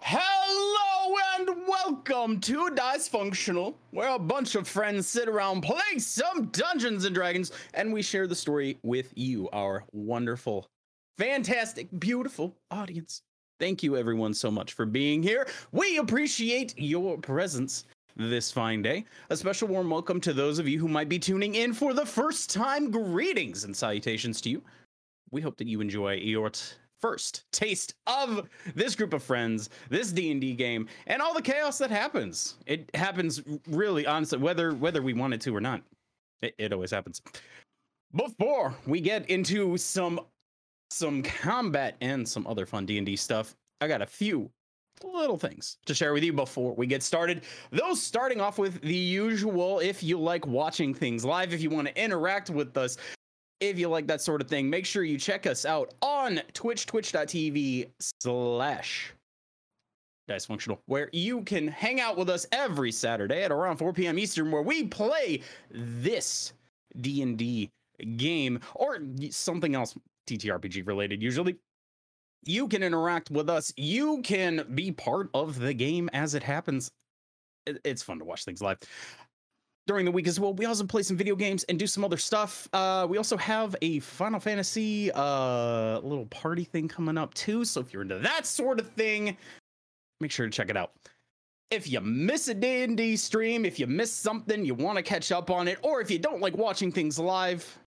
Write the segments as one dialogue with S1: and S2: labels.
S1: Hello and welcome to Dysfunctional, where a bunch of friends sit around, play some Dungeons and Dragons, and we share the story with you, our wonderful, fantastic, beautiful audience. Thank you, everyone, so much for being here. We appreciate your presence this fine day. A special warm welcome to those of you who might be tuning in for the first time. Greetings and salutations to you we hope that you enjoy your t- first taste of this group of friends this d&d game and all the chaos that happens it happens really honestly whether whether we want it to or not it, it always happens before we get into some some combat and some other fun d&d stuff i got a few little things to share with you before we get started those starting off with the usual if you like watching things live if you want to interact with us if you like that sort of thing, make sure you check us out on Twitch, twitch.tv slash dysfunctional, where you can hang out with us every Saturday at around 4 p.m. Eastern, where we play this D&D game or something else TTRPG related usually. You can interact with us. You can be part of the game as it happens. It- It's fun to watch things live during the week as well. We also play some video games and do some other stuff. Uh, we also have a Final Fantasy uh, little party thing coming up too. So if you're into that sort of thing, make sure to check it out. If you miss a D&D stream, if you miss something, you want to catch up on it, or if you don't like watching things live,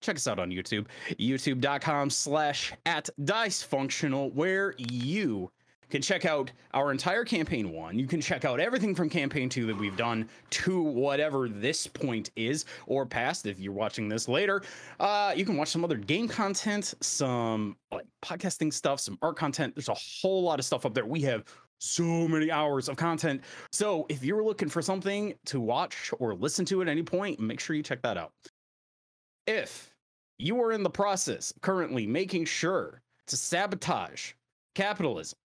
S1: check us out on YouTube, youtube.com slash at dysfunctional, where you can check out our entire campaign one. You can check out everything from campaign two that we've done to whatever this point is or past. If you're watching this later, uh, you can watch some other game content, some like podcasting stuff, some art content. There's a whole lot of stuff up there. We have so many hours of content. So if you're looking for something to watch or listen to at any point, make sure you check that out. If you are in the process currently making sure to sabotage capitalism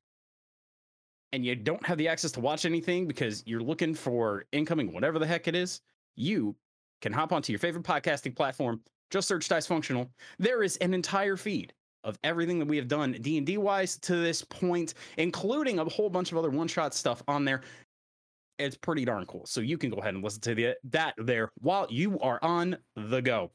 S1: and you don't have the access to watch anything because you're looking for incoming whatever the heck it is, you can hop onto your favorite podcasting platform. Just search Dysfunctional. There is an entire feed of everything that we have done D&D wise to this point, including a whole bunch of other one-shot stuff on there. It's pretty darn cool. So you can go ahead and listen to the, that there while you are on the go.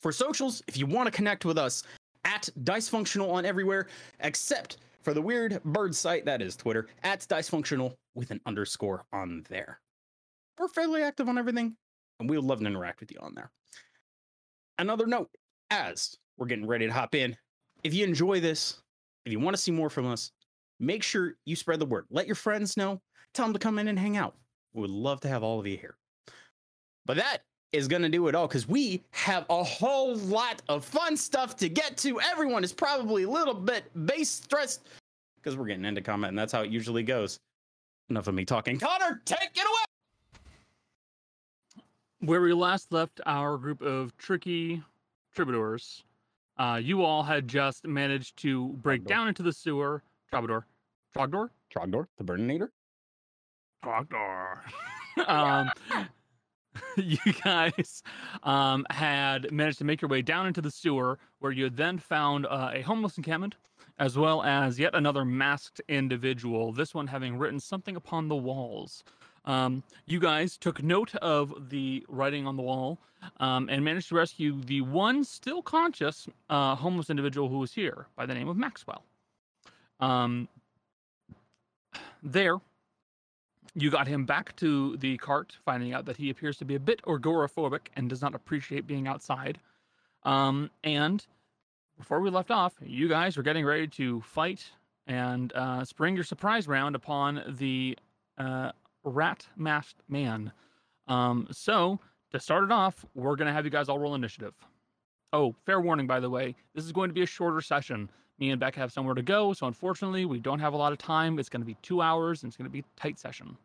S1: For socials, if you want to connect with us at Dysfunctional on everywhere except for the weird bird site that is Twitter at dysfunctional with an underscore on there. We're fairly active on everything, and we would love to interact with you on there. Another note as we're getting ready to hop in, if you enjoy this, if you want to see more from us, make sure you spread the word. Let your friends know, tell them to come in and hang out. We would love to have all of you here. But that is going to do it all because we have a whole lot of fun stuff to get to. Everyone is probably a little bit base stressed because we're getting into combat, and that's how it usually goes. Enough of me talking. Connor, take it away.
S2: where we last left our group of tricky troubadours. Uh, you all had just managed to break
S1: Troubadour.
S2: down into the sewer. Troubadour. Trogdor?
S1: Trogdor, the Burninator.
S2: Trogdor. um, you guys um, had managed to make your way down into the sewer where you had then found uh, a homeless encampment as well as yet another masked individual, this one having written something upon the walls. Um, you guys took note of the writing on the wall um, and managed to rescue the one still conscious uh, homeless individual who was here by the name of Maxwell. Um, there, you got him back to the cart, finding out that he appears to be a bit agoraphobic and does not appreciate being outside. Um, and before we left off, you guys were getting ready to fight and uh, spring your surprise round upon the uh, rat masked man. Um, so, to start it off, we're going to have you guys all roll initiative. Oh, fair warning, by the way, this is going to be a shorter session. Me and Beck have somewhere to go, so unfortunately, we don't have a lot of time. It's going to be two hours and it's going to be a tight session.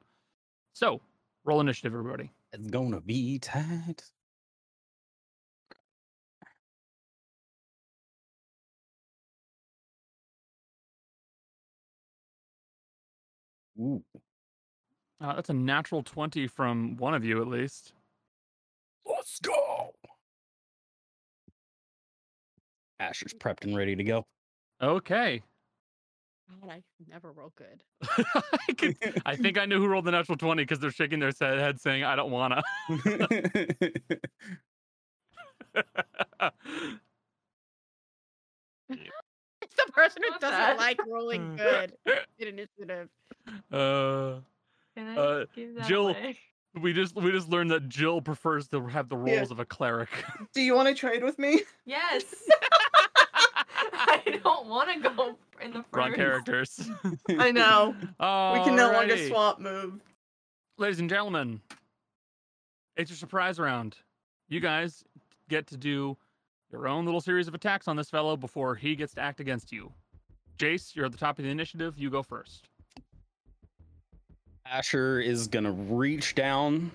S2: So, roll initiative, everybody.
S1: It's gonna be tight. Ooh,
S2: Uh, that's a natural 20 from one of you, at least.
S1: let's go. Asher's prepped and ready to go.
S2: Okay.
S3: God, Oh, I never roll good.
S2: I, could- I think I knew who rolled the natural 20 because they're shaking their sa- head saying, I don't want to.
S3: It's the person who
S4: Not
S3: doesn't
S4: bad.
S3: like
S5: Mm.
S3: rolling good in initiative.
S2: uh,
S4: Can I
S2: Uh,
S4: give that
S2: Jill-
S4: away?
S2: we just we just learned that Jill prefers to have the roles
S5: Yeah.
S2: of a cleric.
S5: Do you want to trade with me?
S4: Yes. I don't want to go in the
S2: Wrong
S4: front.
S2: characters.
S5: I know.
S2: Oh,
S5: we can no longer swap move.
S2: ladies and gentlemen, it's your surprise round. You guys get to do your own little series of attacks on this fellow before he gets to act against you. Jace, you're at the top of the initiative. You go first.
S1: Asher is gonna reach down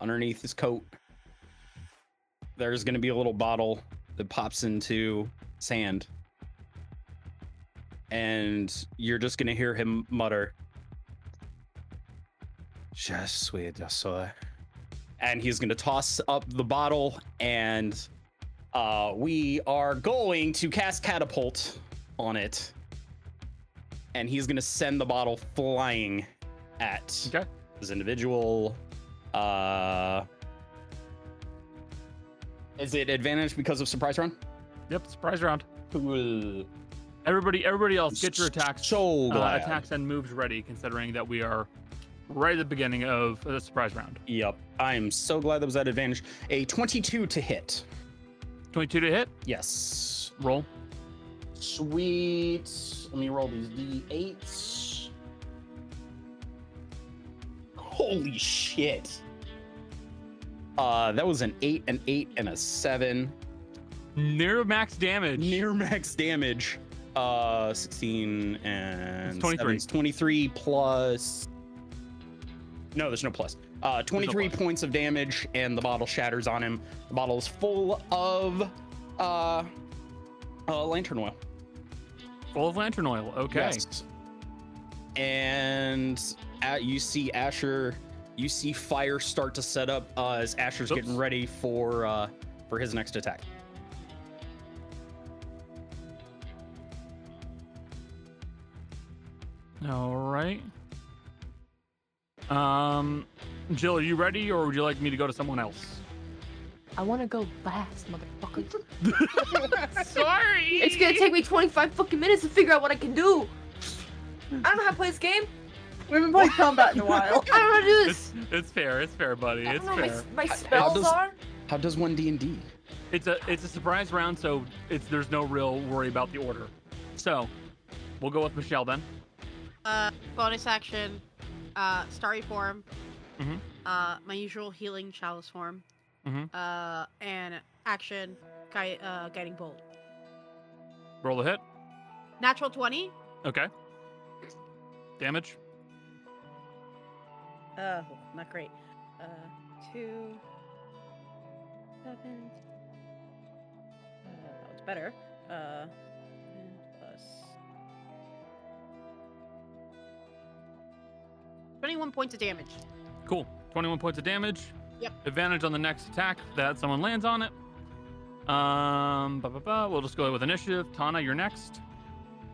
S1: underneath his coat. There's gonna be a little bottle that pops into sand. And you're just gonna hear him mutter, Je suis de soeur." And he's gonna toss up the bottle, and uh, we are going to cast catapult on it and he's gonna send the bottle flying at
S2: Okay.
S1: this individual. Uh, is it advantage because of surprise round?
S2: Yep, surprise round.
S1: Cool.
S2: Everybody, everybody else, get your attacks,
S1: So
S2: uh,
S1: glad.
S2: attacks and moves ready. Considering that we are right at the beginning of the surprise round.
S1: Yep. I am so glad that was at advantage. A 22 to hit.
S2: Twenty-two to hit.
S1: Yes.
S2: Roll.
S1: Sweet. Let me roll these d8s. Holy shit. Uh, that was an eight, an eight, and a seven.
S2: Near max damage.
S1: near max damage. Uh, 16 and
S2: It's 23.
S1: seven is 23 plus. No, there's no plus. Uh, 23
S2: plus.
S1: points of damage, and the bottle shatters on him. The bottle is full of uh, uh lantern oil.
S2: Full of lantern oil. Okay.
S1: Yes. And uh, you see Asher, you see fire start to set up uh, as Asher's
S2: Oops.
S1: getting ready for uh, for his next attack.
S2: All right. Um, Jill, are you ready, or would you like me to go to someone else?
S4: I want to go last, motherfucker.
S3: Sorry.
S4: it's gonna take me 25 fucking minutes to figure out what I can do. I don't know how to play this game.
S5: We haven't played combat in a while.
S4: I don't know how to do
S2: It's
S4: this.
S2: it's fair. It's fair, buddy.
S4: I
S2: It's
S4: don't know what
S2: fair.
S4: my, my
S1: how
S4: spells
S1: does-
S4: are.
S1: How does one D and D?
S2: It's a it's a surprise round, so it's there's no real worry about the order. So, we'll go with Michelle then.
S3: Uh, bonus action, uh, starry form,
S5: Mm-hmm.
S2: Mhm.
S3: uh, my usual healing chalice form,
S2: Mhm.
S3: uh, and action, gui- uh, guiding bolt.
S2: Roll the hit.
S3: Natural 20.
S2: Okay. Damage.
S3: Uh, not great. Uh, two,
S4: Seven,
S6: much better. Uh, and plus.
S3: 21 points of damage.
S2: Cool. 21 points of damage.
S3: Yep.
S2: Advantage on the next attack that someone lands on it. Um, ba ba ba. We'll just go with initiative. Tana, you're next.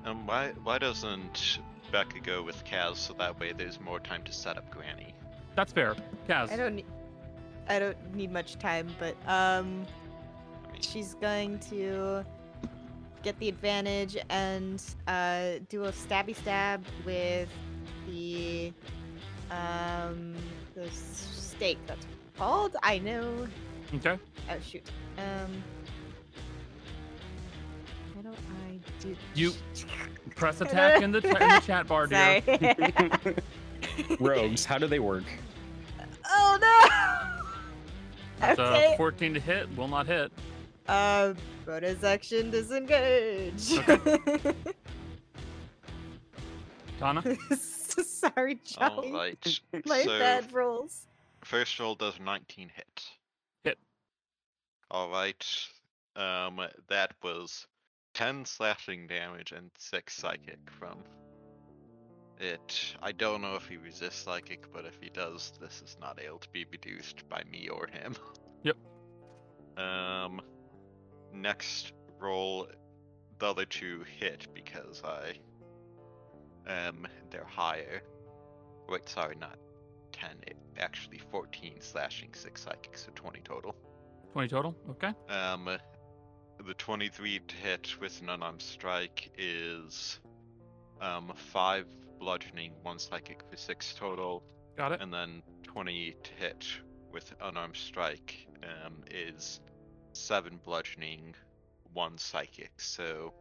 S7: Um, why why doesn't Becca go with Kaz so that way there's more time to set up Granny?
S2: That's fair. Kaz.
S8: I don't need, I don't need much time, but um,
S7: I mean,
S8: she's going to get the advantage and uh, do a stabby stab with the um the s- stake. That's what it's called. I know.
S2: Okay.
S8: Oh shoot. Um. How do I do?
S2: You press attack in the, t- in the chat bar, dear.
S8: Sorry.
S1: Rogues, how do they work?
S8: oh no.
S2: That's
S8: okay.
S2: a 14 to hit. Will not hit.
S8: Uh, bonus action disengage.
S2: Tana.
S8: Sorry, Charlie.
S7: all right.
S8: My
S7: Oh, so
S8: bad rolls.
S7: first roll does 19 hit.
S2: Hit.
S7: All right. Um, that was 10 slashing damage and 6 psychic from it. I don't know if he resists psychic, but if he does, this is not able to be reduced by me or him.
S2: Yep.
S7: Um, next roll, the other two hit because I um they're higher. Wait, sorry, not 10, it, actually 14 slashing, 6 psychic, so 20 total.
S2: 20 total. Okay.
S7: Um, the 23 to hit with an unarmed strike is um, 5 bludgeoning, 1 psychic for 6 total,
S2: Got it.
S7: and then 20 to hit with unarmed strike um, is 7 bludgeoning, 1 psychic, so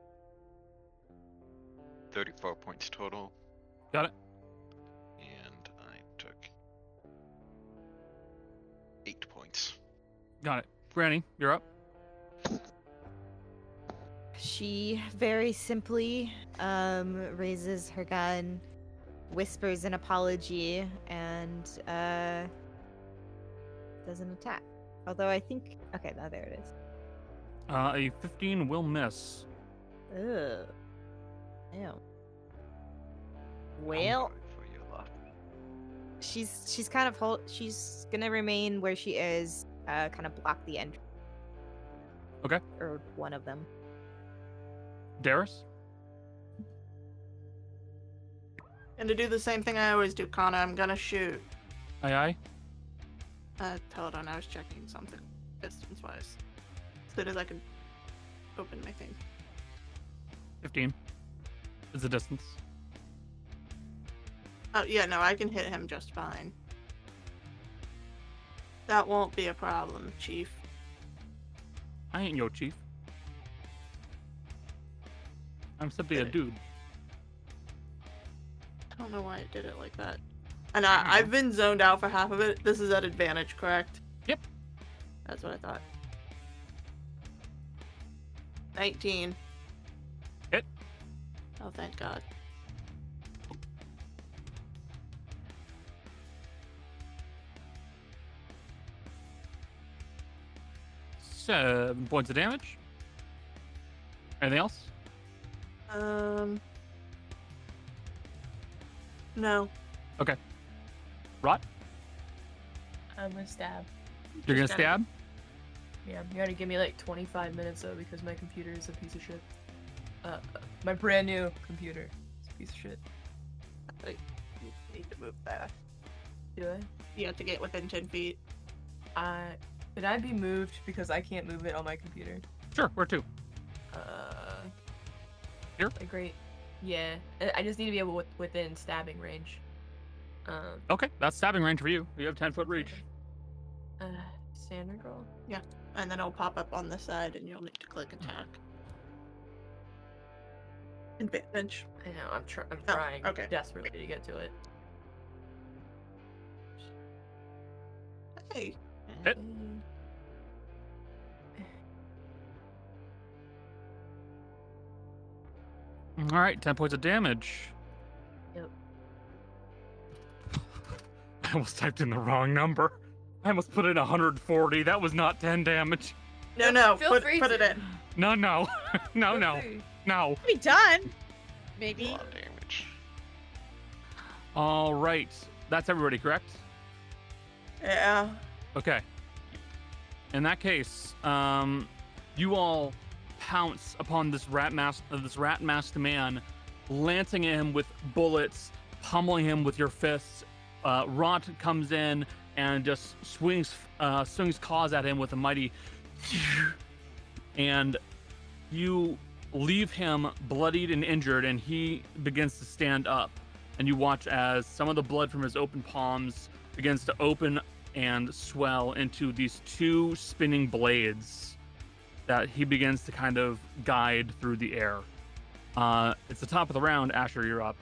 S7: 34 points total.
S2: Got it.
S7: And I took 8 points.
S2: Got it. Granny, you're up.
S8: She very simply um, raises her gun, whispers an apology, and uh, does an attack. Although I think, okay, now there it is.
S2: Uh, a 15 will miss.
S8: Ugh. Damn. Well, she's she's kind of hold. She's gonna remain where she is, uh, kind of block the entry.
S2: Okay.
S8: Or one of them.
S2: Darius.
S5: And to do the same thing I always do, Kana, I'm gonna shoot.
S2: Aye aye.
S5: Uh, hold on, I was checking something distance wise. As soon as I could open my thing.
S2: 15 is the distance.
S5: Oh, yeah, no, I can hit him just fine. That won't be a problem, Chief.
S2: I ain't your chief. I'm simply a
S5: Did it.
S2: dude.
S5: I don't know why it did it like that. And I, I've been zoned out for half of it. This is at advantage, correct?
S2: Yep.
S5: That's what I thought. 19.
S2: Hit.
S5: Oh, thank God.
S2: Seven points of damage. Anything else?
S5: Um. No.
S2: Rot,
S4: I'm gonna stab.
S2: you're gonna
S5: Just gotta-
S2: stab.
S4: Yeah, you gotta give me like 25 minutes though because my computer is a piece of shit. Uh, my brand new computer is a piece of shit.
S5: You need to move there.
S4: Do I?
S5: You have to get within 10 feet.
S4: I could I be moved because I can't move it on my computer?
S2: Sure, where to?
S4: Uh,
S2: Here?
S4: Like great. Yeah, I- I just need to be able with, within stabbing range. Um,
S2: Okay, that's stabbing range for you. You have 10 foot reach.
S4: uh, standard roll.
S5: And then it'll pop up on the side and you'll need to click attack. Advantage.
S4: I know. I'm tr- I'm
S5: Oh,
S4: trying
S5: okay.
S4: desperately to get to it.
S5: Hey.
S2: Hit.
S4: Mm.
S2: All right, 10 points of damage.
S4: Yep.
S2: I almost typed in the wrong number. I almost put in 140. That was not 10 damage.
S5: No, no.
S6: Feel
S5: Oh, put
S6: free
S5: put it
S6: to.
S5: in.
S2: No, no, no, no, no.
S6: Be done. Maybe.
S7: A lot of damage.
S2: All right, that's everybody, correct?
S5: Yeah.
S2: Okay. In that case, um, you all pounce upon this rat mask, uh, this rat masked man, lancing him with bullets, pummeling him with your fists. Uh, Rot comes in and just swings, uh, swings claws at him with a mighty, and you leave him bloodied and injured, and he begins to stand up. And you watch as some of the blood from his open palms begins to open and swell into these two spinning blades that he begins to kind of guide through the air. Uh, it's the top of the round. Asher, you're up.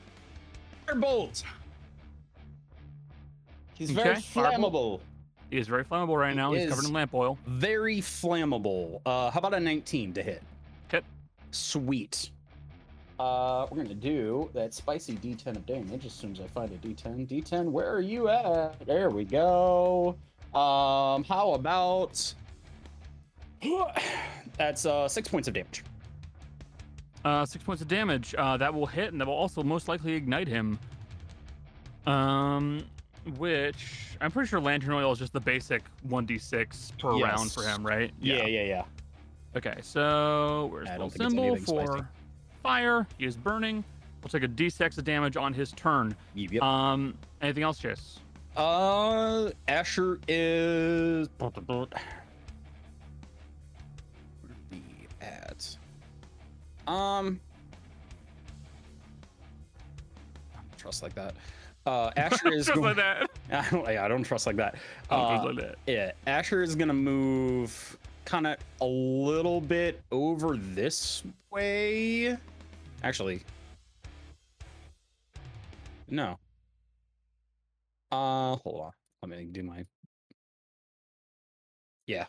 S1: Firebolt. He's very
S2: Okay.
S1: flammable.
S2: He is very flammable right now.
S1: He
S2: He's covered
S1: is.
S2: in lamp oil.
S1: Very flammable. Uh, how about a 19 to hit?
S2: Hit.
S1: Sweet. Uh, we're gonna do that spicy D10 of damage as soon as I find a D10. D10, where are you at? There we go. Um, how about? That's uh six points of damage.
S2: Uh, six points of damage. Uh, that will hit, and that will also most likely ignite him. Um, which I'm pretty sure lantern oil is just the basic 1d6 per round for
S1: Yes.
S2: him, right?
S1: yeah, yeah. yeah.
S2: Okay, so where's
S1: I
S2: the
S1: don't think it's
S2: symbol
S1: anything
S2: for
S1: spicy.
S2: fire? He is burning. We'll take a d6 of damage on his turn.
S1: Yep, yep.
S2: Um, anything else, Chase?
S1: Uh, Asher is. Where are we at? Um. I don't Trust like that. Uh, Asher is.
S2: Just
S1: going-
S2: like that.
S1: I don't, yeah, I don't trust like that.
S2: Oh,
S1: Uh,
S2: just like that.
S1: yeah, Asher is gonna move kind of a little bit over this way. Actually, no. Uh, hold on. Let me do my. Yeah.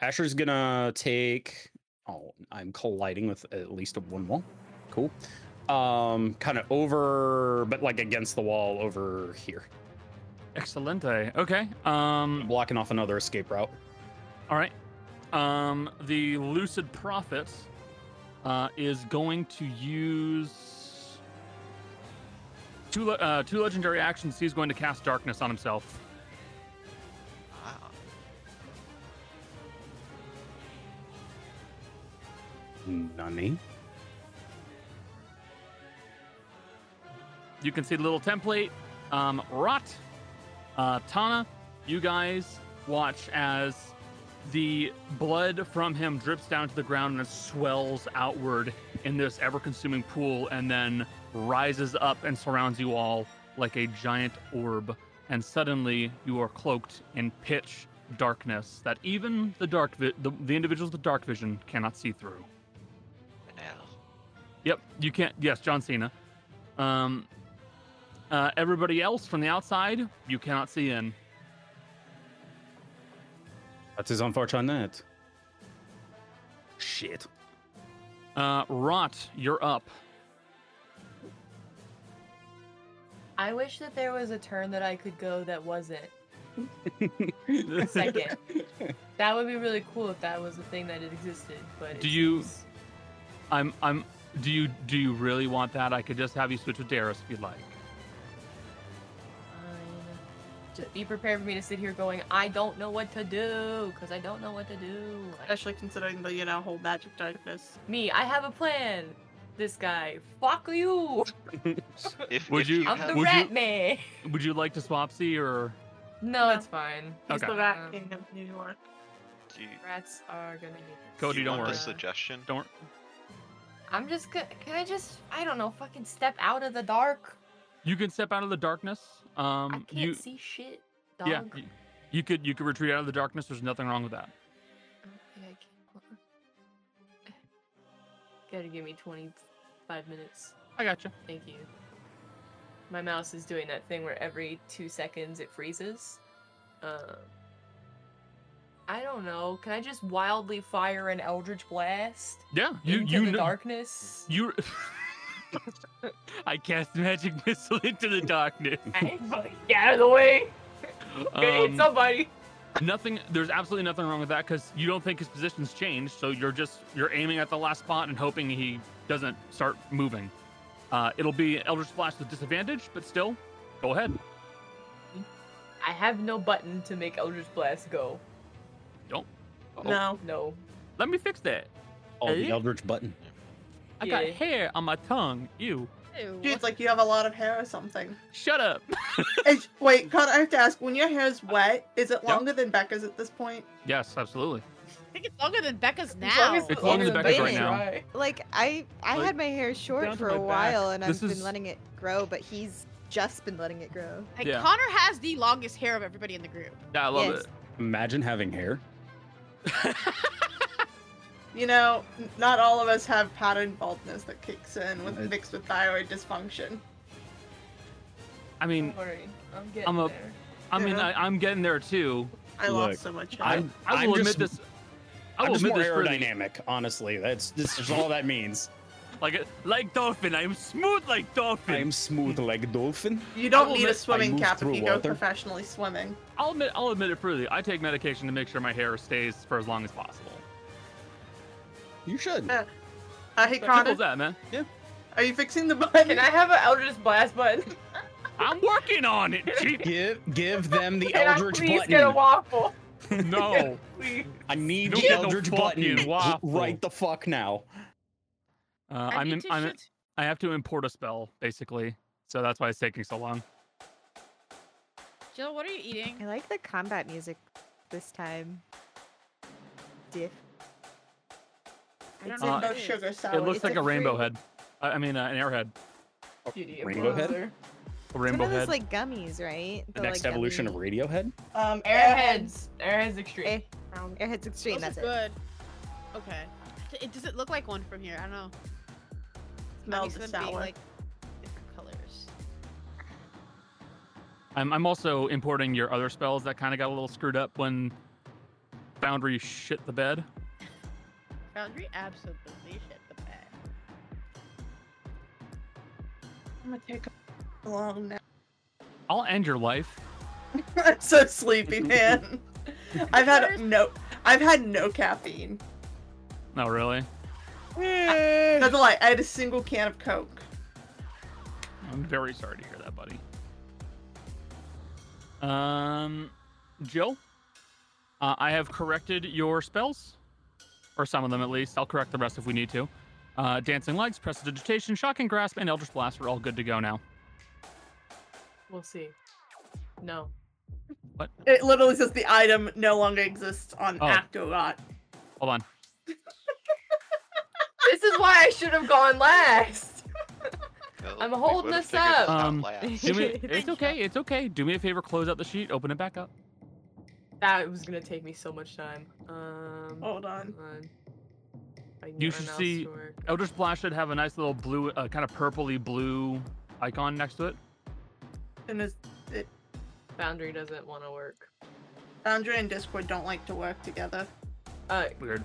S1: Asher's gonna take. Oh, I'm colliding with at least one wall. Cool. Um, kind of over, but like against the wall over here
S2: Excelente. Okay. Um,
S1: blocking off another escape route.
S2: all right. Um, the lucid prophet uh, is going to use two le- uh, two legendary actions. He's going to cast darkness on himself.
S7: Wow.
S1: Nani?
S2: You can see the little template. Um, Rot, uh, Tana, you guys watch as the blood from him drips down to the ground and it swells outward in this ever consuming pool and then rises up and surrounds you all like a giant orb. And suddenly you are cloaked in pitch darkness that even the dark vi- the, the individuals with dark vision cannot see through.
S7: An L.
S2: Yep, you can't. Yes, John Cena. Um, uh, everybody else from the outside, you cannot see in.
S1: That is unfortunate. Shit.
S2: Uh, Rot, you're up.
S4: I wish that there was a turn that I could go that wasn't.
S2: Do
S4: Second. that would be really cool if that was a thing that existed. But it
S2: you?
S4: seems-
S2: I'm. I'm. Do you? Do you really want that? I could just have you switch with Darius if you'd like.
S4: Fine. Just be prepared for me to sit here going, I don't know what to do, because I don't know what to do. Like,
S5: Especially considering the you know whole magic darkness.
S4: me, I have a plan. This guy, fuck you.
S7: If,
S2: Would
S7: if
S2: you-
S7: you,
S4: I'm
S7: have,
S4: the
S2: Would
S4: rat
S2: you-
S4: man.
S2: Would you like to swap C or?
S4: No,
S5: No.
S4: it's fine.
S5: He's
S2: Okay.
S5: the Rat King of New York.
S7: do you,
S4: Rats are gonna get. this.
S2: Cody,
S7: you
S2: don't
S7: want
S2: worry.
S7: a suggestion?
S2: Don't.
S4: I'm just gonna. Can I just? I don't know. Fucking step out of the dark.
S2: You can step out of the darkness. Um,
S4: I can't
S2: you,
S4: see shit. Dog.
S2: Yeah. You, you could. You could retreat out of the darkness. There's nothing wrong with that.
S4: I don't think I can. Hold on. Gotta give me 25 minutes.
S2: I got you.
S4: Thank you. My mouse is doing that thing where every two seconds it freezes. Um, I don't know. Can I just wildly fire an eldritch blast
S2: Yeah. You.
S4: into
S2: you
S4: the
S2: know.
S4: darkness?
S2: You. I cast magic missile into the darkness.
S4: Hey, fuck, Get out of the way! I need
S2: Um,
S4: somebody.
S2: nothing. There's absolutely nothing wrong with that because you don't think his position's changed. So you're just you're aiming at the last spot and hoping he doesn't start moving. Uh, it'll be Eldritch Blast with disadvantage, but still, go ahead.
S4: I have no button to make Eldritch Blast go.
S2: Don't. Oh,
S6: No.
S4: No.
S2: Let me fix that.
S1: Oh, the
S2: Eh?
S1: Eldritch button.
S2: I got
S4: Yeah.
S2: hair on my tongue. Ew.
S6: Dude, it's like you have a lot of hair or something.
S2: Shut up.
S6: Is- wait, God, I have to ask. When your hair is wet, is it
S2: Yeah.
S6: longer than Becca's at this point?
S2: Yes, absolutely.
S3: I think it's longer than Becca's
S4: As
S3: now.
S4: long as-
S2: It's longer
S8: than
S4: as
S8: Becca's
S4: the
S8: right
S4: baby's
S2: now.
S4: dry.
S8: Like I, I
S2: Like,
S8: had my hair short
S2: down to
S8: for a
S2: my back.
S8: while, and I've
S2: This
S8: been
S2: is-
S8: letting it grow. But he's just been letting it grow.
S3: Like,
S2: Yeah.
S3: Connor has the longest hair of everybody in the group.
S2: Yeah, I love
S8: Yes.
S1: Imagine having hair.
S2: it.
S6: You know, n- not all of us have pattern baldness that kicks in with
S1: It-
S6: mixed with thyroid dysfunction.
S2: I mean,
S4: Don't worry, I'm getting
S2: I'm a-
S4: there.
S2: I mean,
S6: Yeah.
S2: I, I'm getting there too.
S6: I
S1: Look,
S6: lost so much hair.
S2: I,
S1: I'm-
S2: I will
S1: I'm just-
S2: admit this. I
S1: I'm
S2: will
S1: just
S2: admit
S1: more
S2: this for the-
S1: aerodynamic, honestly. That's this is all that means.
S2: like like dolphin. I'm smooth like dolphin.
S1: I'm smooth like dolphin.
S6: you
S2: I
S6: don't
S2: will
S6: need
S2: admit I
S6: a swimming
S1: moved
S6: cap if
S1: through
S6: you go
S1: water.
S6: professionally swimming.
S2: I'll admit, I'll admit it freely. I take medication to make sure my hair stays for as long as possible.
S1: You should.
S6: Uh, Uh, hey,
S2: Simple
S6: Connor,
S2: as that, man.
S6: are you fixing the button?
S4: Can I have an Eldritch Blast button?
S2: I'm working on it. Chief.
S1: Give give them the
S4: Can I
S1: Eldritch
S4: please
S1: button.
S4: get a waffle?
S2: No,
S4: Please.
S1: I need
S2: Don't
S1: the
S2: get no
S1: Eldritch
S2: fucking
S1: button
S2: waffle.
S1: right the fuck now.
S2: uh, I'm,
S3: need
S2: in,
S3: to
S2: I'm in-
S3: shoot-
S2: I have to import a spell basically, so that's why it's taking so long.
S3: Jill, what are you
S8: I
S3: eating?
S8: like the combat music this time. Diff.
S3: I don't
S6: It's
S3: know.
S2: Uh,
S6: in
S3: what
S6: no
S3: it is.
S6: sugar
S2: it
S6: salad.
S2: looks
S8: it's
S2: like a,
S8: a
S2: rainbow
S8: fruit.
S2: head. I, I mean, uh, an airhead.
S4: Beauty
S1: Rainbow head?
S4: Browser.
S2: A
S8: It's
S2: rainbow
S8: one of those
S2: head.
S8: like gummies, right?
S1: The next evolution of Radiohead.
S6: um,
S4: Airheads. Airheads extreme.
S8: Air,
S6: Um,
S8: Eh. Airheads Extreme.
S3: Those are
S8: That's it.
S3: good. Okay. D- It, does it look like one from here? I don't know.
S6: smells
S3: Obviously,
S6: the
S3: them being,
S6: sour.
S3: like different colors.
S2: I'm, I'm also importing your other spells that kind of got a little screwed up when Boundary shit the bed.
S3: Foundry absolutely shit the bed.
S6: I'm gonna take a long nap.
S2: I'll end your life.
S6: I'm so sleepy, man. I've had no, I've had no caffeine.
S2: No, really. Eh.
S6: That's a lie. I had a single can of Coke.
S2: I'm very sorry to hear that, buddy. Um, Jill, uh, I have corrected your spells, or some of them at least. I'll correct the rest if we need to. Uh, Dancing Legs, Prestidigitation, Shocking Grasp, and Eldritch Blast are all good to go now.
S4: We'll see. No.
S6: It literally says the item no longer exists on
S2: Oh.
S6: Actorot.
S2: Hold on.
S4: This is why I should have gone last.
S7: Well,
S4: I'm
S7: we
S4: holding
S7: would've
S4: this
S7: figured this
S4: up.
S7: out
S2: Um,
S7: last.
S2: Do me,
S8: Good
S2: it's okay. It's okay. Do me a favor. Close out the sheet. Open it back up.
S4: That was gonna take me so much time. Um.
S6: Hold on.
S4: hold on. I can
S2: You
S4: get my
S2: should
S4: mouse
S2: see-
S4: to work.
S2: Eldritch Blast should have a nice little blue, uh, kind of purpley blue icon next to it.
S6: And it's, it,
S4: Boundary doesn't want to work.
S6: Foundry and Discord don't like to work together.
S4: Uh,
S2: Weird.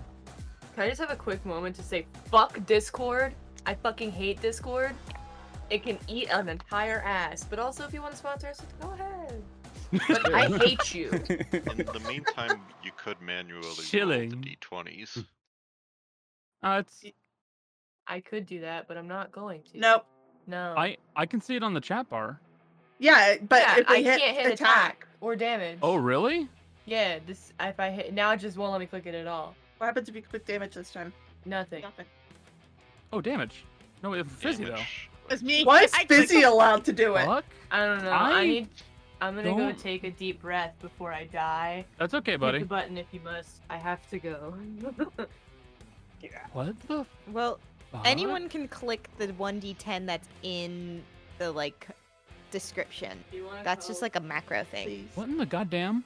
S4: Can I just have a quick moment to say fuck Discord? I fucking hate Discord. It can eat an entire ass. But also, if you want to sponsor us, go ahead. But I hate you.
S7: In the meantime, you could manually roll
S2: Chilling.
S7: the d20s.
S2: Uh, it's,
S4: I could do that, but I'm not going to.
S6: Nope.
S5: Oh.
S4: No.
S2: I I can see it on the chat bar.
S6: Yeah, but
S4: Yeah,
S6: if we
S4: I
S6: hit,
S4: can't hit
S6: attack,
S4: attack or damage.
S2: Oh, really?
S4: Yeah. This if I hit now, it just won't let me click it at all.
S6: what happens if you click damage this time?
S4: Nothing.
S6: Nothing.
S2: Oh, damage. No, it's fizzy though.
S7: Damage.
S3: It's me.
S6: Why is
S3: I clicked
S6: Fizzy
S3: on-
S6: allowed to do it?
S2: Fuck.
S4: I don't know. I,
S2: I
S4: need. I'm gonna go
S2: don't-
S4: take a deep breath before I die.
S2: That's okay,
S4: Hit
S2: buddy.
S4: the button if you must. I have to go.
S2: What the
S8: Well,
S2: fuck?
S8: anyone can click the 1d10 that's in the like description.
S4: You wanna
S8: That's just
S4: go?
S8: like a macro thing.
S6: Please.
S2: What in the goddamn?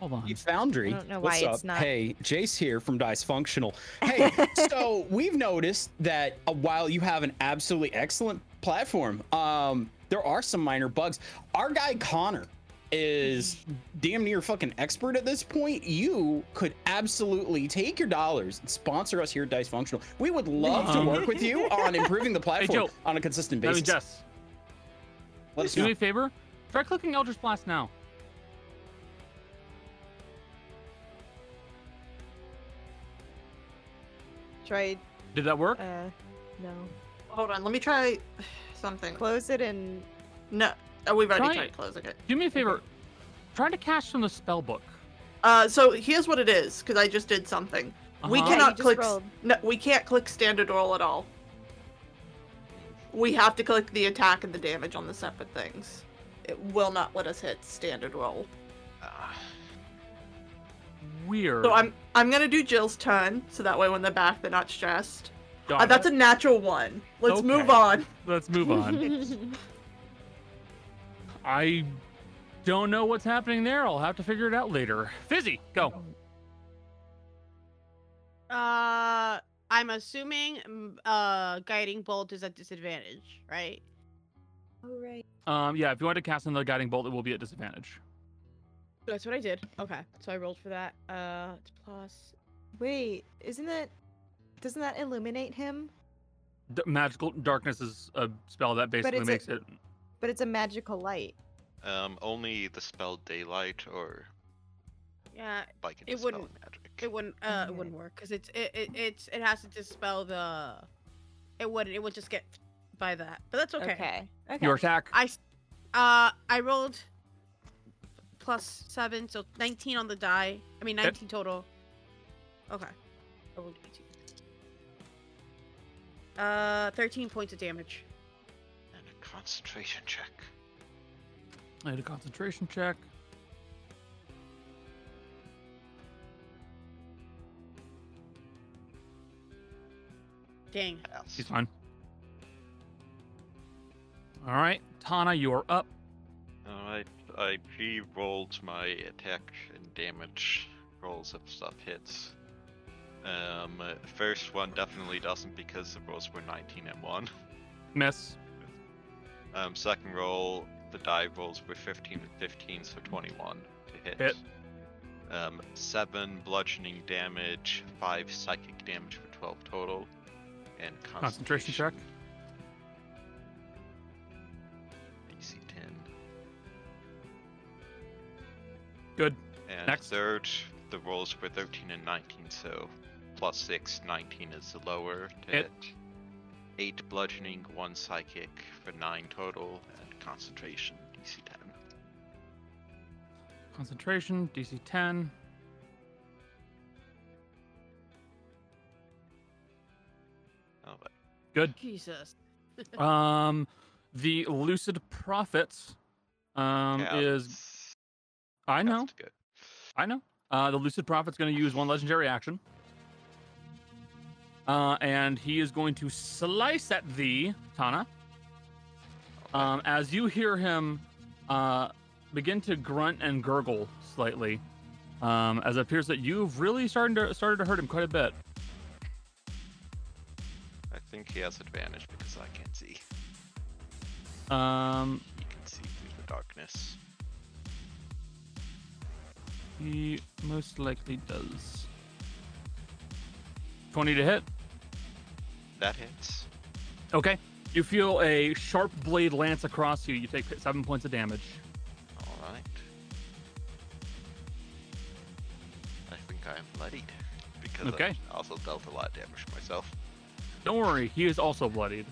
S2: Hold on.
S1: Hey, Foundry.
S8: I don't know
S1: what's
S8: why
S1: up?
S8: it's not-
S1: Hey, Jace here from Dice Functional. Hey, so we've noticed that uh, while you have an absolutely excellent platform, um, there are some minor bugs. Our guy Connor is damn near fucking expert at this point. You could absolutely take your dollars and sponsor us here at Dice Functional. We would love to
S2: Um,
S1: work with you on improving the platform
S2: Joe,
S1: on a consistent
S2: Let me
S1: basis.
S2: Jess.
S1: Let us
S2: Do
S1: know.
S2: me a favor. Try clicking Eldritch Blast now.
S8: tried.
S2: Did that work?
S8: Uh, no.
S5: Hold on, let me try something.
S8: Close it and
S5: No, oh, we've already
S2: Try
S5: tried
S2: it.
S5: closing it.
S2: Do me a favor. Try to cast from the spell book.
S5: Uh, so here's what it is, because I just did something. We
S2: Uh-huh.
S8: Yeah, you
S5: cannot
S8: just
S5: click. s-
S8: rolled.
S5: No, we can't click standard roll at all. We have to click the attack and the damage on the separate things. It will not let us hit standard roll.
S7: Ah,
S2: Weird.
S5: So I'm I'm gonna do Jill's turn, so that way when they're back, they're not stressed.
S2: Got
S5: Uh, that's
S2: it.
S5: a natural one. Let's move
S2: Okay.
S5: on.
S2: Let's move on. I don't know what's happening there. I'll have to figure it out later. Fizzy, go.
S3: Uh, I'm assuming mm, uh guiding bolt is at disadvantage, right?
S8: Oh, right.
S2: Um, yeah, if you want to cast another guiding bolt, it will be at disadvantage.
S3: That's what I did. Okay, so I rolled for that. Uh, it's plus.
S8: Wait, isn't that. Doesn't that illuminate him?
S2: D- magical darkness is a spell that basically
S8: it's a-
S2: makes it.
S8: But it's a magical light.
S7: Um, only the spell daylight or
S3: Yeah,
S7: like
S3: It
S7: dispel
S3: wouldn't-
S7: magic.
S3: it wouldn't. Uh, it
S8: Okay.
S3: wouldn't work because it's it, it it's it has to dispel the. It wouldn't. It would just get by that. But that's okay.
S8: Okay. okay.
S2: Your attack.
S3: I, s- uh, I rolled plus seven, so nineteen on the die. I mean,
S2: Okay.
S3: nineteen total. Okay. I rolled 18. Uh, thirteen points of damage.
S7: And a concentration check.
S2: I need a concentration check.
S3: Dang.
S8: Oh.
S7: Yes.
S2: He's fine. All right, Tana, you're up.
S7: Alright, uh, I re rolled my attack and damage rolls if stuff hits. Um, first one definitely doesn't because the rolls were 19 and 1.
S2: Miss.
S7: Um, second roll, the die rolls were 15 and 15, so 21 to hit.
S2: Hit.
S7: Um, 7 bludgeoning damage, 5 psychic damage for 12 total, and
S2: Concentration check.
S7: DC 10.
S2: Good.
S7: And
S2: Next.
S7: third, the rolls were 13 and 19, so plus 6, 19 is the lower to
S2: Hit.
S7: hit. 8 bludgeoning, 1 psychic for 9 total, and concentration, DC 10.
S2: Concentration, DC 10.
S7: Oh, but
S2: Good.
S3: Jesus.
S2: Um, the Lucid Prophets um,
S7: yeah,
S2: is.
S7: that's-
S2: I know.
S7: that's good.
S2: I know. Uh, the Lucid Prophet's going to use one legendary action. Uh, and he is going to slice at thee, Tana. Um, as you hear him uh, begin to grunt and gurgle slightly, um, as it appears that you've really started to, started to hurt him quite a bit.
S7: I think he has advantage because I can't see.
S2: Um,
S7: He can see through the darkness.
S2: he most likely does. 20 to hit.
S7: That hits.
S2: Okay. You feel a sharp blade lance across you. You take seven points of damage.
S7: Alright. I think I am bloodied because
S2: Okay.
S7: I also dealt a lot of damage myself.
S2: Don't worry, he is also bloodied.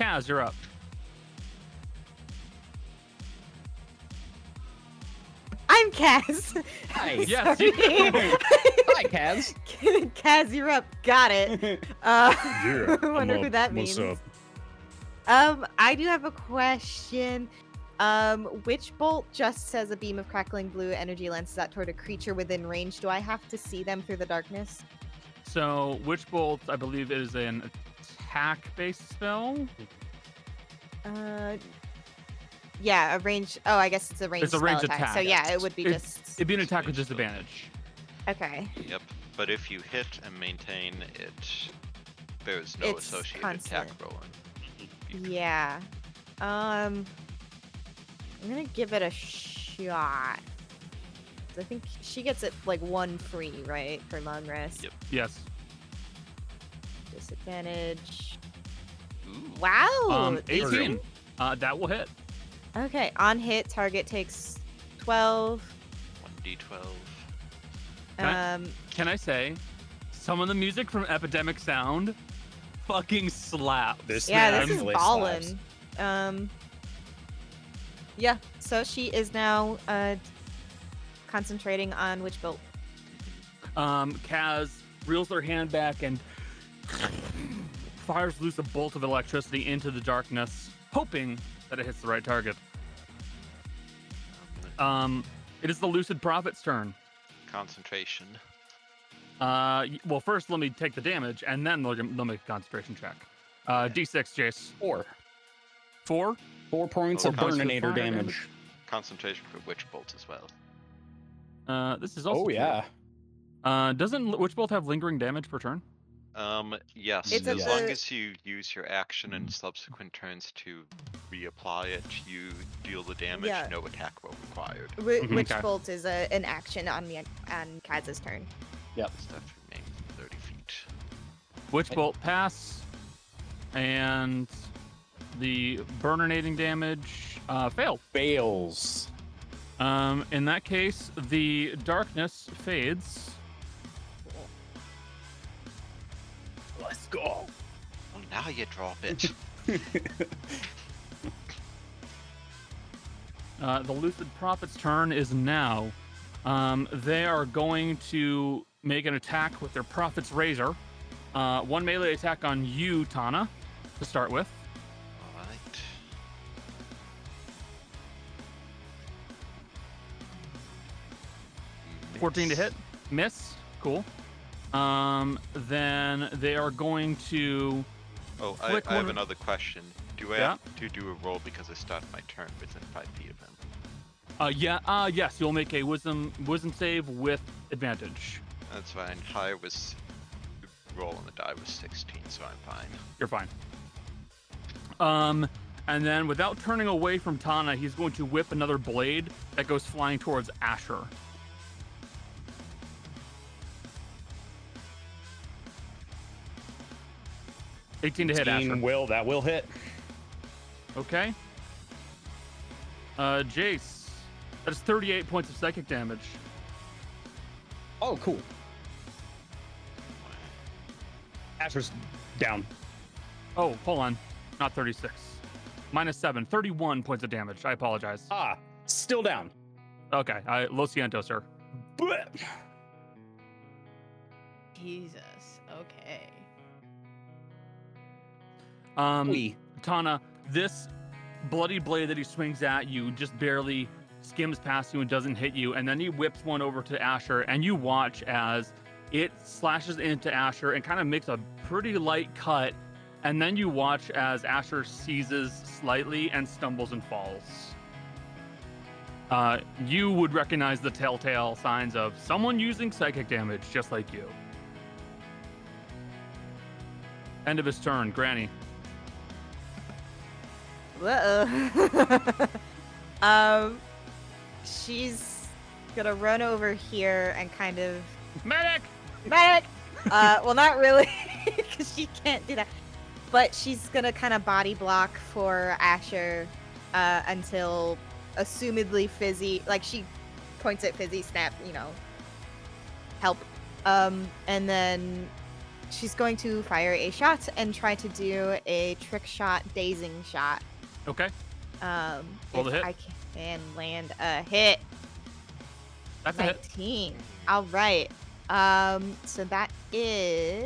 S2: Kaz, you're up.
S8: I'm Kaz.
S1: Hi.
S2: Yes,
S8: Sorry.
S2: you-
S1: Hi, Kaz.
S8: Kaz, you're up. Got it. Uh, I wonder who that means. Um, I do have a question. Um, which bolt just says a beam of crackling blue energy lances out toward a creature within range? Do I have to see them through the darkness?
S2: so, Witch Bolt, I believe, is an attack based spell.
S8: Uh, yeah, a range. Oh, I guess it's a range.
S2: It's a ranged
S8: attack. So
S2: attack.
S8: yeah, it would be
S2: It-
S8: just
S2: It'd be an attack with disadvantage.
S8: okay.
S7: Yep, but if you hit and maintain it, there is no
S8: It's
S7: associated attack
S8: constant.
S7: rolling.
S8: Yeah. Um, I'm gonna give it a shot. I think she gets it like one free, right, for long rest.
S7: Yep.
S2: Yes.
S8: Disadvantage. Wow.
S2: Um,
S8: these
S2: 18. Uh, that will hit.
S8: Okay, on hit, target takes 12.
S7: One d12.
S2: Okay.
S8: Um,
S2: Can I say, Some of the music from Epidemic Sound fucking slaps.
S1: This
S8: yeah,
S1: man
S8: this is
S1: actually
S8: ballin'.
S1: slaps.
S8: Um. Yeah, so she is now uh, concentrating on which bolt.
S2: Um, Kaz reels her hand back and fires loose a bolt of electricity into the darkness, hoping that it hits the right target. Um, it is the Lucid Prophet's turn.
S7: Concentration.
S2: Uh, y- well, first let me take the damage, and then they'll, they'll make a concentration check. Uh, D6, Jace.
S1: Four.
S2: Four?
S1: Four points
S7: Four
S1: of
S7: points of
S1: burninator
S2: fire
S1: damage.
S7: Concentration for Witch Bolt as well.
S2: Uh, this is also.
S1: Oh
S2: true.
S1: yeah.
S2: Uh, doesn't L- Witch Bolt have lingering damage per turn?
S7: Um, yes,
S8: It's
S7: as
S8: at
S7: long
S8: the-
S7: as you use your action and subsequent turns to reapply it, you deal the damage,
S8: Yeah.
S7: no attack roll required.
S8: Wh-
S1: Mm-hmm.
S2: Mhm.
S8: Which
S2: Okay.
S8: bolt is a, an action on the on Kaz's turn?
S7: Stuff remains 30 feet.
S2: Witch Bolt pass, and the burninating damage uh, failed.
S1: Fails.
S2: Um, in that case, the darkness fades.
S1: Let's go.
S7: Well, now you drop it.
S2: Uh, the Lucid Prophet's turn is now. Um, they are going to make an attack with their Prophet's Razor. Uh, one melee attack on you, Tana, to start with.
S7: Alright. You
S2: 14 to
S7: miss.
S2: hit. Miss. Cool. Um, then they are going to.
S7: Oh, I,
S2: Flick
S7: I have
S2: one-
S7: another question. Do I
S2: Yeah?
S7: have to do a roll because I started my turn within five feet of him?
S2: Uh, yeah. Uh, yes. You'll make a wisdom wisdom save with advantage.
S7: That's fine. High was roll on the die was 16, so I'm fine.
S2: You're fine. Um, and then without turning away from Tana, he's going to whip another blade that goes flying towards Asher. Eighteen to hit Asher.
S1: Dean will that will hit.
S2: Okay. Uh, Jace, that's thirty-eight points of psychic damage.
S1: Oh cool. Asher's down.
S2: Oh, hold on, not thirty-six. Minus seven, 31 points of damage. I apologize.
S1: Ah, still down.
S2: Okay, I, Lo Siento, sir.
S1: Blip.
S3: Jesus. Okay.
S2: Um,
S1: We.
S2: Tana, this bloody blade that he swings at you just barely skims past you and doesn't hit you, and then he whips one over to Asher, and you watch as it slashes into Asher and kind of makes a pretty light cut, and then you watch as Asher seizes slightly and stumbles and falls. Uh, you would recognize the telltale signs of someone using psychic damage, just like you. End of his turn, Granny.
S8: Whoa. um, she's gonna run over here and kind of
S2: Medic!
S8: medic. Uh, well, not really, because she can't do that. But she's gonna kind of body block for Asher uh, until, assumedly, Fizzy. Like she points at Fizzy, snap, you know, help. Um, and then she's going to fire a shot and try to do a trick shot, dazing shot.
S2: Okay.
S8: Um,
S2: Roll
S8: if
S2: the hit.
S8: I can land a hit.
S2: That's a hit.
S8: 19. All right. Um, so that is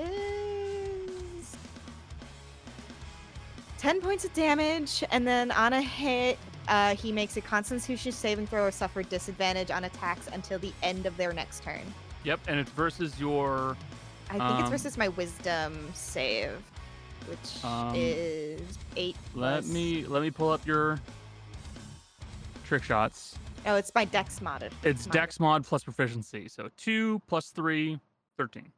S8: 10 points of damage. And then on a hit, uh, he makes a constitution saving throw or suffer disadvantage on attacks until the end of their next turn.
S2: Yep, and it's versus your.
S8: I think it's
S2: Um,
S8: versus my wisdom save, which
S2: um,
S8: is 8.
S2: Let
S8: plus-
S2: me let me pull up your trick shots.
S8: Oh, it's my dex modded.
S2: It's
S8: mod.
S2: dex mod plus proficiency, so two plus three, 13.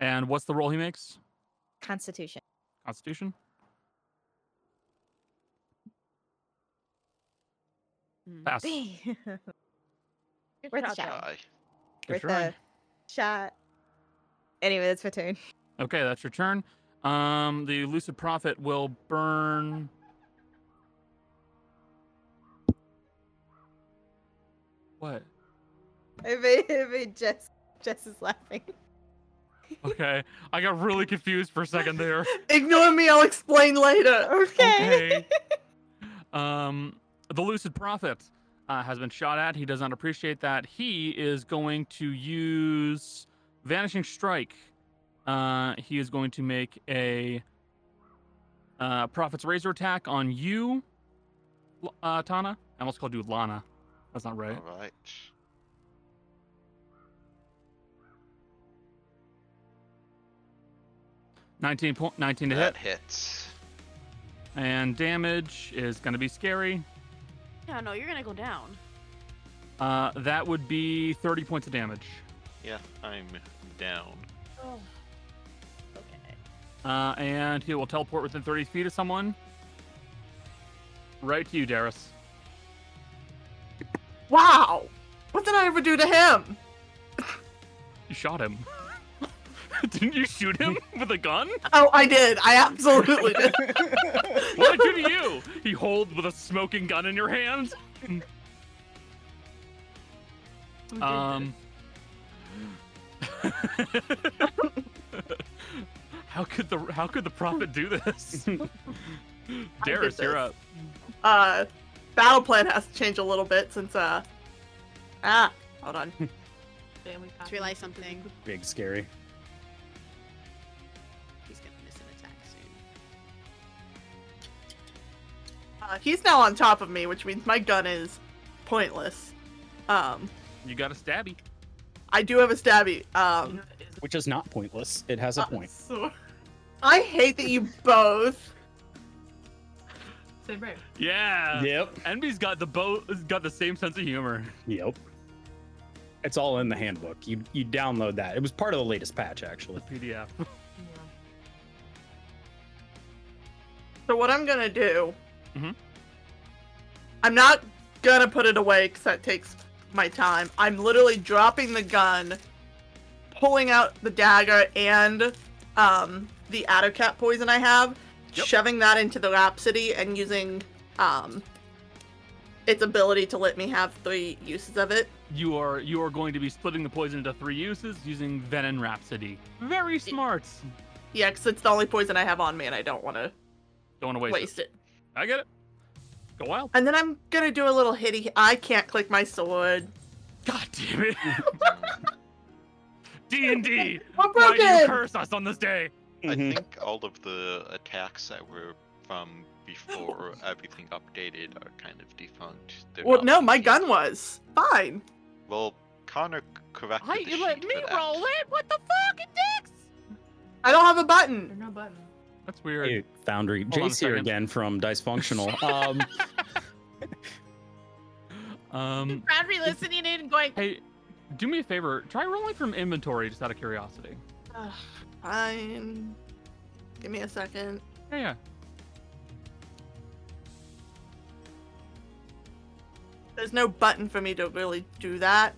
S2: And what's the roll he makes?
S8: Constitution.
S2: Constitution. Pass.
S8: Worth a
S3: shot,
S8: shot.
S3: though.
S7: Die.
S8: Worth
S2: try.
S8: a shot. Anyway, that's my turn.
S2: Okay, that's your turn. Um, the lucid prophet will burn. What?
S8: I made, I made just Jess is laughing.
S2: Okay. I got really confused for a second there.
S6: Ignore me, I'll explain later.
S2: Okay. um, the lucid prophet uh, has been shot at. He does not appreciate that. He is going to use vanishing strike. Uh, he is going to make a uh, prophet's razor attack on you, L- uh, Tana. I almost called you Lana. That's not right.
S7: All right.
S2: Nineteen point nineteen to hit,
S7: That hits.
S2: and damage is going to be scary.
S3: Yeah, no, you're gonna go down.
S2: Uh, that would be thirty points of damage.
S7: Yeah, I'm down.
S3: Oh. Okay.
S2: Uh, and he will teleport within 30 feet of someone. Right to you, Darius.
S5: Wow. What did I ever do to him?
S2: You shot him. Didn't you shoot him with a gun?
S5: Oh, I did. I absolutely did.
S2: What did I do to you? He holds with a smoking gun in your hand. Um. how could the how could the prophet do this? Darius, you're
S5: this.
S2: up.
S5: Uh, battle plan has to change a little bit since uh, ah, hold on.
S4: Family
S3: Just
S4: pack.
S3: realized something.
S1: Big scary.
S3: He's gonna miss an attack soon.
S5: Uh, he's now on top of me, which means my gun is pointless. Um,
S2: You got a stabby.
S5: I do have a stabby. Um,
S1: Which is not pointless. It has a
S5: uh,
S1: point.
S5: so- I hate that you both.
S4: Same brain.
S2: Yeah.
S1: Yep.
S2: Envy's got the bow. Got the same sense of humor.
S1: Yep. It's all in the handbook. You you download that. It was part of the latest patch actually.
S2: PDF.
S5: So what I'm gonna do?
S2: Mhm.
S5: I'm not gonna put it away because that takes my time. I'm literally dropping the gun, pulling out the dagger and um, the adder cat poison I have,
S2: Yep.
S5: shoving that into the rhapsody and using um, its ability to let me have three uses of it.
S2: You are you are going to be splitting the poison into three uses using Venom Rhapsody. Very smart.
S5: Yeah, 'cause it's the only poison I have on me, and I don't want to
S2: Don't want to waste,
S5: waste it.
S2: it. I get it. Go wild.
S5: And then I'm gonna do a little hitty. I can't click my sword.
S2: God damn it. D and D.
S5: I'm
S2: Why do you
S5: broken.
S2: curse us on this day?
S7: I
S5: Mm-hmm.
S1: Mhm.
S7: think all of the attacks that were from before everything updated are kind of defunct. They're
S5: Well,
S7: not
S5: no, my
S7: being
S5: gun
S7: used.
S5: was fine.
S7: Well, Connor corrected
S2: I
S7: the
S2: you let
S7: sheet
S2: me
S7: for that.
S2: roll it. What the fuck? It dicks.
S5: I don't have a
S4: There's
S5: button.
S4: no button.
S2: That's weird.
S1: Hey, Foundry.
S2: on a
S1: Jace here
S2: second.
S1: again from Dysfunctional. Um
S2: Um.
S3: Bradley listening in and going,
S2: Hey, do me a favor. Try rolling from inventory just out of curiosity.
S5: Fine. Give me a second.
S2: Yeah. yeah.
S5: There's no button for me to really do that.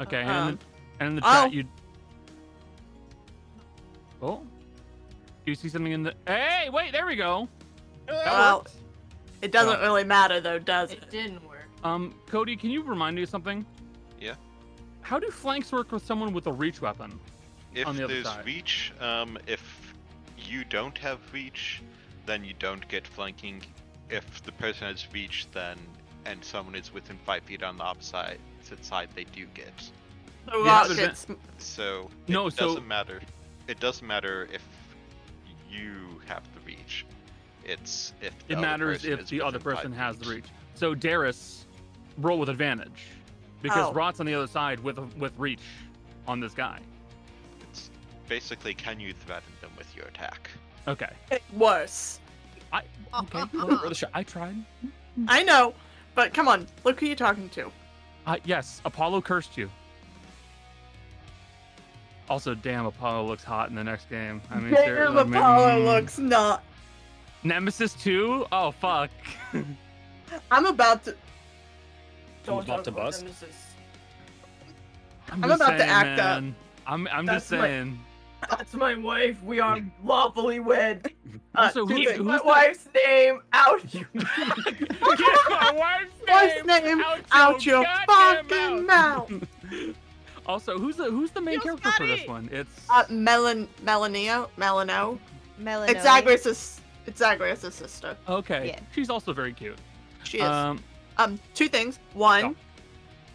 S2: Okay. and, in
S5: Um,
S2: the, and in the chat
S5: oh.
S2: you. Oh. Do you see something in the? Hey, wait. There we go. That
S5: Well,
S2: works.
S5: It doesn't
S2: Oh.
S5: really matter though, does
S4: It
S5: it?
S4: didn't work.
S2: Um, Cody, can you remind me of something?
S7: Yeah.
S2: How do flanks work with someone with a reach weapon?
S7: If
S2: on the other
S7: there's
S2: side.
S7: reach, um, if you don't have reach, then you don't get flanking. If the person has reach, then and someone is within five feet on the opposite side, they do get.
S5: The
S2: Yeah,
S5: rock
S2: there's
S5: gets
S2: a-
S7: So it
S2: No, so-
S7: doesn't matter. It doesn't matter if you have the reach. It's if the
S2: It
S7: other
S2: matters
S7: person
S2: if
S7: is
S2: the other
S7: within five
S2: person has the
S7: feet.
S2: reach. So Darius, roll with advantage, because
S5: Oh.
S2: Rot's on the other side with with reach on this guy.
S7: It's basically can you threaten them with your attack?
S2: Okay.
S5: worse.
S2: Okay.
S1: throw the shot.
S2: I tried.
S5: I know, but come on, look who you're talking to.
S2: Uh, yes, Apollo cursed you. Also, damn, Apollo looks hot in the next game. I mean,
S5: Damn,
S2: seriously, I mean,
S5: Apollo
S2: mm.
S5: looks not.
S2: Nemesis 2? Oh, fuck.
S5: I'm about to.
S1: Don't about talk to about bust.
S2: I'm,
S5: about to act up.
S2: man. I'm, I'm just
S4: That's my-
S2: saying.
S4: That's my wife. We are lawfully wed.
S5: Uh,
S2: Also,
S5: two
S2: who's-
S5: things.
S2: who's-
S4: My wife's name out. You.
S2: Get my wife's
S5: Wife's name out your fucking mouth.
S2: Also, who's the who's the main
S3: Yo,
S2: character for this
S3: Scotty!
S2: one? It's
S5: Uh, Melon Melania Melano.
S8: Melanoe.
S5: It's Zagreus' it's Zagreus' sister.
S2: okay.
S8: yeah.
S2: She's also very cute.
S5: She is. Um,
S2: Um,
S5: two things. One,
S2: Go.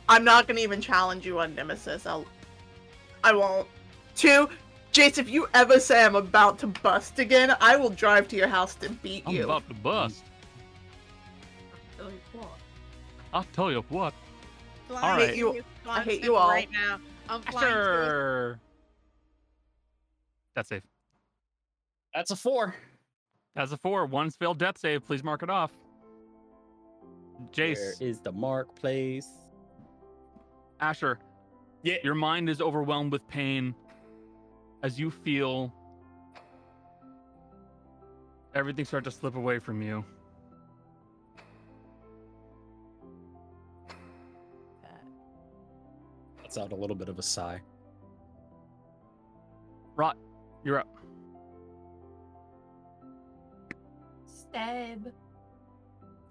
S5: I'm not gonna even challenge you on Nemesis. I'll, I won't. Two, Jace, if you ever say I'm about to bust again, I will drive to your house to beat
S2: I'm
S5: you.
S2: about to bust. I'll tell you what.
S3: Flying
S2: hate
S3: to
S5: you-
S3: flying
S5: hate
S3: to
S5: you all.
S3: Right now, I'm flying to
S2: Sure. That's safe.
S1: That's a four.
S2: That's a four. One's failed death save. Please mark it off.
S1: Where
S2: Jace,
S1: is the mark place?
S2: Asher,
S1: Yeah.
S2: your mind is overwhelmed with pain as you feel everything start to slip away from you.
S1: That's out a little bit of a sigh.
S2: Rot, you're up.
S4: Stab.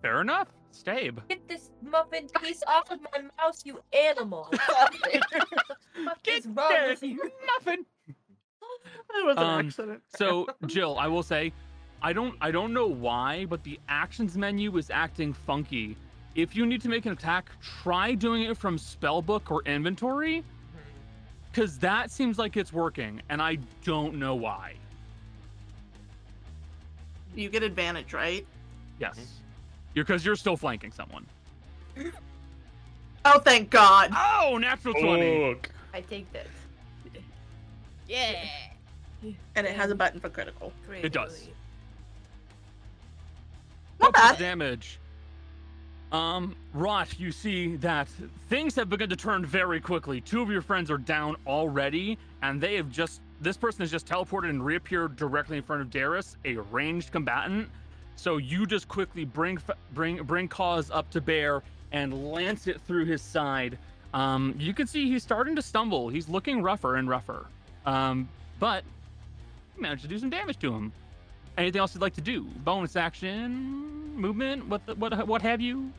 S2: Fair enough. Stabe.
S4: Get this muffin piece off of my mouse, you animal. What
S2: Get
S4: is wrong
S2: there,
S4: with you?
S2: Muffin.
S5: It was an
S2: Um,
S5: accident.
S2: So, Jill, I will say, I don't I don't know why, but the actions menu is acting funky. If you need to make an attack, try doing it from spellbook or inventory,
S5: Mm-hmm.
S2: because that seems like it's working, and I don't know why.
S5: You get advantage, right?
S2: Yes,
S5: Mm-hmm.
S2: you're because you're still flanking someone.
S5: Oh, thank God.
S2: Oh, natural twenty.
S4: I take this.
S3: you. Yeah.
S5: And it has a button for critical.
S4: Great
S2: does.
S4: relief.
S5: Not
S2: What
S5: bad.
S2: damage? Um, Rot, you see that things have begun to turn very quickly. Two of your friends are down already, and they have just. This person has just teleported and reappeared directly in front of Darius, a ranged combatant. So you just quickly bring f- bring bring Cause up to bear and lance it through his side. Um, you can see he's starting to stumble. He's looking rougher and rougher. Um, but you managed to do some damage to him. Anything else you'd like to do? Bonus action, movement, what the, what what have you?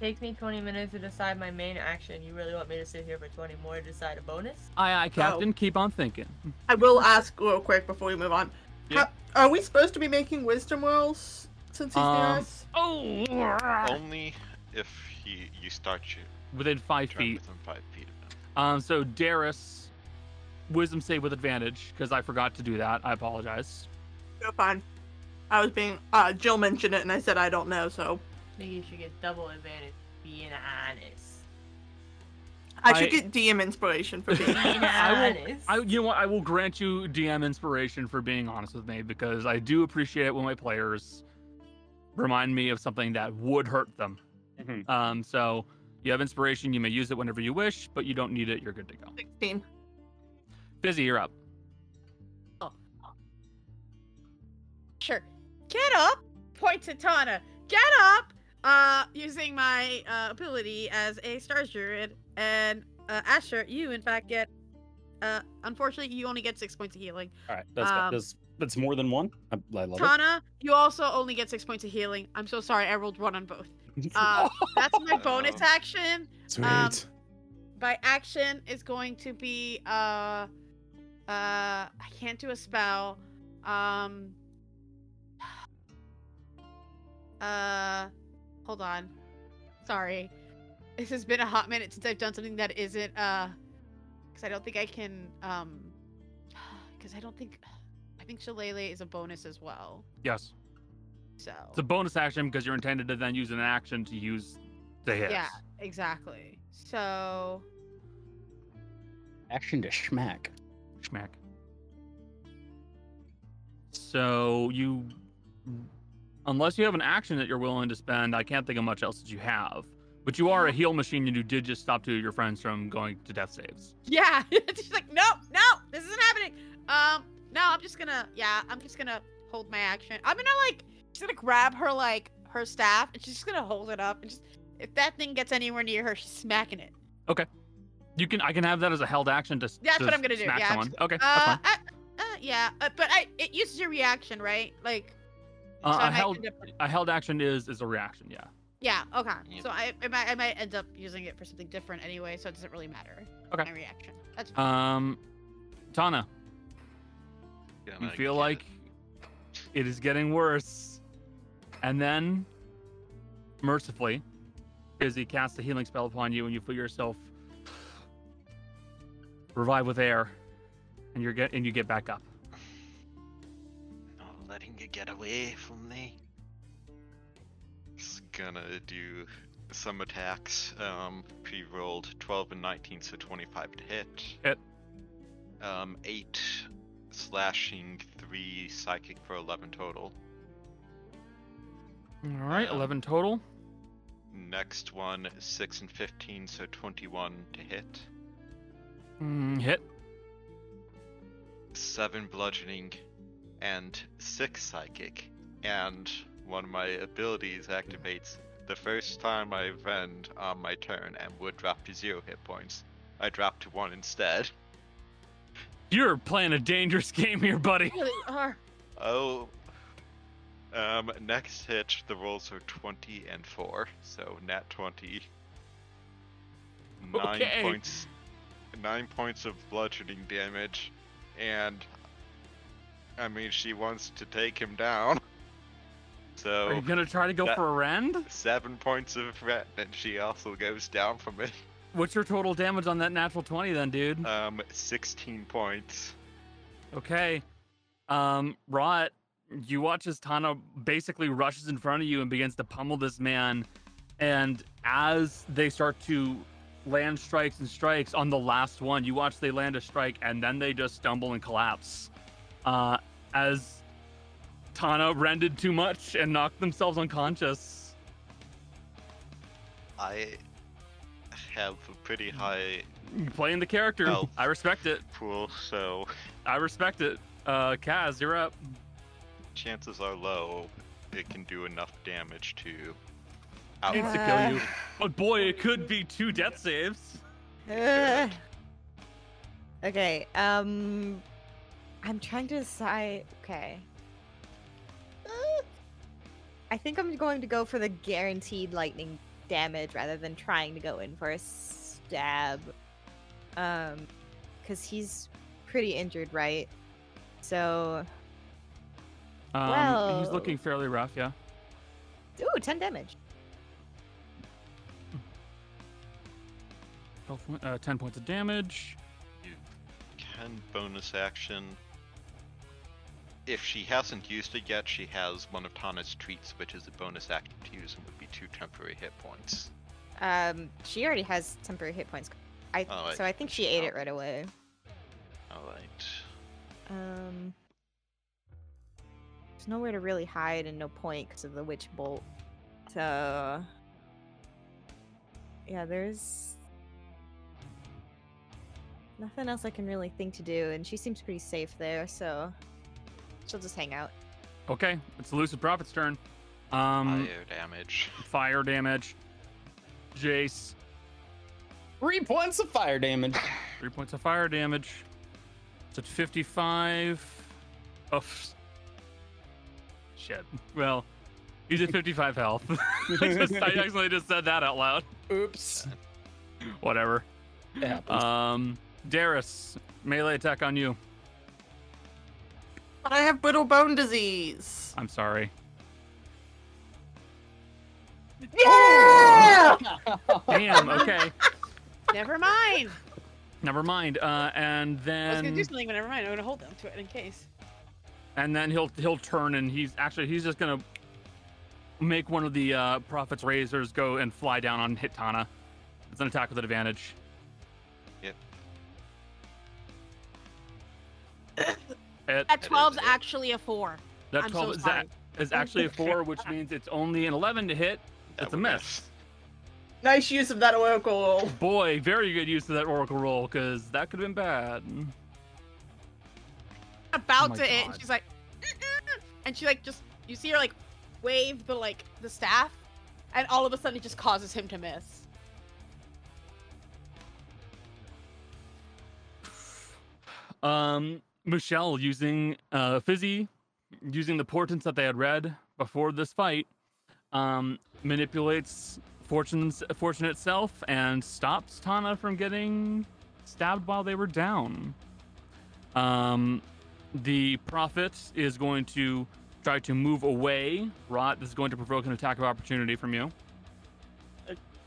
S4: Takes me 20 minutes to decide my main action. You really want me to sit here for 20 more to decide a bonus?
S2: Aye, aye, Captain. Keep on thinking.
S5: I will ask real quick before we move on.
S2: Yeah.
S5: How- are we supposed to be making wisdom rolls since he's near
S2: Um,
S5: us?
S2: Oh,
S7: Only if he you start your
S2: within five
S7: turn
S2: feet.
S7: within five feet of him.
S2: Um, so Darius, wisdom save with advantage because I forgot to do that. I apologize.
S5: You're fine. I was being. Uh, Jill mentioned it, and I said I don't know, so
S4: Maybe you should get double advantage. Being honest.
S5: I should
S2: I-
S5: get DM inspiration for being.
S4: Being
S2: I will-
S4: honest.
S2: I, you know what? I will grant you DM inspiration for being honest with me because I do appreciate it when my players remind me of something that would hurt them.
S1: Mhm.
S2: Um, so you have inspiration. You may use it whenever you wish, but you don't need it. You're good to go.
S5: 16.
S2: Fizzy, you're up.
S3: Sure. Get up. Points at Tana. Get up. Uh, using my uh, ability as a Stars Druid and uh, Asher, you in fact get. Uh, unfortunately, you only get six points of healing.
S1: All right, that's, got-
S3: Um,
S1: that's that's more than one. I, I love it.
S3: Tana, you also only get six points of healing. I'm so sorry. I rolled one on both. Uh, that's my bonus
S7: Oh.
S3: action.
S1: Sweet.
S3: um, by action is going to be uh uh I can't do a spell. Um uh hold on. Sorry. This has been a hot minute since I've done something that isn't uh cuz I don't think I can um cuz I don't think I think Shillelagh is a bonus as well.
S2: Yes.
S3: So
S2: It's a bonus action because you're intended to then use an action to use the hit.
S3: Yeah, exactly. So
S1: Action to smack.
S2: Schmack. So you, unless you have an action that you're willing to spend, I can't think of much else that you have. But you are a heal machine, and you did just stop two of your friends from going to death saves.
S3: Yeah. She's like, no, no, this isn't happening. Um, no, I'm just gonna, yeah, I'm just gonna hold my action. I'm gonna like, she's gonna grab her like her staff and she's just gonna hold it up and just if that thing gets anywhere near her, she's smacking it.
S2: You can, I can have that as a held action to.
S3: That's
S2: to
S3: what I'm gonna do,
S2: Smack
S3: yeah.
S2: someone. Okay, that's
S3: Uh,
S2: fine.
S3: I, uh yeah, uh, but I it uses your reaction, right? Like,
S2: Uh,
S3: so
S2: a
S3: I might
S2: held,
S3: end up-
S2: a held action is is a reaction. Yeah.
S3: Yeah. Okay.
S7: Yeah.
S3: So I, I might I might end up using it for something different anyway, so it doesn't really matter.
S2: Okay.
S3: My reaction. That's fine.
S2: Um, Tana,
S7: Gonna
S2: you feel
S7: get
S2: like
S7: it.
S2: it is getting worse. And then, mercifully, Izzy casts a healing spell upon you, and you feel yourself revive with air, and you get and you get back up.
S7: Not letting you get away from me. It's gonna do some attacks. Um, pre rolled 12 and 19, so 25 to hit.
S2: Hit.
S7: Um, 8 slashing, 3 psychic for 11 total.
S2: All right,
S7: Um,
S2: eleven total.
S7: Next one, 6 and 15, so 21 to hit.
S2: Mm, hit.
S7: 7 bludgeoning, and 6 psychic. And one of my abilities activates the first time I vend on my turn and would drop to 0 hit points. I drop to 1 instead.
S2: You're playing a dangerous game here, buddy.
S3: Really uh, are.
S7: Oh. Um, next hit, the rolls are 20 and 4, so nat 20. Nine
S2: Okay.
S7: points. Nine points of bludgeoning damage, and I mean, she wants to take him down.
S2: Are
S7: So,
S2: you gonna try to go
S7: that-
S2: for a rend?
S7: seven points of threat, and she also goes down from it.
S2: What's your total damage on that natural twenty, then, dude?
S7: Um, 16 points.
S2: Okay. Um, Rot, you watch as Tana basically rushes in front of you and begins to pummel this man. And as they start to land strikes and strikes on the last one, you watch they land a strike and then they just stumble and collapse. Uh, as Tana rended too much and knocked themselves unconscious.
S7: I have a pretty high
S2: You Playing the character.
S7: Oh.
S2: I respect it.
S7: pool, so
S2: I respect it. Uh, Kaz, you're up.
S7: chances are low it can do enough damage to
S2: Needs to
S7: out
S2: kill you. But boy, it could be two death saves.
S8: Ugh. okay. Um, I'm trying to decide. Okay. Uh, I think I'm going to go for the guaranteed lightning damage rather than trying to go in for a stab. Um, because he's pretty injured, right? So,
S2: Um, He's
S8: Well-
S2: looking fairly rough, yeah.
S8: ooh, 10 damage.
S2: Twelve point- uh, 10 points of damage.
S7: can bonus action. If she hasn't used it yet, she has one of Tana's treats, which is a bonus action to use and would be two temporary hit points.
S8: Um, she already has temporary hit points. I,
S7: Oh, I-
S8: so I think she ate
S7: oh.
S8: it right away.
S7: Alright.
S8: Um, there's nowhere to really hide and no point because of the witch bolt. So, yeah, there's nothing else I can really think to do, and she seems pretty safe there, so she'll just hang out.
S2: Okay, it's Lucid Prophet's turn. Um,
S7: Fire damage.
S2: fire damage. Jace,
S1: Three points of fire damage.
S2: three points of fire damage. It's at 55. Oh, f- shit. Well, he's at 55 health. I, just, I accidentally just said that out loud. Uh,
S1: Oops.
S2: Whatever.
S1: It happens.
S2: Um, Darius, melee attack on you.
S5: But I have brittle bone disease.
S2: I'm sorry.
S5: Yeah!
S2: Damn, okay.
S3: Never mind.
S2: Never mind. Uh, and
S3: I was gonna do
S2: then
S3: something, but never mind. I'm gonna hold them to it in case.
S2: and then he'll he'll turn and he's actually he's just gonna make one of the uh, prophet's razors go and fly down on Hitana. It's an attack with an advantage.
S7: Yep.
S2: It,
S3: That
S7: is
S3: 12's
S7: it.
S3: actually a four.
S2: that
S3: I'm
S2: 12
S3: so
S2: is,
S3: sorry.
S2: a- is actually a four, which means it's only an 11 to hit.
S7: That
S2: It's a
S7: would
S2: miss.
S6: Nice use of that oracle.
S2: Boy, very good use of that oracle roll because that could have been bad.
S3: About
S2: Oh my
S3: to it, and
S2: God.
S3: she's like, "Mm-mm," and she like just you see her like wave the like the staff, and all of a sudden it just causes him to miss.
S2: Um, Michelle using uh, Fizzy, using the portents that they had read before this fight, um, manipulates fortune's fortune itself and stops Tana from getting stabbed while they were down. Um, the prophet is going to try to move away. Rot, this is going to provoke an attack of opportunity from you.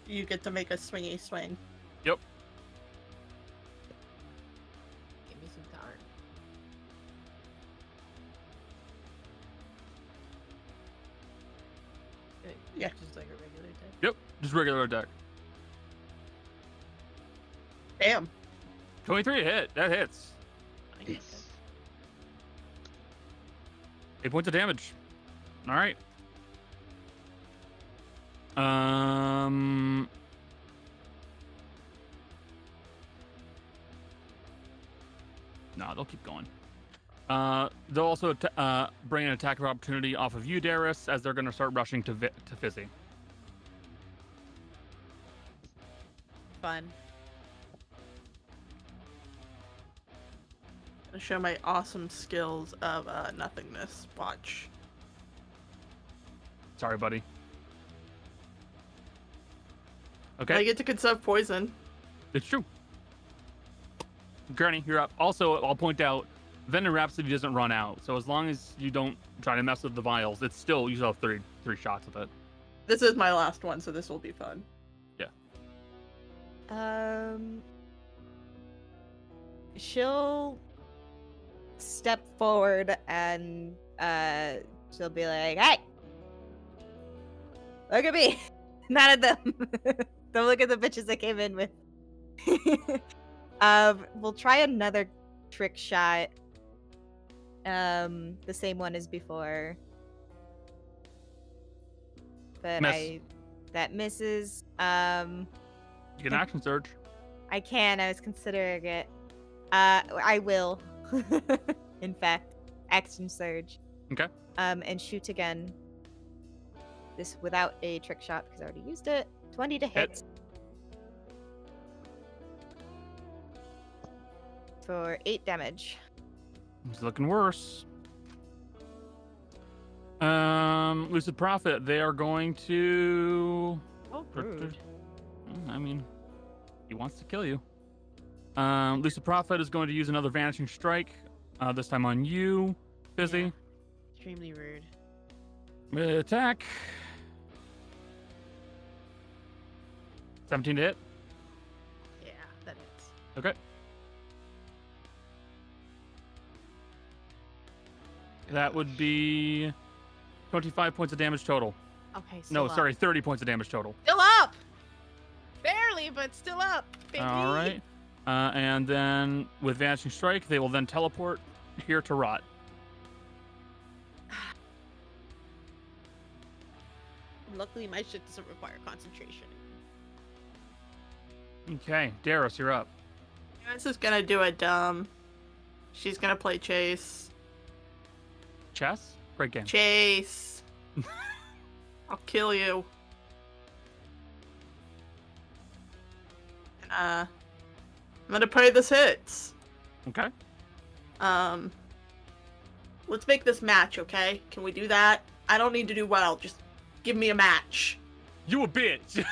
S5: You get to make a swingy swing.
S4: Give me some time. Like,
S5: Yeah.
S4: Just like a regular attack.
S2: Yep, just regular attack.
S5: Damn.
S2: 23 hit. That hits.
S7: Nice.
S2: Eight points of damage. All right. Um. Nah, they'll keep going. Uh, they'll also att- uh, bring an attack of opportunity off of you, Darius, as they're going to start rushing to vi- to Fizzy.
S3: Fun.
S5: Gonna show my awesome skills of uh, nothingness. Watch.
S2: Sorry, buddy.
S5: I
S2: Okay,
S5: get to conserve poison.
S2: it's true. Gurney, you're up. Also, I'll point out, Venom Rhapsody doesn't run out, so as long as you don't try to mess with the vials, it's still you still have three three shots with it.
S5: This is my last one, so this will be fun.
S4: Uh,
S8: Um, she'll step forward and uh, she'll be like, "Hey, look at me, not at them. Don't look at the bitches I came in with." um, we'll try another trick shot. Um, the same one as before, but
S2: Miss.
S8: I that misses. Um.
S2: You can action surge.
S8: I can. I was considering it. Uh, I will. In fact, action surge.
S2: Okay.
S8: Um, and shoot again. This without a trick shot because I already used it. Twenty to hit.
S2: Hits.
S8: For eight damage.
S2: It's looking worse. Um, Lucid Prophet, they are going to.
S8: Oh,
S2: rude. Mm, I mean, he wants to kill you. Um, Lucid Prophet is going to use another Vanishing Strike, uh, this time on you, Fizzy.
S3: Extremely rude.
S2: Melee Attack. 17 to hit.
S3: Yeah, that is.
S2: That would be 25 points of damage total.
S3: Okay.
S2: No, sorry, 30 points of damage total.
S3: Still up. Barely, but still up. Baby.
S2: All right. Uh, and then with Vanishing Strike, they will then teleport here to Rot.
S3: Luckily, my shit doesn't require concentration.
S2: Okay, Daros, you're up.
S5: This is gonna do a dumb. She's gonna play chase.
S2: Chess? Great game.
S5: Chase. I'll kill you. Uh, I'm gonna pray this hits.
S2: Okay.
S5: Um, let's make this match, okay? Can we do that? I don't need to do well. Just give me a match.
S2: You a bitch.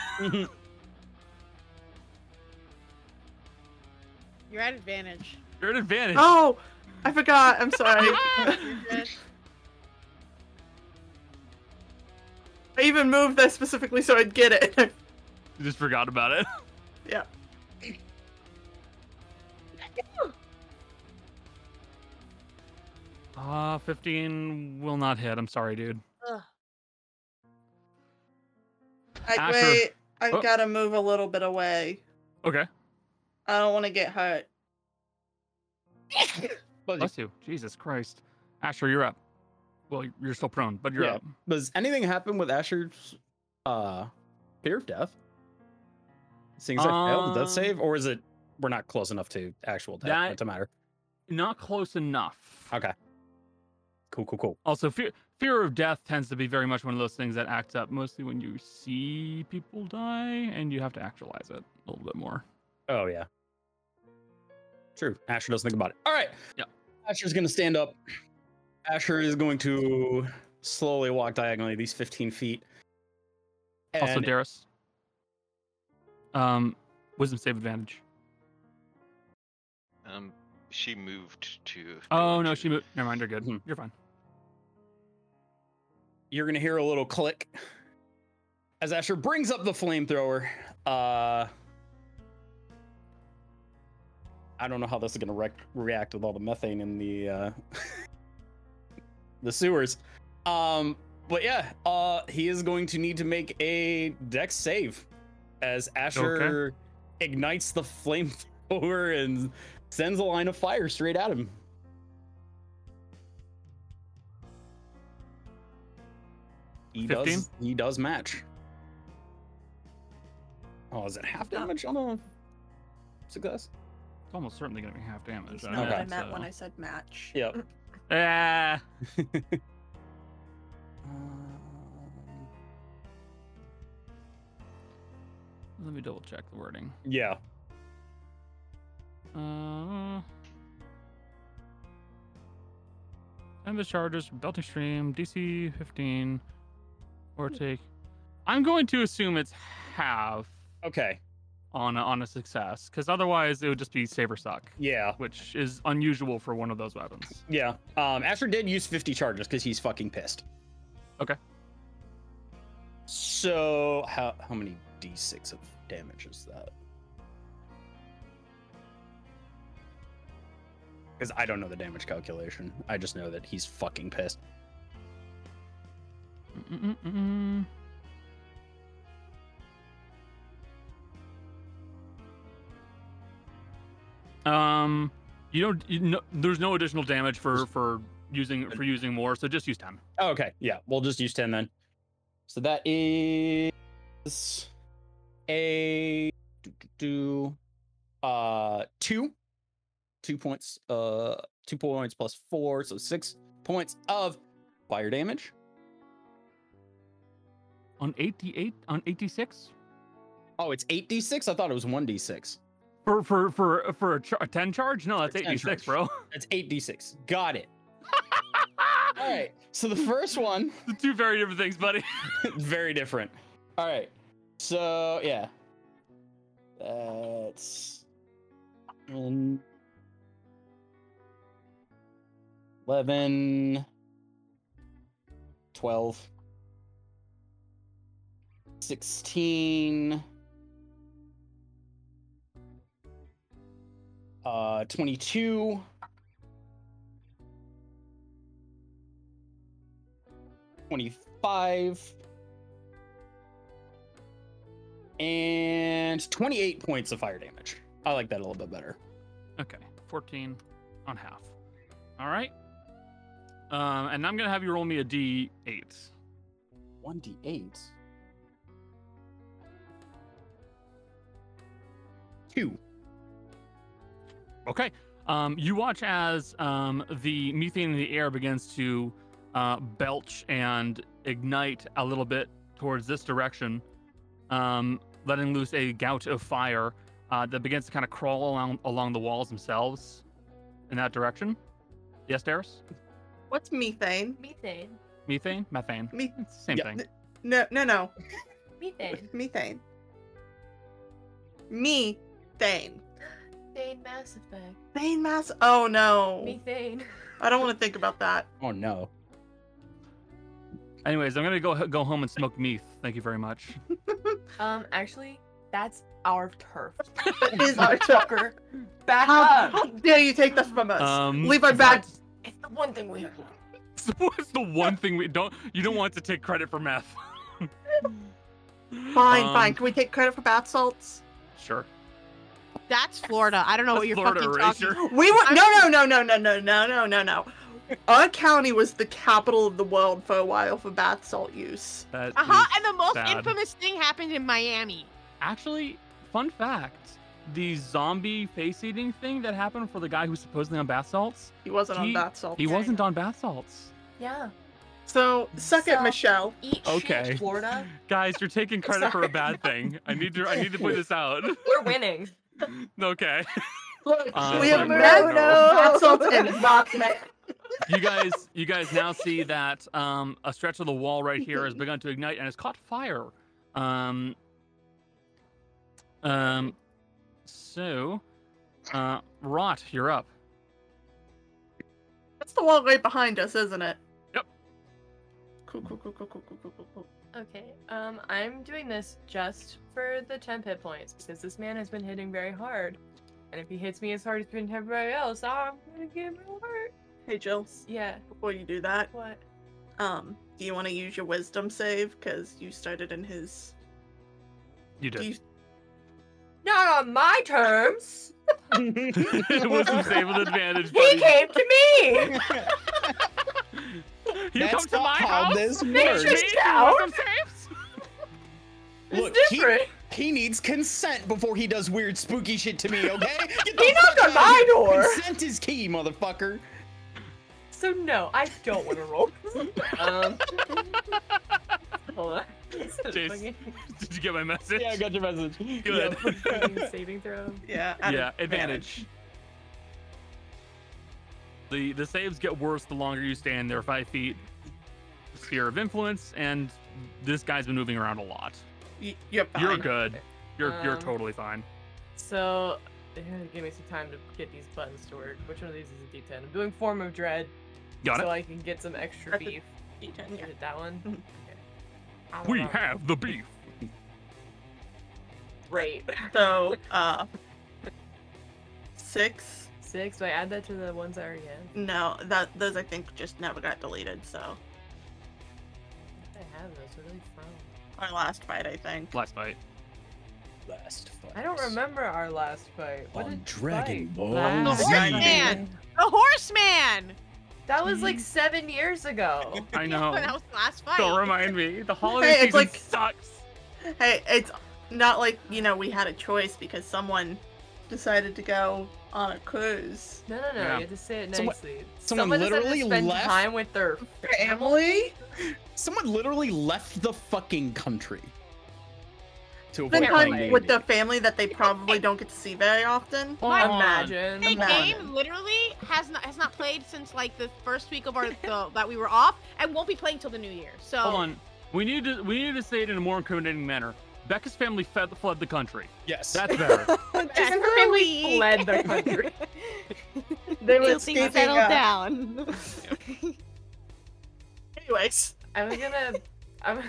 S3: You're at advantage.
S2: you're at advantage.
S5: Oh, I forgot. I'm sorry.
S3: You're good.
S5: I even moved that specifically so I'd get it.
S2: You just forgot about it.
S5: yeah.
S2: Uh, 15 will not hit. I'm sorry, dude.
S5: Like,
S2: Asher.
S5: wait, I
S2: Oh.
S5: gotta move a little bit away.
S2: Okay.
S5: I don't want to get hurt. Oh,
S1: But
S2: Bless you. Jesus Christ. Asher, you're up. Well, you're still prone, but you're
S1: Yeah.
S2: up.
S1: does anything happen with Asher's uh fear of death? Seems like I failed the
S2: Um,
S1: death save, or is it we're not close enough to actual death
S2: That-
S1: that, to matter?
S2: Not close enough.
S1: Okay. Cool, cool, cool.
S2: Also, fear fear of death tends to be very much one of those things that acts up mostly when you see people die, and you have to actualize it a little bit more.
S1: Oh yeah. True. Asher doesn't think about it. All right.
S2: Yep.
S1: Asher's gonna stand up. Asher is going to slowly walk diagonally these 15 feet
S2: Also,
S1: And-
S2: Darius. Um, wisdom save advantage.
S7: Um, she moved to.
S2: Oh
S7: door
S2: no,
S7: two.
S2: she moved. Never mind. You're good.
S1: Mhm.
S2: You're fine.
S1: you're gonna hear a little click as Asher brings up the flamethrower. Uh, I don't know how this is gonna rec- react with all the methane in the uh, the sewers, um, but yeah, uh, he is going to need to make a dex save as Asher ignites the flamethrower and sends a line of fire straight at him. He
S2: 15?
S1: does. He does match. Oh, is it half damage on a success?
S2: It's almost certainly gonna be half damage.
S5: He's
S2: I
S5: not what I
S2: imagine,
S5: meant when
S2: so-
S5: I said match.
S1: Yep.
S2: Ah. Um, Let me double check the wording.
S1: yeah.
S2: Uh, Tempest charges, belting stream, DC 15, or
S1: Hmm.
S2: take. I'm going to assume it's half
S1: Okay.
S2: on a, on a success, because otherwise it would just be save or suck,
S1: Yeah.
S2: which is unusual for one of those weapons.
S1: Yeah. Um, Asher did use 50 charges because he's fucking pissed.
S2: Okay.
S1: So how how many d6 of damage is that? Because I don't know the damage calculation. I just know that he's fucking pissed.
S2: Mm-mm-mm-mm. Um, you don't. You no, there's no additional damage for for using for using more, so just use ten.
S1: Oh, Okay, yeah, we'll just use 10 then. So that is a do, do, do, uh two. Two points uh two points plus four, so six points of fire damage
S2: On eighty-eight, on eighty-six,
S1: Oh, it's 8d6? I thought it was 1d6.
S2: for for for for a, char- a ten charge. No, that's
S1: For a 10
S2: eighty-six,
S1: charge.
S2: bro.
S1: That's 8d6. Got it. All right. So the first one,
S2: The two very different things, buddy.
S1: very different. All right. So, yeah. That's. um, 11. 12. 16. Uh, 22. Twenty-five and twenty-eight points of fire damage. I like that a little bit better.
S2: Okay, fourteen on half. All right. Um, and I'm gonna have you roll me a d8.
S1: One d eight. Two.
S2: Okay. Um, you watch as um, the methane in the air begins to uh, belch and ignite a little bit towards this direction, um, letting loose a gout of fire uh, that begins to kind of crawl along, along the walls themselves in that direction. Yes, Darius?
S5: What's methane?
S4: Methane.
S2: Methane? Methane?
S5: Me-
S2: It's the same
S1: Yeah.
S2: thing.
S5: no, no, no.
S4: Methane.
S5: Methane. Methane.
S4: Methane Mass Effect.
S5: Methane mass. Oh no.
S4: Methane.
S5: I don't want to think about that.
S1: Oh no.
S2: Anyways, I'm going to go go home and smoke meth. Thank you very much.
S4: Um, actually, that's our turf.
S5: That is our turf.
S4: Tucker. Back
S5: How,
S4: up.
S5: how dare you take this from us?
S2: Um,
S5: Leave our bad
S4: It's the one thing we have.
S2: What's the one thing we don't... You don't want to take credit for meth.
S5: Fine,
S2: Um,
S5: fine. Can we take credit for bath salts?
S2: Sure.
S6: That's Florida. I don't know
S2: That's
S6: what you're
S2: Florida
S6: fucking
S2: erasure.
S6: talking.
S5: We were no, no, no, no, no, no, no, no, no, no. Our county was the capital of the world for a while for bath salt use.
S2: That
S6: Uh
S3: Uh-huh,
S6: huh.
S2: is
S6: And the most
S2: bad.
S6: infamous thing happened in Miami.
S2: Actually, fun fact: the zombie face-eating thing that happened for the guy who's supposedly on bath salts,
S5: He wasn't on
S2: He-
S5: bath salts.
S2: he wasn't on bath salts.
S4: Yeah.
S5: So suck it,
S4: So-
S5: Michelle.
S4: Eat
S2: Okay.
S4: shit, Florida.
S2: Guys, you're taking credit for a bad thing. I need to I need to point this out.
S4: We're winning.
S2: okay.
S5: Look,
S2: Uh,
S5: we
S2: like,
S5: have
S2: no,
S5: no,
S2: no.
S5: bath salts and rock ma-
S2: You guys you guys now see that um, a stretch of the wall right here has begun to ignite and has caught fire. Um. Um. So, uh, Rot, you're up.
S5: That's the wall right behind us, isn't it?
S2: Yep.
S5: Cool, cool, cool, cool, cool, cool, cool, cool, cool.
S4: Okay. Um, I'm doing this just for the temp hit points because this man has been hitting very hard, and if he hits me as hard as everybody else, I'm gonna get real hurt.
S5: Hey, Jill.
S4: Yeah.
S5: Before you do that,
S4: What?
S5: um, do you want to use your wisdom save? Because you started in his.
S2: You
S5: Do
S2: did.
S5: you-
S4: Not on my terms.
S2: it was disabled advantage,
S4: He
S2: buddy.
S4: came to me.
S2: You
S1: That's
S2: come to
S1: not
S2: my
S1: how
S2: house.
S1: this
S2: you
S1: works.
S2: made me
S4: Out.
S2: welcome saves?
S1: Look,
S4: it's
S1: he,
S4: different.
S1: he needs consent before he does weird spooky shit to me, okay? Get the
S4: He knocked on
S1: fuck out of
S4: my
S1: here.
S4: door.
S1: Consent is key, motherfucker.
S4: So no, I don't want to roll. um. Hold on. Is that a
S2: Jace.
S4: fucking-
S2: Did you get my message?
S1: got your message.
S2: Good.
S4: fucking saving throw.
S5: Yeah.
S2: Yeah,
S5: at
S2: advantage. The the saves get worse the longer you stand. They're five feet. Sphere of influence, and this guy's been moving around a lot.
S5: Y- You're fine.
S2: You're good. You're you're
S4: Um,
S2: totally fine.
S4: So, eh, give me some time to get these buttons to work. Which one of these is a D10? I'm doing Form of Dread
S2: Got
S4: so
S2: it.
S4: I can get some extra
S5: That's a
S4: beef.
S5: D10,
S4: Is
S5: yeah.
S4: it that one?
S5: Mhm.
S4: Okay. I don't
S2: We
S4: know.
S2: have the beef.
S4: Great.
S5: So, uh, six.
S4: Six. Do I add that to the ones I already had?
S5: No, that those I think just never got deleted. So
S4: I think I have those. Where are they from?
S5: our last fight, I think.
S2: Last fight.
S1: Last fight.
S4: I don't remember our last fight. What
S1: On
S4: did
S1: Dragon
S4: fight?
S1: Ball
S4: Last
S1: Z.
S3: Man. The horseman.
S4: That was
S5: Mm-hmm.
S4: like seven years ago.
S2: I know.
S3: that was the last fight.
S2: Don't remind me. The holiday
S5: Hey, it's
S2: season
S5: like-
S2: sucks.
S5: Hey, it's not like you know we had a choice because someone decided to go on a cruise.
S4: No, no, no.
S2: Yeah.
S4: You have to say it
S1: Someone-
S4: nicely.
S1: someone
S4: decided to
S1: literally
S4: spend
S1: left-
S4: time with their
S5: Family.
S1: Someone literally left the fucking country to avoid playing
S5: Sometimes with
S1: D&D.
S5: the family that they probably don't get to see very often.
S2: Come on.
S4: Imagine.
S3: Hey,
S5: Come on.
S3: game literally has not has not played since like the first week of our the, that we were off, and won't be playing till the new year. So
S2: Hold on. We need to we need to say it in a more intimidating manner. Becca's family fed, fled the country.
S1: Yes.
S2: That's better.
S3: That's
S8: for a
S3: really
S8: week.
S4: fled the country.
S5: They
S8: Till things settle down.
S5: Anyways,
S4: I'm gonna, I'm,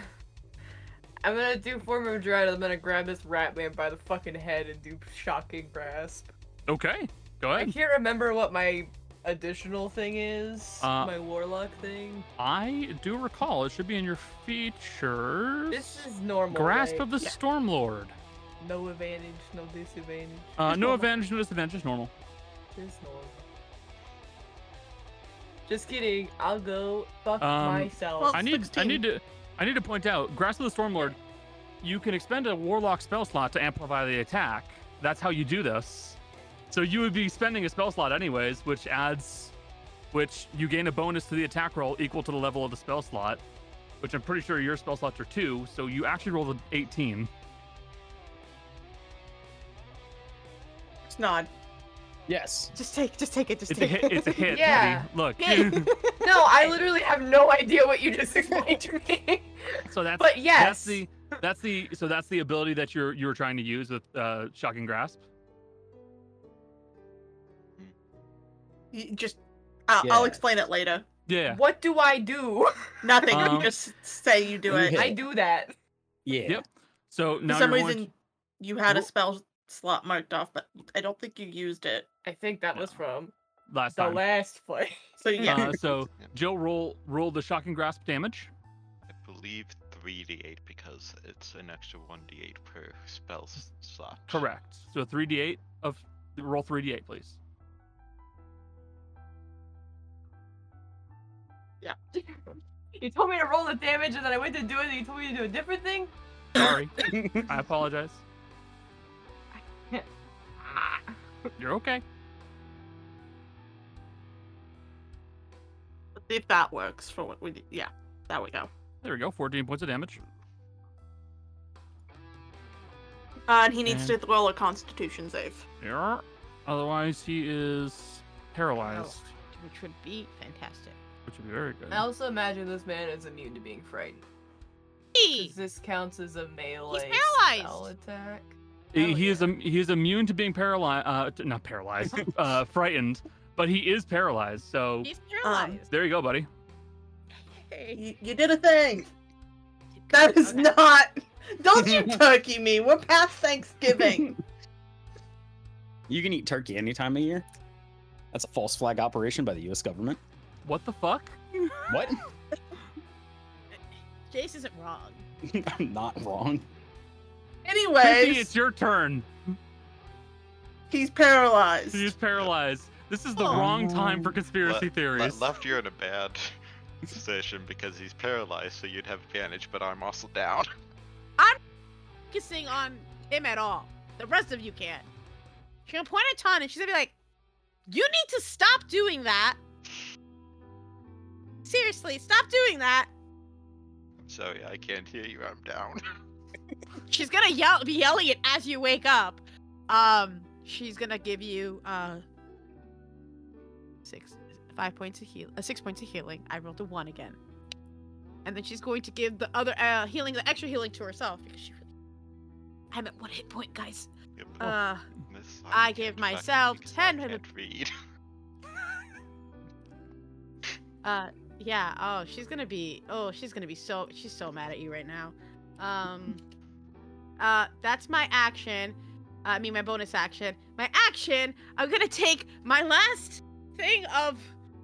S4: I'm gonna do form of dread. I'm gonna grab this rat man by the fucking head and do shocking grasp.
S2: okay. Go
S4: I
S2: ahead.
S4: can't remember what my additional thing is.
S2: Uh,
S4: my warlock thing.
S2: I do recall. It should be in your features.
S4: This is normal.
S2: Grasp
S4: right?
S2: of the
S5: Yeah.
S2: Stormlord.
S4: No advantage, no disadvantage.
S2: Uh,
S4: Just
S2: no
S4: normal.
S2: advantage, no disadvantage, just normal.
S4: Just normal. Just kidding. I'll go fuck
S2: Um,
S4: myself.
S5: Well,
S2: I need, I
S5: 16.
S2: need to, I need to point out, Grasp of the Stormlord. You can expend a Warlock spell slot to amplify the attack. That's how you do this. So you would be spending a spell slot anyways, which adds, which you gain a bonus to the attack roll equal to the level of the spell slot, which I'm pretty sure your spell slots are two. So you actually rolled an 18.
S5: it's not.
S1: Yes.
S8: just take, just take it, just
S2: It's a
S8: take
S2: hit.
S8: it.
S2: It's a hit.
S4: Yeah.
S2: Buddy. Look.
S4: Hey. no, I literally have no idea what you just explained to me.
S2: so that's
S4: But yes.
S2: That's the that's the so that's the ability that you're you're trying to use with uh shocking grasp.
S5: You just. I- I'll
S1: Yeah.
S5: explain it later.
S2: Yeah.
S4: What do I do?
S5: Nothing.
S2: Um,
S5: you just say you do
S1: You
S5: it.
S1: hit
S4: I do that.
S1: Yeah.
S2: Yep. So
S5: For
S2: now
S5: some
S2: you're
S5: reason,
S2: going to-
S5: you had a
S2: Ro-
S5: spell slot marked off, but I don't think you used it.
S4: I think that was from
S2: last
S4: the
S2: time.
S4: last play.
S5: So yeah,
S2: Uh, so Joe roll roll the shocking grasp damage.
S7: I believe 3d8 because it's an extra 1d8 per spell s- slot.
S2: Correct. So 3d8 of roll 3d8 please.
S4: You told me to roll the damage and then I went to do it and you told me to do a different thing?
S2: Sorry. I apologize.
S4: Ah.
S2: You're okay.
S5: if that works for what we did. Yeah, there we go.
S2: There we go. 14 points of damage.
S5: Uh, and he needs to roll a Constitution save.
S2: Yeah. Otherwise he is paralyzed,
S5: Oh.
S3: which would be fantastic.
S2: which would be very good.
S4: I also imagine this man is immune to being frightened.
S3: He Hey!
S4: Does this counts as a melee
S3: paralyzed.
S4: spell attack?
S2: He,
S4: Hell
S2: he is um, he is immune to being paralyzed. Uh, t- not paralyzed. uh, frightened, but he is paralyzed. So
S3: He's
S5: Um,
S3: paralyzed.
S2: there you go, buddy.
S3: hey.
S6: You, you did a thing. That is not. Don't you turkey me. We're past Thanksgiving.
S1: You can eat turkey any time of year. That's a false flag operation by the U.S. government.
S2: What the fuck?
S1: What?
S3: Jace isn't wrong.
S1: I'm not wrong.
S2: Chrissy,
S6: Anyways,
S2: it's your turn.
S6: he's paralyzed.
S2: He's paralyzed. This is the
S3: Oh.
S2: wrong time for
S7: Le-
S2: conspiracy
S7: le-
S2: theories.
S7: left you in a bad position because he's paralyzed, so you'd have advantage, but I'm also down.
S3: Focusing on him at all. The rest of you can't. She's gonna point at Ton and she's gonna be like, You need to stop doing that. Seriously, stop doing that.
S7: Sorry, I can't hear you. I'm down.
S3: She's gonna yell, be yelling it as you wake up. Um, she's gonna give you uh six, five points of heal, uh, six points of healing. I rolled a one again, and then she's going to give the other uh, healing, the extra healing to herself because she. Really... I'm at one hit point, guys.
S7: Yep.
S3: Uh,
S7: Miss,
S3: I give
S7: can't fucking
S3: myself
S7: read 'cause
S3: 10
S7: I
S3: hit-
S7: can't read.
S3: uh, yeah. Oh, she's gonna be. Oh, she's gonna be so. She's so mad at you right now. Um, uh, that's my action. Uh, I mean, my bonus action. My action. I'm gonna take my last thing of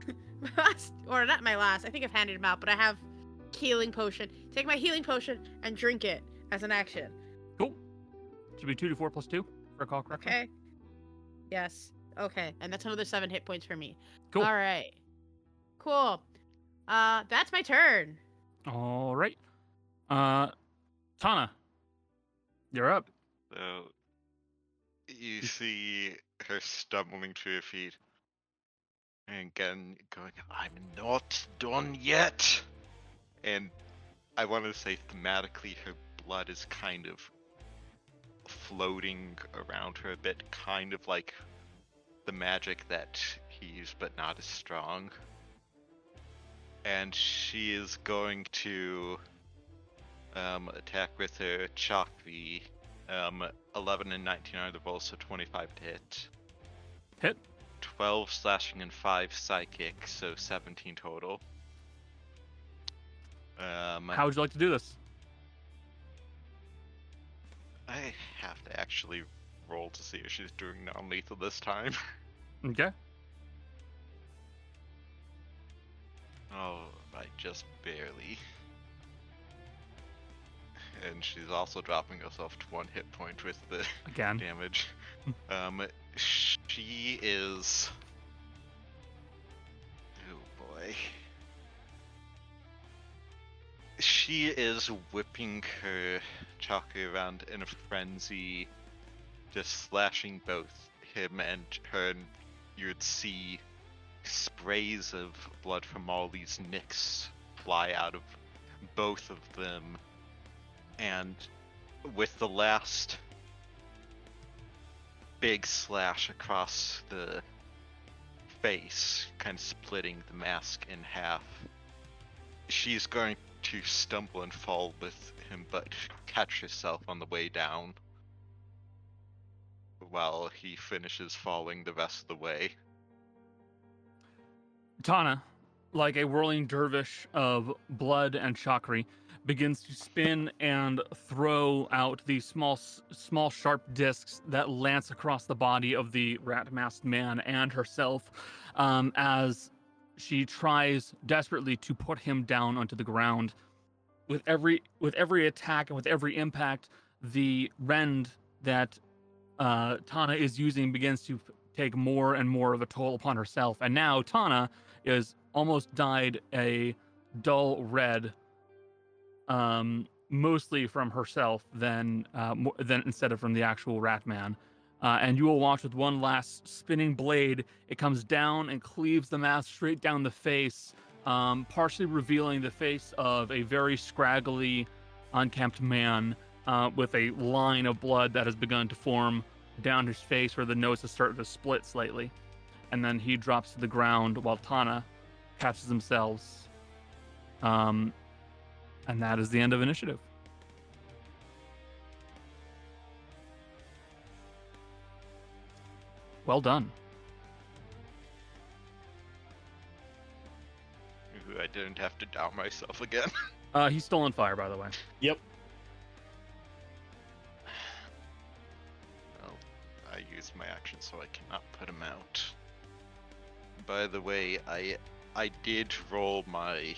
S3: my last, or not my last. I think I've handed him out, but I have healing potion. Take my healing potion and drink it as an action.
S2: Cool. Should be two to four plus two. if I Recall correctly.
S3: Okay. Yes. Okay. And that's another seven hit points for me.
S2: Cool.
S3: All right. Cool. Uh, that's my turn.
S2: All right. Uh, Tana, you're up.
S7: So you see her stumbling to her feet. And again going, I'm not done yet. And I want to say thematically her blood is kind of floating around her a bit, kind of like the magic that he used, but not as strong. And she is going to um, attack with her Chakvi um, 11 and 19 are the rolls, so 25 to hit.
S2: Hit.
S7: 12 slashing and 5 psychic, so 17 total. Um,
S2: How would you like to do this?
S7: I have to actually roll to see if she's doing non lethal this time.
S2: Okay.
S7: Oh, I just barely. And she's also dropping herself to one hit point with the
S2: Again.
S7: damage. um, she is. Oh boy. She is whipping her Chaka around in a frenzy, just slashing both him and her. And you'd see sprays of blood from all these nicks fly out of both of them. And with the last big slash across the face, kind of splitting the mask in half. She's going to stumble and fall with him, but catch herself on the way down while he finishes falling the rest of the way.
S2: Tana, like a whirling dervish of blood and chakri, begins to spin and throw out these small, s- small sharp discs that lance across the body of the rat-masked man and herself, um, as she tries desperately to put him down onto the ground. With every with every attack and with every impact, the rend that uh, Tana is using begins to take more and more of a toll upon herself. And now Tana is almost dyed a dull red, um, mostly from herself than uh, mo- than instead of from the actual rat man. Uh, and you will watch with one last spinning blade. It comes down and cleaves the mask straight down the face, um, partially revealing the face of a very scraggly, unkempt man uh, with a line of blood that has begun to form down his face where the nose has started to split slightly and then he drops to the ground while Tana catches themselves. Um, and that is the end of initiative. Well done.
S7: Ooh, I didn't have to down myself again.
S2: Uh, he's still on fire, by the way.
S7: well, I used my action, so I cannot put him out. By the way, I I did roll my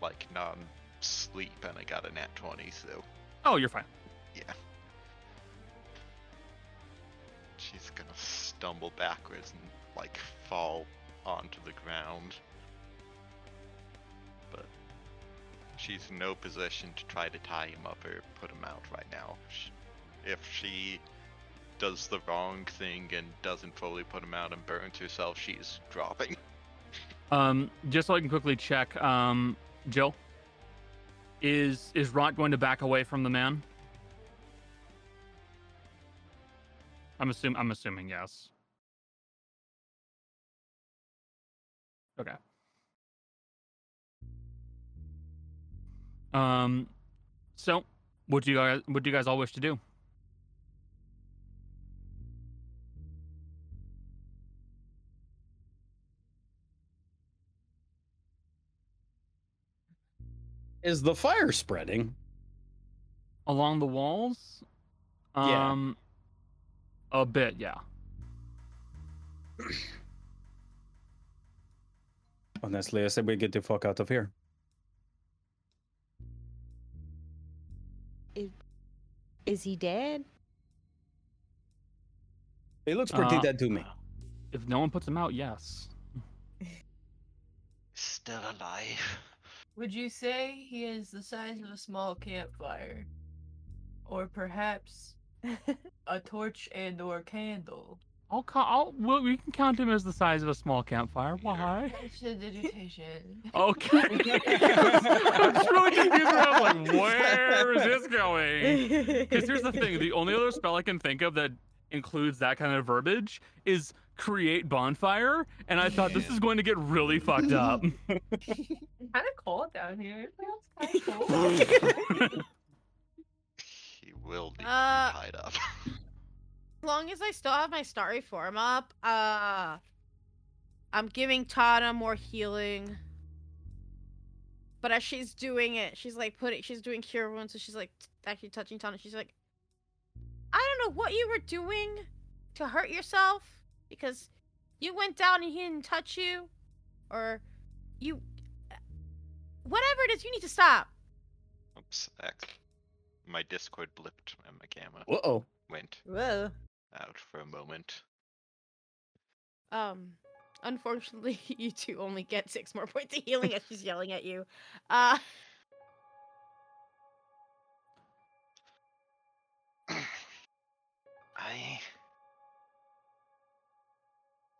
S7: like non-sleep, and I got a nat twenty. So
S2: Oh, you're fine.
S7: she's gonna stumble backwards and like fall onto the ground. But she's in no position to try to tie him up or put him out right now. Sh- If she does the wrong thing and doesn't fully put him out and burns herself, she's dropping.
S2: Um, just so I can quickly check, um, Jill, is is Rot going to back away from the man? I'm assuming. I'm assuming yes. Okay. Um, so what do you guys what do you guys all wish to do?
S1: Is the fire spreading?
S2: along the walls.
S1: Yeah.
S2: Um, a bit, yeah.
S1: Honestly, I said we get the fuck out of here.
S8: Is he dead?
S1: He looks pretty
S2: Uh,
S1: dead to me.
S2: If no one puts him out, yes.
S7: Still alive.
S4: Would you say he is the size of a small campfire? Or perhaps a torch and or candle?
S2: I'll count. I'll, well, we can count him as the size of a small campfire. Why?
S4: That's the digitation.
S2: Okay. I was really confused. and I was like, where is this going? Because here's the thing: the only other spell I can think of that includes that kind of verbiage is create bonfire, and I thought this
S7: Yeah.
S2: is going to get really fucked up.
S4: kind of cold down here. It's kind of cold.
S7: He will need
S3: Uh,
S7: to be tied up.
S3: As long as I still have my starry form up, uh, I'm giving Tana more healing. But as she's doing it, she's like putting, she's doing cure wounds, so she's like t- actually touching Tana. She's like, I don't know what you were doing to hurt yourself because you went down and he didn't touch you, or you, whatever it is, you need to stop.
S7: Oops, X. My Discord blipped and my camera
S1: Uh oh.
S7: went
S8: Whoa.
S7: out for a moment.
S3: Um, unfortunately, you two only get six more points of healing as she's yelling at you. Uh,
S7: I.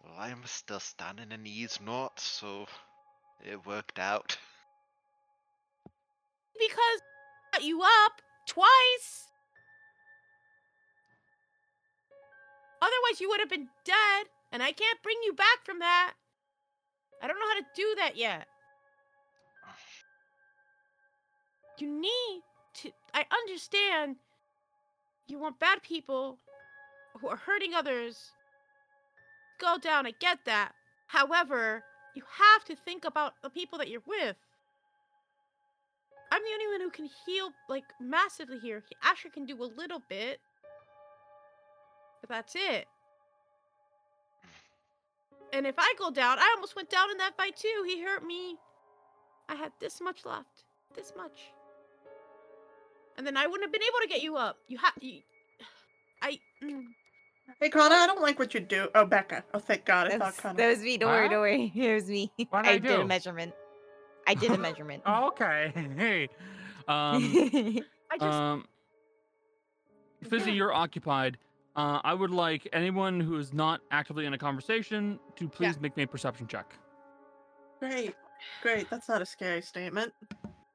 S7: Well, I'm still standing in these knots, so it worked out.
S3: because I cut you up twice. Otherwise, you would have been dead, and I can't bring you back from that. I don't know how to do that yet. You need to. I understand you want bad people who are hurting others go down. I get that. However, you have to think about the people that you're with. I'm the only one who can heal like massively here. He- Asher can do a little bit, but that's it. And if I go down, I almost went down in that fight too. He hurt me. I had this much left, this much, and then I wouldn't have been able to get you up. You have you. I. mm.
S5: Hey, Connor, I don't like what you do. Oh, Becca. Oh, thank God. I thought
S8: That's,
S5: Connor.
S8: that was me. Don't worry.
S2: Huh?
S8: Don't worry. It was me.
S2: What'd I
S8: I did
S2: do? Oh,
S8: a measurement. I did a measurement.
S2: okay. Hey. Um.
S3: I just.
S2: Um, Fizzy, you're occupied. Uh, I would like anyone who is not actively in a conversation to please make me a perception check.
S5: Great. Great. That's not a scary statement.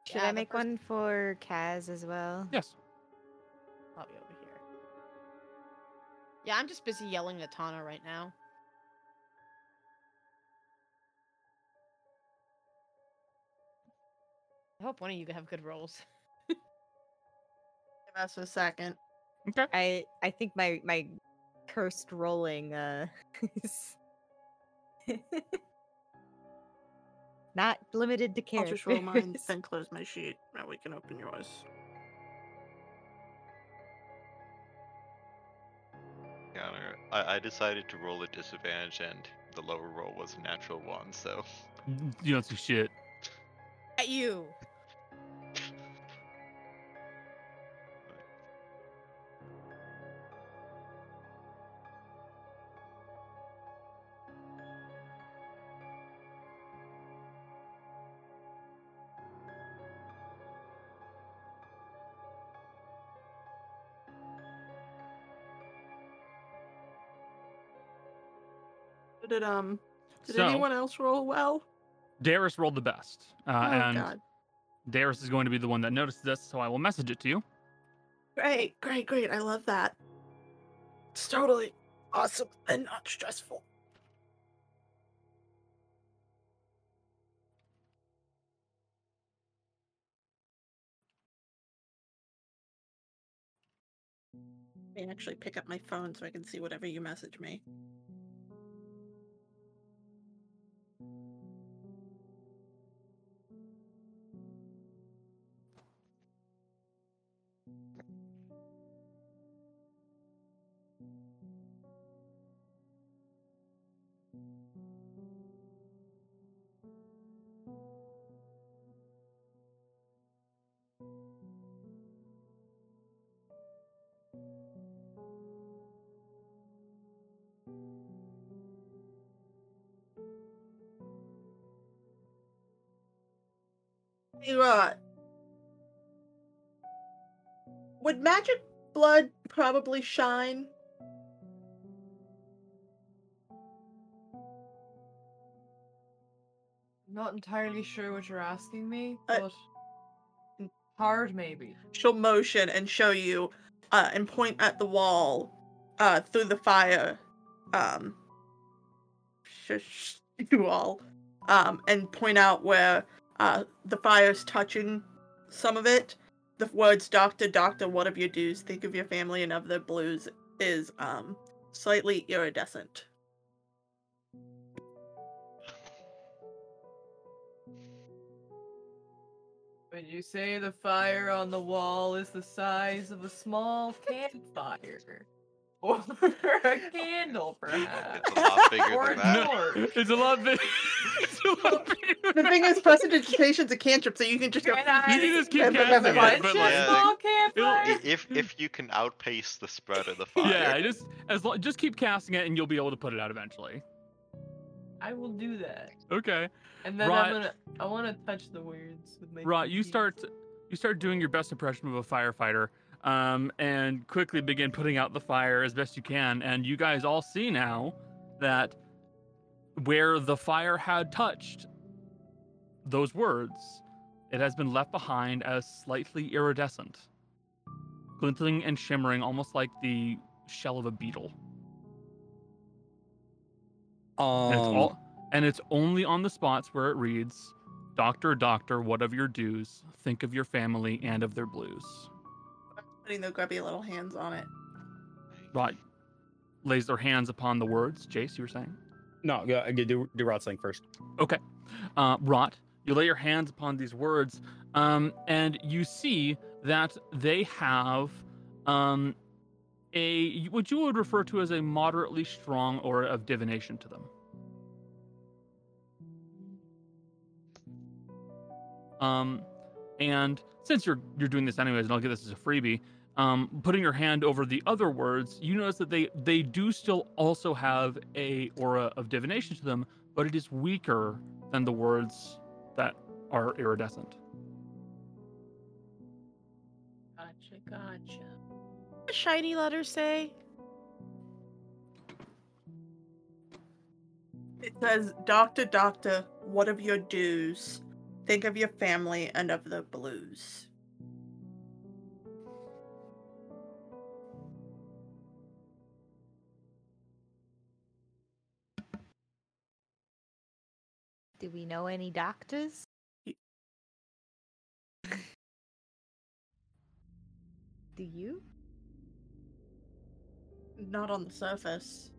S8: Should I make one for Kaz as well?
S2: Yes.
S3: I'll be over here. Yeah, I'm just busy yelling at Tana right now. I hope one of you have good rolls.
S5: Give us a second.
S8: I I think my my cursed rolling uh is not limited to
S5: I'll
S8: characters.
S5: just roll mine, then close my sheet. Now we can open yours.
S7: Connor, I, I decided to roll a disadvantage, and the lower roll was a natural one, so
S2: You don't see shit.
S3: At you.
S5: Did um did
S2: So-
S5: anyone else roll well?
S2: Darius rolled the best. Uh,
S5: oh
S2: and
S5: god.
S2: Darius is going to be the one that noticed this, so I will message it to you.
S5: Great, great, great. I love that. It's totally awesome and not stressful. Let me actually pick up my phone so I can see whatever you message me.
S6: Hey, Rod. Would magic blood probably shine?
S4: I'm not entirely sure what you're asking me,
S5: Uh,
S4: but hard maybe.
S5: she'll motion and show you uh, and point at the wall uh, through the fire um shush you all um and point out where uh the fire's touching some of it the words doctor doctor what of your dues think of your family and of their blues is um slightly iridescent
S4: When you say the fire on the wall is the size of a small campfire. Or a candle, perhaps.
S7: it's a lot bigger
S4: Or a
S7: than that.
S4: torch.
S2: It's a lot big. it's a lot bigger.
S6: The thing is, presentation's a cantrip, so you can just go.
S4: Can I-
S2: You can just keep
S6: But- but-
S2: casting
S6: but-
S4: Bunch
S2: it, but
S4: of
S7: Yeah.
S2: like,
S4: small
S7: I-
S4: campfires.
S7: If if you can outpace the spread of the fire,
S2: yeah, just as lo- just keep casting it, and you'll be able to put it out eventually.
S4: I will do that.
S2: Okay.
S4: And then
S2: Right.
S4: I'm gonna I wanna touch the words with my
S2: Right, you
S4: pinky.
S2: start you start doing your best impression of a firefighter, um, and quickly begin putting out the fire as best you can. And you guys all see now that where the fire had touched those words, it has been left behind as slightly iridescent, glinting and shimmering, almost like the shell of a beetle. And it's, all, and it's only on the spots where it reads, Doctor, doctor, what of your dues? Think of your family and of their blues.
S5: putting their grubby little hands on it
S2: Right. Lays their hands upon the words. Jace, you were saying?
S1: No, yeah, I could do do Rod's thing first.
S2: uh, rot. You lay your hands upon these words, um, and you see that they have um, a what you would refer to as a moderately strong aura of divination to them. Um, and since you're you're doing this anyways, and I'll give this as a freebie, um, putting your hand over the other words, you notice that they they do still also have a aura of divination to them, but it is weaker than the words that are iridescent.
S4: Gotcha, gotcha.
S3: What shiny letters say?
S5: It says, Doctor, doctor, what of your dues? Think of your family and of the blues.
S8: Do we know any doctors?
S5: Y-
S8: Do you?
S3: not on the surface.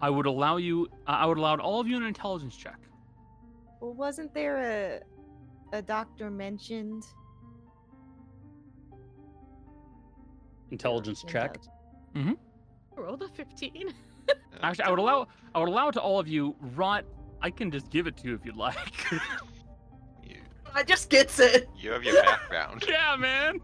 S2: I would allow you. I would allow all of you an intelligence check.
S8: Well, wasn't there a a doctor mentioned?
S9: Intelligence check.
S8: Intelli-
S3: I rolled a 15.
S2: Mm-hmm. Actually, I would allow. I would allow to all of you. Rot. I can just give it to you if you'd like.
S7: You,
S5: I just gets it.
S7: you have your background.
S2: yeah, man.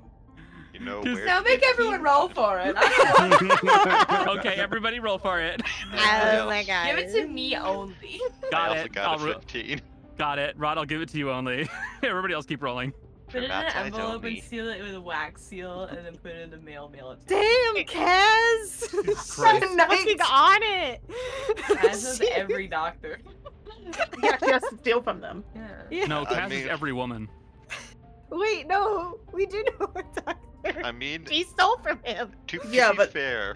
S7: You know
S2: Just-
S7: where.
S4: Now make everyone roll for it. I don't know.
S2: okay, everybody, roll for it.
S8: Oh my god.
S4: Give it to me only.
S7: I
S2: Got
S7: also
S2: it.
S7: got
S2: I'll
S7: a
S2: ro-
S7: 15.
S2: Got it. Rod, I'll give it to you only. everybody else, keep rolling.
S4: Put it in an
S7: Dramatis
S4: envelope and
S7: only.
S4: seal it with a wax seal, and then put it in the mail mail. it.
S8: Damn, Kaz!
S2: Jesus Christ.
S8: Fucking on it.
S4: As is
S8: Shit.
S4: every doctor.
S5: Yeah, she has to steal from them.
S4: Yeah.
S8: Yeah.
S2: No,
S7: I
S2: Cass is
S7: mean-
S2: every woman.
S8: Wait, no, we do know what doctor.
S7: I mean,
S6: She stole from him.
S7: to, to
S5: Yeah,
S7: be
S5: but-
S7: fair,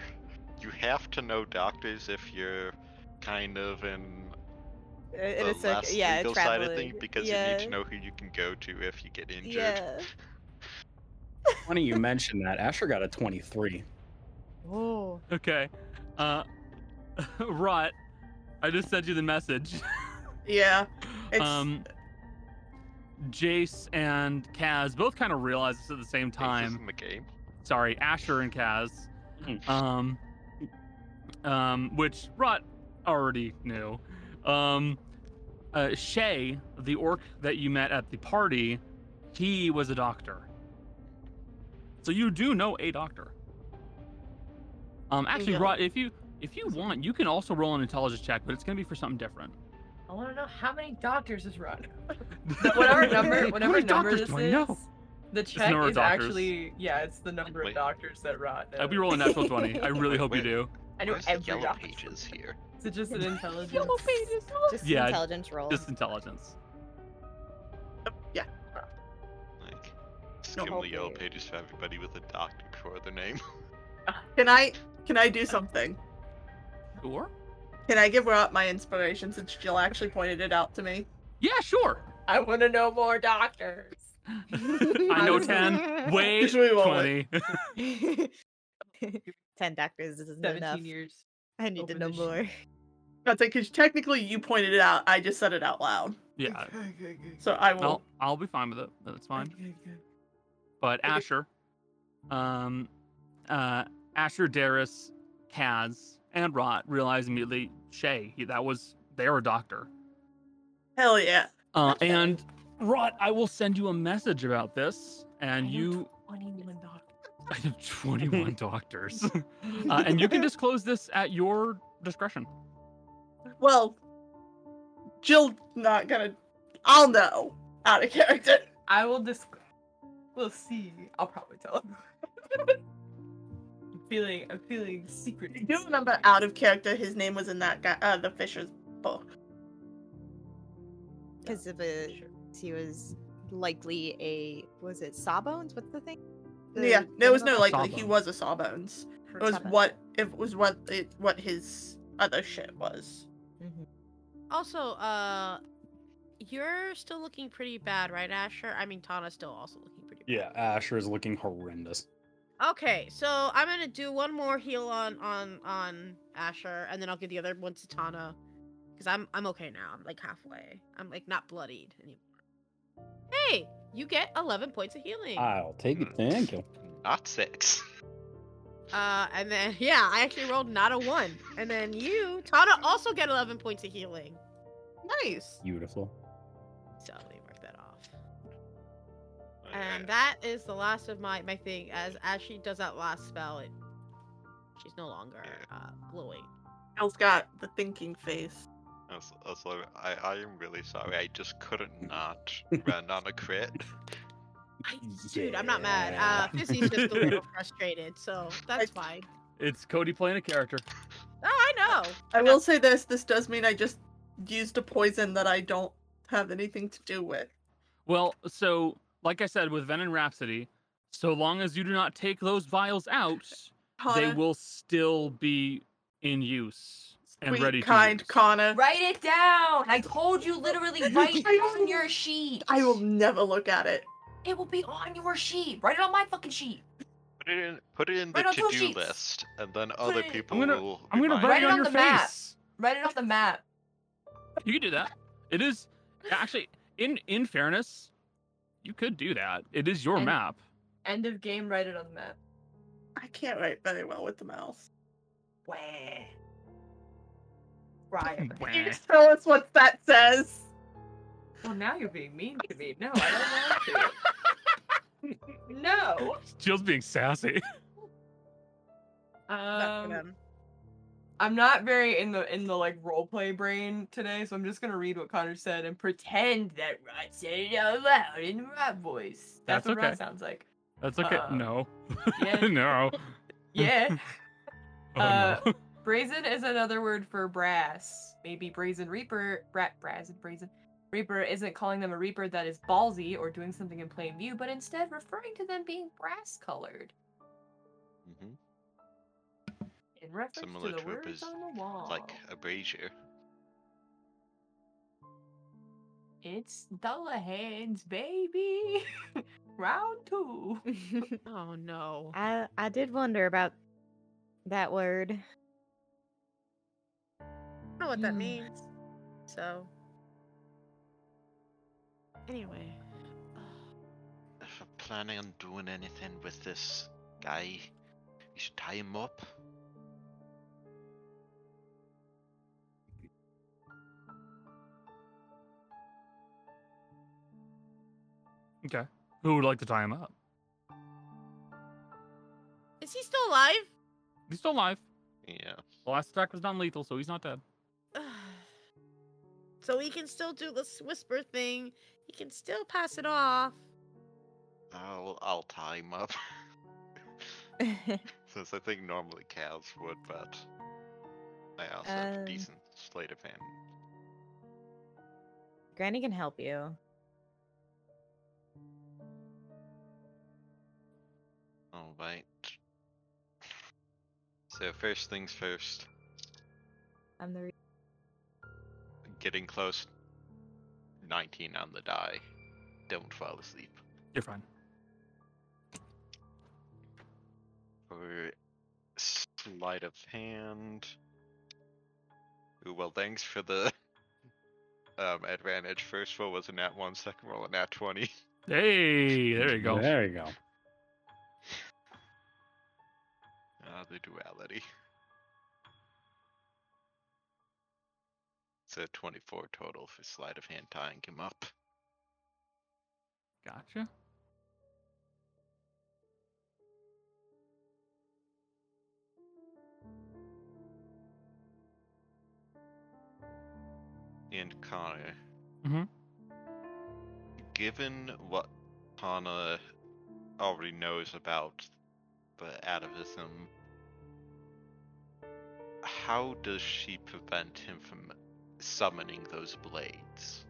S7: you have to know doctors if you're kind of in
S8: In
S7: the
S8: a circle,
S7: less
S8: yeah,
S7: legal
S8: traveling.
S7: side of things because
S8: yeah.
S7: you need to know who you can go to if you get injured.
S8: Yeah.
S1: Funny you mentioned that. Asher got a 23.
S8: Oh.
S2: Okay. Uh, Rot, I just sent you the message.
S5: Yeah. It's-
S2: Um, Jace and Kaz both kind of realize this at the same
S7: Aces
S2: time.
S7: in the game.
S2: Sorry, Asher and Kaz.
S1: Mhm.
S2: Um, um, which Rot already knew. Um, uh, Shay, the orc that you met at the party, he was a doctor. So you do know a doctor. Um, actually,
S5: Yeah.
S2: Rot, if you if you want, you can also roll an intelligence check, but it's gonna be for something different.
S4: I want to know how many doctors is run. Whatever number,
S2: How
S4: whatever
S2: many
S4: number
S2: doctors
S4: this
S2: do I
S4: is.
S2: know?
S4: The check
S2: number of
S4: is
S2: doctors.
S4: actually yeah, it's the number of
S7: Wait.
S4: doctors that rot.
S2: I'd be
S4: now.
S2: rolling natural twenty. I really
S7: Wait,
S2: hope you
S7: wait.
S2: do.
S4: I know
S7: Where's the
S4: every
S7: yellow
S4: doctor.
S7: pages here?
S4: Is it just an intelligence?
S8: Just
S2: Yeah,
S8: intelligence roll.
S2: Just intelligence.
S7: Like, skim
S8: whole
S7: the yellow
S8: page.
S7: pages for everybody with a doctor for their name.
S5: Can I can I do something?
S2: Sure.
S5: Can I give her up my inspiration since Jill actually pointed it out to me?
S2: Yeah, sure.
S4: I want to know more doctors.
S2: I know ten. Way
S5: Just really roll
S2: twenty.
S8: ten doctors isn't
S4: Seventeen
S8: enough.
S4: years.
S8: I need to
S4: open
S8: know
S4: the sheet.
S8: more.
S5: That's like because technically you pointed it out. I just said it out loud,
S2: yeah.
S5: so I will.
S2: I'll I'll be fine with it. That's fine. But Asher, um, uh, Asher, Darius, Kaz, and Rot realize immediately Shay he, that was their doctor.
S5: Hell yeah!
S2: Uh, and Rot, I will send you a message about this, and
S4: I know
S2: you.
S4: Twenty-one doctors.
S2: I have 21 doctors. Uh, and you can disclose this at your discretion.
S5: Well, Jill not gonna. I'll know out of character.
S4: I will just. We'll see. I'll probably tell him. I'm feeling. I'm feeling secret.
S5: I do remember out of character. His name was in that guy, uh, the Fisher's book.
S8: Because of a, he was likely a was it sawbones? What's the thing?
S5: yeah,
S8: The
S5: there was no
S8: criminal-
S5: like he
S2: Sawbones.
S5: was a Sawbones. It was
S8: Sawbones.
S5: what it was what it what his other shit was.
S3: Also, uh, you're still looking pretty bad, right, Asher? I mean, Tana's still also looking pretty bad.
S9: Yeah, Asher is looking horrendous.
S3: Okay, so I'm gonna do one more heal on on on Asher, and then I'll give the other one to Tana, because I'm I'm okay now. I'm like halfway. I'm like not bloodied anymore. Hey, you get 11 points of healing.
S9: I'll take it. Thank you.
S7: Not six.
S3: Uh, and then yeah, I actually rolled not a one. And then you, Tana, also get 11 points of healing.
S5: Nice.
S9: Beautiful.
S3: So let me mark that off.
S7: Okay.
S3: And that is the last of my my thing. As as she does that last spell, it she's no longer uh, glowing.
S5: Jill's got the thinking face.
S7: I'm so- I'm sorry. I, I am really sorry. I just couldn't not run on a crit.
S3: I, Dude, I'm not mad. Uh,
S2: Yeah.
S3: Fizzy's just a little frustrated, so that's fine.
S2: It's Cody playing a character.
S3: Oh, I know.
S5: I will say this: this does mean I just used a poison that I don't have anything to do with.
S2: Well, so like I said with Venom Rhapsody, so long as you do not take those vials out, they
S5: Connor,
S2: will still be in use and
S5: sweet,
S2: ready to
S5: kind
S2: use.
S5: Connor.
S4: Write it down. I told you literally write it on your sheet.
S5: I will never look at it.
S4: It will be on your sheet. Write it on my fucking sheet.
S7: Put it in. Put it in the
S4: Right on two
S7: to-do
S4: sheets.
S7: list, and then other
S4: it in-
S7: people
S2: I'm gonna-
S7: will.
S2: I'm gonna
S7: remind
S2: write
S4: it
S2: it on
S4: on
S2: your
S4: the map.
S2: face.
S4: Write it off the map.
S2: You can do that. It is actually in in fairness, you could do that. It is your
S4: And-
S2: map.
S4: End of game. Write it on the map.
S5: I can't write very well with the mouse.
S4: Wah. Right.
S5: Can you just tell us what that says?
S4: Well, now you're being mean to me. No, I don't want to. no.
S2: Jill's being sassy.
S3: Fuck
S4: Um,
S3: them.
S4: I'm not very in the in the like roleplay brain today, so I'm just gonna read what Connor said and pretend that I said it out loud in my voice. That's,
S2: That's
S4: what Rod
S2: okay.
S4: sounds like.
S2: That's okay.
S4: Uh,
S2: no.
S4: yeah.
S2: no.
S4: Yeah.
S2: Oh,
S4: Uh,
S2: no.
S4: brazen is another word for brass. Maybe brazen reaper, bra- brazen, brazen reaper isn't calling them a reaper that is ballsy or doing something in plain view, but instead referring to them being brass colored
S7: Mhm.
S4: in reference
S7: Similar
S4: to the
S7: to a
S4: words
S7: braz-
S4: on the wall.
S7: Like a brazier.
S4: It's Dullahan's baby. Round two.
S3: Oh no.
S8: I I did wonder about that word. Hmm.
S3: I don't know what that
S4: Mm.
S3: means. So anyway.
S7: If you're planning on doing anything with this guy, you should tie him up.
S2: okay. Who would like to tie him up?
S3: Is he still alive?
S2: He's still alive.
S7: Yeah.
S2: The last attack was non-lethal, so he's not dead.
S3: so he can still do this whisper thing. He can still pass it off.
S7: I'll I'll tie him up. Since I think normally cows would, but I also have
S8: Um,
S7: a decent slate of hand.
S8: Granny can help you.
S7: All right. So first things first,
S8: I'm the. Re-
S7: getting close. 19 on the die. Don't fall asleep.
S2: You're fine.
S7: For sleight of hand. Ooh, well, thanks for the um, advantage. First roll was a nat 1, second roll a nat 20.
S2: Hey, there you go.
S1: There you go.
S7: Ah, the duality. So 24 total for sleight of hand tying him up.
S2: Gotcha.
S7: And Connor.
S2: Mhm.
S7: Given what Connor already knows about the atavism, how does she prevent him from summoning those blades?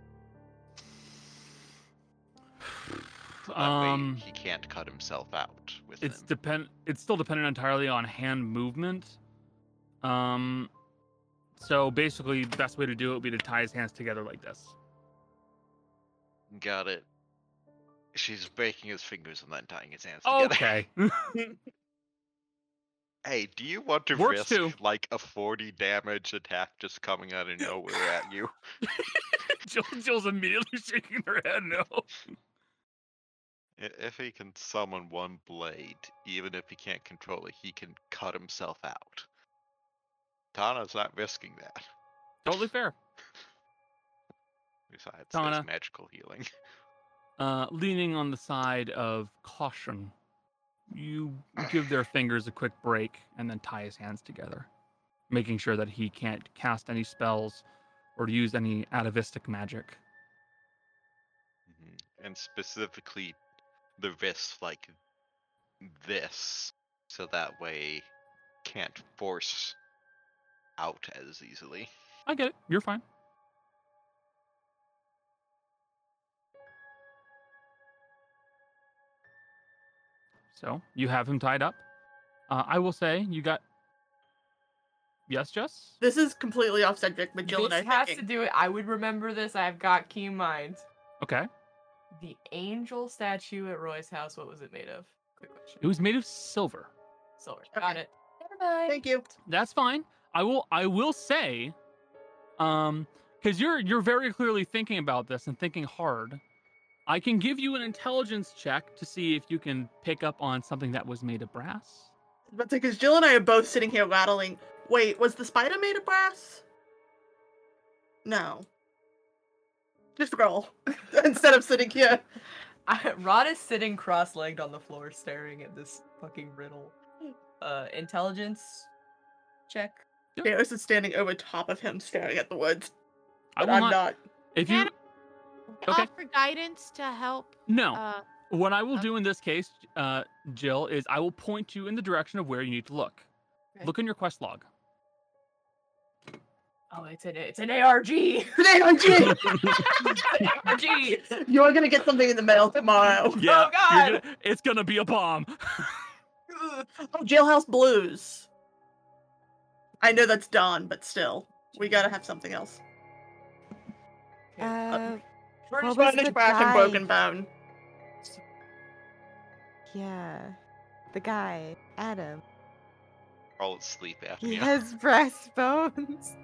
S7: So that
S2: Um,
S7: way he can't cut himself out with
S2: it's
S7: them.
S2: depend it's still dependent entirely on hand movement um so basically the best way to do it would be to tie his hands together like this
S7: Got it. She's breaking his fingers and then tying his hands together.
S2: okay
S7: Hey, do you want to
S2: Works
S7: risk
S2: too.
S7: like a 40 damage attack just coming out of nowhere at you?
S2: Jill, jill's immediately shaking her head no
S7: I- If he can summon one blade, even if he can't control it, he can cut himself out. Tana's not risking that.
S2: totally fair
S7: Besides,
S2: Tana.
S7: that's magical healing.
S2: uh leaning on the side of caution you give their fingers a quick break and then tie his hands together making sure that he can't cast any spells or use any atavistic magic
S7: Mhm. And specifically, the wrist like this, so that way can't force out as easily.
S2: i get it you're fine So you have him tied up. Uh, I will say you got. Yes, Jess.
S5: This is completely off subject, but Jill
S4: this
S5: and I
S4: has
S5: thinking.
S4: to do it. I would remember this. I've got key minds.
S2: Okay.
S4: The angel statue at Roy's house, what was it made of? Quick question.
S2: It was made of silver.
S4: silver. Got
S5: Okay.
S4: it. Never mind.
S5: Thank you.
S2: That's fine. I will. I will say, um, because you're you're very clearly thinking about this and thinking hard. I can give you an intelligence check to see if you can pick up on something that was made of brass.
S5: But because Jill and I are both sitting here rattling. Wait, was the spider made of brass? No. Just roll instead of sitting here.
S4: I, Rod is sitting cross-legged on the floor, staring at this fucking riddle. Uh, intelligence check.
S5: Darius is standing over top of him, staring at the woods.
S2: I
S5: But
S2: will
S5: I'm
S2: not.
S5: not.
S2: If you Okay.
S10: Offer guidance to help.
S2: no,
S10: Uh,
S2: What I will do in this case, uh, Jill, is I will point you in the direction of where you need to look.
S4: Okay.
S2: Look in your quest log.
S4: Oh, it's an it's an ARG.
S5: Today, aren't you?
S4: ARG.
S5: You're gonna get something in the mail tomorrow.
S2: Yeah,
S4: Oh, God!
S2: you're gonna- it's gonna be a bomb.
S5: oh, Jailhouse Blues. I know that's Dawn, but still, we gotta have something else.
S8: Uh,
S3: Oh,
S8: What
S5: We're
S8: was
S5: just running
S8: the
S5: back and
S8: guide?
S5: broken bone.
S8: yeah. The guy, Adam.
S7: All at sleep after
S8: He
S7: me.
S8: has brass bones.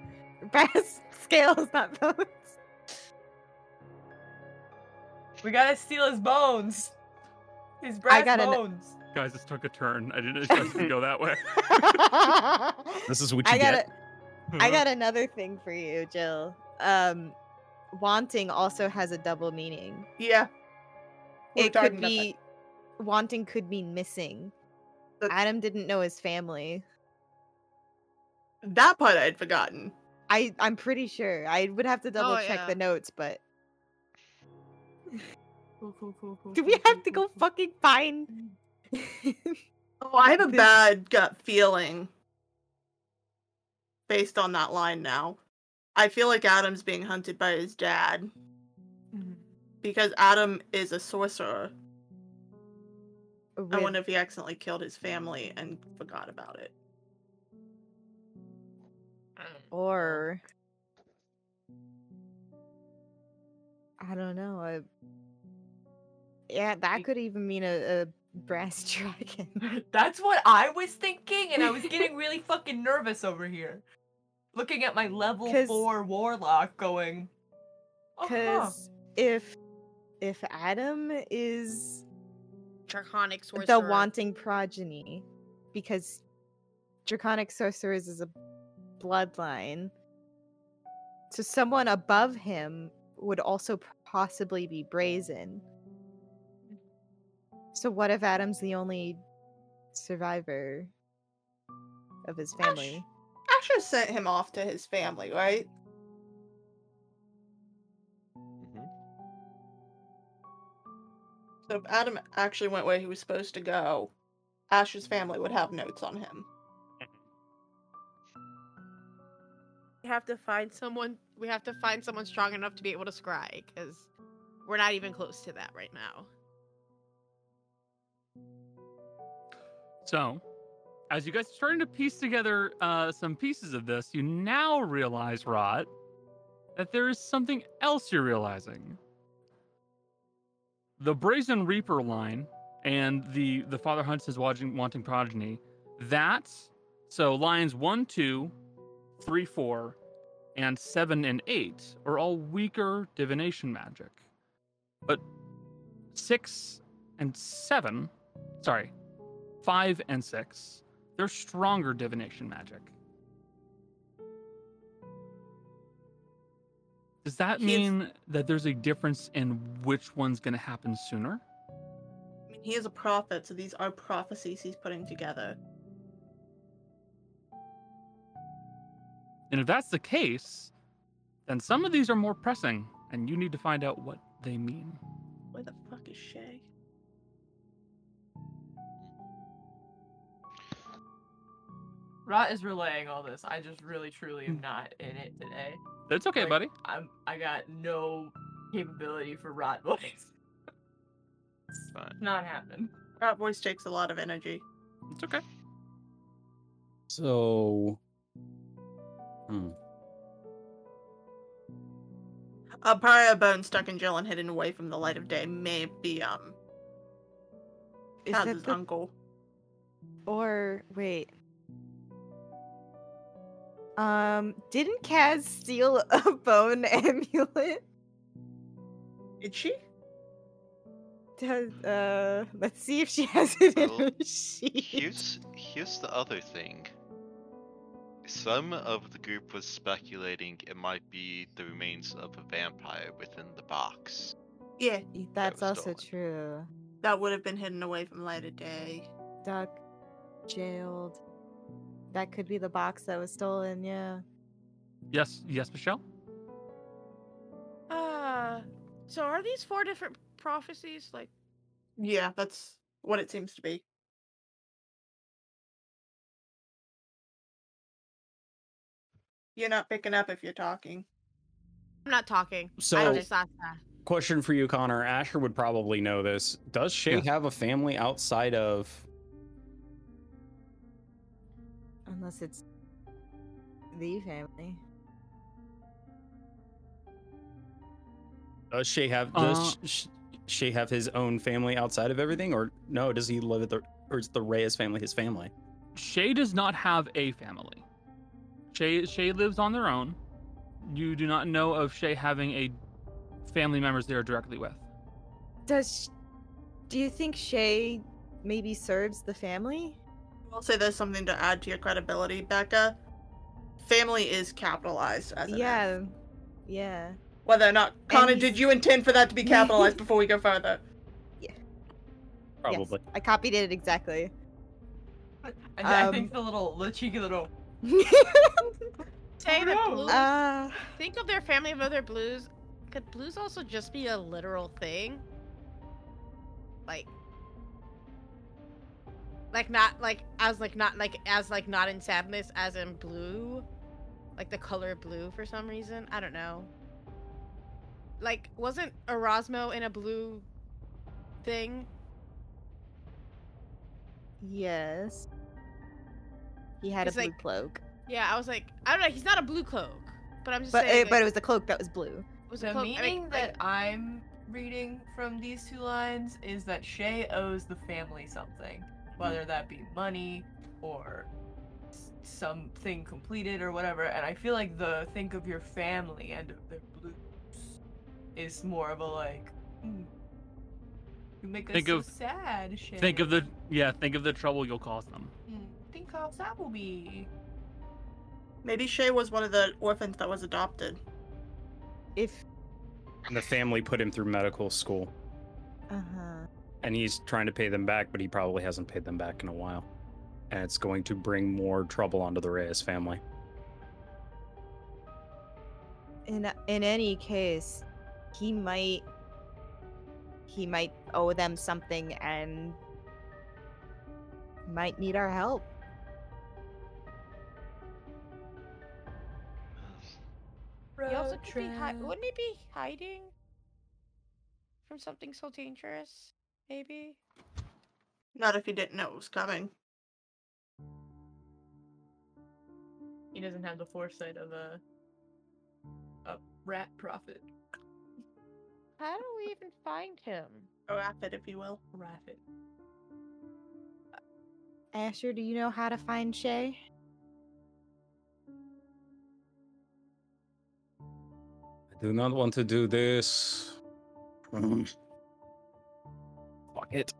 S8: Brass scales, not bones.
S4: We gotta steal his bones. His brass
S8: got an-
S4: bones.
S2: Guys, this took a turn. I didn't expect it to go that way.
S1: This is what you
S8: I
S1: get.
S8: got it.
S5: Uh-huh.
S8: I got another thing for you, Jill. Um, wanting also has a double meaning.
S5: Yeah. We were
S8: it
S5: talking
S8: could
S5: about that.
S8: be wanting could mean missing.
S5: That's-
S8: Adam didn't know his family.
S5: that part I had forgotten. Oh,
S8: I I'm pretty sure. I would have to double check
S10: yeah.
S8: the notes, but
S4: Cool, cool, cool, cool,
S8: do we
S4: cool,
S8: have
S4: cool,
S5: Mm-hmm.
S8: to go
S4: cool, cool.
S8: fucking find?
S5: Oh, I have a
S8: This-
S5: bad gut feeling based on that line now. I feel like Adam's being hunted by his dad
S8: Mm-hmm.
S4: Mhm.
S5: because Adam is a sorcerer. I
S8: With-
S5: wonder if he accidentally killed his family and forgot about it.
S8: or I don't know. A, yeah, that
S4: Be-
S8: could even mean a, a brass dragon.
S4: That's what I was thinking, and I was getting really fucking nervous over here. Looking at my level
S8: 'Cause-
S4: four warlock going. "Uh-huh."
S8: Because if if Adam is
S10: draconic sorcerer.
S8: the wanting progeny, because draconic sorcerers is a bloodline, so someone above him would also possibly be brazen. So what if Adam's the only survivor of his family?
S5: Asher sent him off to his family, right?
S7: Mhm.
S5: So if Adam actually went where he was supposed to go, Asher's family would have notes on him.
S10: We have to find someone. We have to find someone strong enough to be able to scry because we're not even close to that right now.
S2: So, as you guys are starting to piece together uh, some pieces of this, you now realize, Rot, that there is something else you're realizing. The Brazen Reaper line and the the Father Hunts His Wanting, wanting Progeny. That's so lines one, two, three, four, and seven and eight are all weaker divination magic, but six and seven, sorry, five and six, they're stronger divination magic. Does that
S5: He's-
S2: mean that there's a difference in which one's going to happen sooner?
S5: I mean, he is a prophet, so these are prophecies he's putting together.
S2: And if that's the case, then some of these are more pressing, and you need to find out what they mean.
S5: Where the fuck is Shay?
S4: Rot is relaying all this. I just really truly
S2: Hmm.
S4: am not in it today.
S2: That's okay,
S4: Like,
S2: buddy.
S4: I'm I got no capability for Rot voice.
S7: It's fine.
S4: Not happening.
S5: That voice takes a lot of energy.
S2: It's okay.
S1: hmm. So,
S5: A pyro bone stuck in gel and hidden away from the light of day may be um
S8: Is that
S5: Taz's
S8: the,
S5: uncle.
S8: or wait? Um, didn't Kaz steal a bone amulet?
S5: Did she?
S8: Does, uh, let's see if she has it in
S7: Well,
S8: her sheet.
S7: Here's here's the other thing. Some of the group was speculating it might be the remains of a vampire within the box.
S5: Yeah,
S8: That's
S7: was
S8: also
S7: stolen.
S8: true.
S5: that would have been hidden away from light of day.
S8: Duck jailed. That could be the box that was stolen. Yeah.
S2: Yes, yes, Michelle.
S5: Ah.
S3: Uh, so are these four different prophecies? Like,
S5: Yeah, that's what it seems to be. You're not picking up if you're talking.
S3: I'm not talking. I
S11: So-
S3: just asked that.
S11: Question for you, Connor. Asher would probably know this. Does Shay
S2: Yes.
S11: have a family outside of?
S8: Unless it's the family.
S11: Does Shay have?
S2: Uh,
S11: Does Sh- Shay have his own family outside of everything, or no? Does he live at the? Or is the Reyes family his family?
S2: Shay does not have a family. Shay Shay lives on their own. You do not know of Shay having a family members they are directly with.
S8: Does sh- do you think Shay maybe serves the family?
S5: I will say there's something to add to your credibility, Becca. Family is capitalized as an F.
S8: yeah, yeah.
S5: Whether or not Connor,
S8: he's-
S5: did you intend for that to be capitalized before we go further?
S8: Yes,
S11: Probably.
S8: I copied it exactly.
S4: I, I
S8: Um,
S4: think the little, the cheeky little.
S3: Say
S4: Oh,
S3: that
S4: no.
S3: blues.
S8: uh,
S3: think of their family of other blues. Could blues also just be a literal thing? Like, like not like as like not like as like not in sadness as in blue, like the color blue for some reason. I don't know. Like, wasn't Erasmo in a blue thing?
S8: yes. He had
S3: It's
S8: a blue
S3: like-
S8: cloak,
S3: Yeah, I was like, I don't know. He's not a blue cloak, but I'm just
S8: but
S3: saying.
S8: it, but it
S3: like,
S8: was the cloak that was blue.
S3: was a
S4: The
S3: cloak- I
S4: meaning
S3: mean, like,
S4: that I'm reading from these two lines is that Shay owes the family something,
S2: Hmm.
S4: whether that be money or s- something completed or whatever. And I feel like the think of your family and of their blues is more of a like, "Mm, you make us
S2: Think
S4: so
S2: of-
S4: sad, Shay.
S2: Think of the yeah, think of the trouble you'll cause them.
S4: Mm, think of that will be.
S5: Maybe Shay was one of the orphans that was adopted.
S8: If
S11: And the family put him through medical school,
S8: uh huh.
S3: Uh-huh.
S11: and he's trying to pay them back, but he probably hasn't paid them back in a while, and it's going to bring more trouble onto the Reyes family.
S8: In a- in any case, he might he might owe them something and might need our help.
S4: Road
S3: He also could be hi-
S4: trip.
S3: wouldn't he be hiding from something so dangerous? Maybe.
S5: Not if he didn't know it was coming.
S4: He doesn't have the foresight of a a rat prophet.
S3: How do we even find him?
S5: Or rapid, if you will.
S4: Rabbit.
S8: Asher, do you know how to find Shay?
S11: I do not want to do this. Fuck it.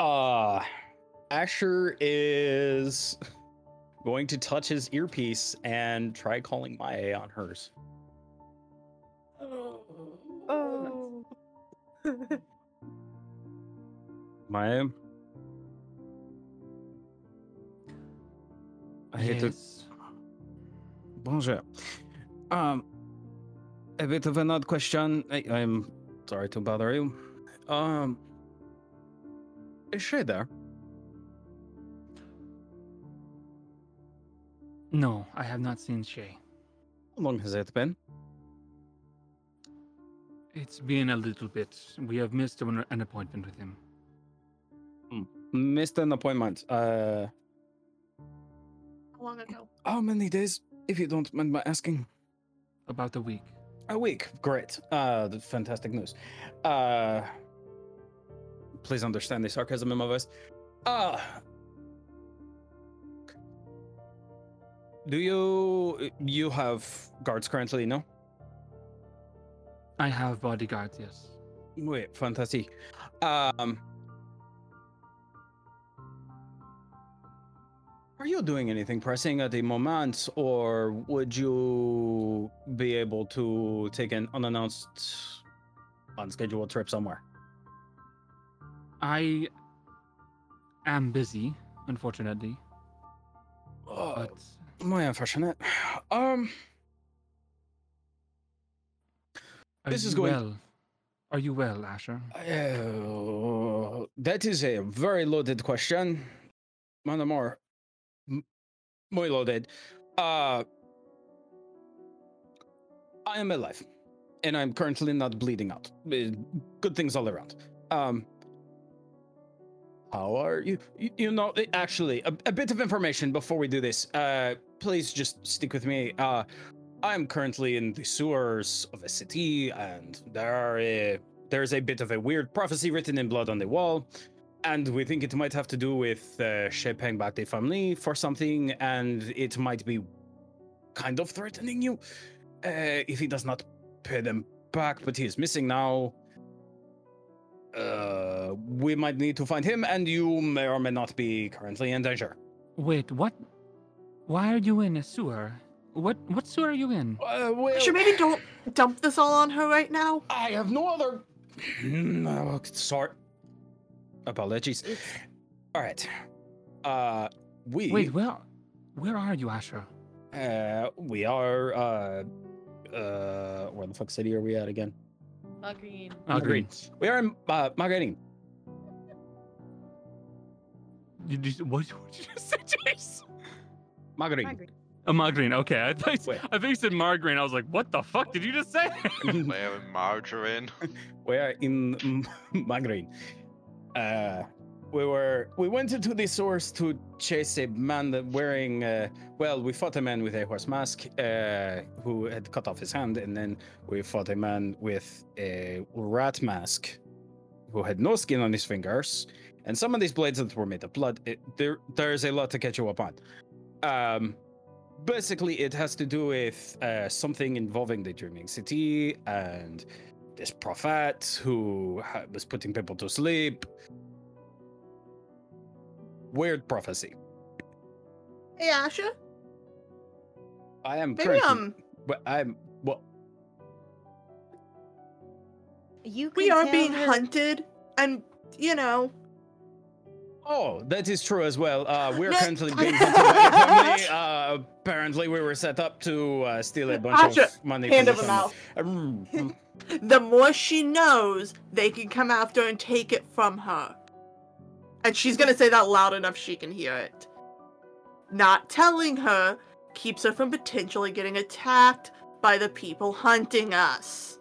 S11: Uh Asher is going to touch his earpiece and try calling Maya on hers.
S8: Oh.
S11: Maya. I hate to
S2: Yes.
S11: Bonjour. Um, a bit of an odd question. I, I'm sorry to bother you. Um, is she there?
S2: No, I have not seen Shay.
S11: How long has it been?
S2: It's been a little bit. We have missed an, an appointment with him.
S11: Hmm. Missed an appointment. Uh,
S5: How long ago?
S11: Oh, how many days, if you don't mind my asking?
S2: About a week.
S11: A week. Great. Uh, the fantastic news. Uh, please understand the sarcasm in my voice. Uh, do you you have guards currently? No.
S2: I have bodyguards, yes.
S11: Wait, fantastic. Um, are you doing anything pressing at the moment, or would you be able to take an unannounced, unscheduled trip somewhere?
S2: I am busy, unfortunately. But
S11: My unfortunate. Um,
S2: are
S11: this is
S2: you
S11: going-
S2: well. Are you well, Asher?
S11: oh, that is a very loaded question. One more. M- Muy loaded. Uh, I am alive, and I'm currently not bleeding out. Uh, Good things all around. Um, how are you? You, you know, uh, actually, a, a bit of information before we do this. Uh, please just stick with me. Uh, I'm currently in the sewers of a city, and there are a, there's a bit of a weird prophecy written in blood on the wall, and we think it might have to do with uh, Shepeng Bate family for something, and it might be kind of threatening you uh, if he does not pay them back. But he is missing now. Uh, we might need to find him, and you may or may not be currently in danger.
S2: Wait, what? Why are you in a sewer? What what sewer are you in?
S11: Uh, well,
S5: Asher, maybe don't dump this all on her right now.
S11: I have no other. No, sorry. Apologies. All right. Uh, we
S2: Wait, where where are you, Asher?
S11: uh, we are uh, uh, where the fuck city are we at again?
S3: Agreed.
S2: Ah,
S11: Margarine.
S2: great.
S11: We are in uh, Margarine.
S2: You, you, what, what did you just say, Jace?
S11: Margarine.
S2: A margarine. Okay, I thought
S11: Wait.
S2: I think you said margarine. I was like, what the fuck did you just say?
S12: Where margarine?
S11: we are in M- Margarine. Uh, we were we went into the source to chase a man that wearing uh, well we fought a man with a horse mask uh, who had cut off his hand and then we fought a man with a rat mask who had no skin on his fingers and some of these blades that were made of blood it, there there's a lot to catch you up on um basically it has to do with uh, something involving the dreaming city and this prophet who ha- was putting people to sleep weird prophecy
S5: Hey, Asher,
S11: i am
S5: maybe
S11: currently
S5: um,
S11: but i'm well
S4: You
S5: we
S4: can
S5: are
S4: tell
S5: being
S4: her-
S5: hunted, and you know,
S11: oh that is true as well uh we're
S5: No-
S11: currently being hunted by the family uh apparently we were set up to uh, steal a bunch
S5: Asha,
S11: of money
S5: hand of
S11: from
S5: a
S11: the
S5: mouth.
S11: family. Um,
S5: The more she knows, they can come after and take it from her. And she's gonna say that loud enough she can hear it. Not telling her keeps her from potentially getting attacked by the people hunting us.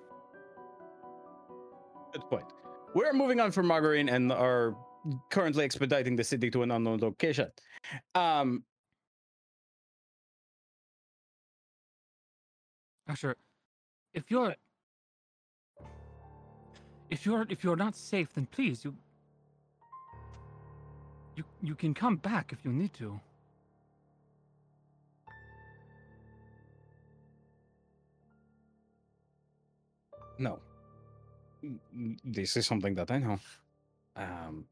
S11: Good point. We're moving on from Margarine and are currently expediting the city to an unknown location. Um,
S2: Asher, if you're if you're if you're not safe, then please you you you can come back if you need to.
S11: no. Mm, mm, This is something that I know. Um,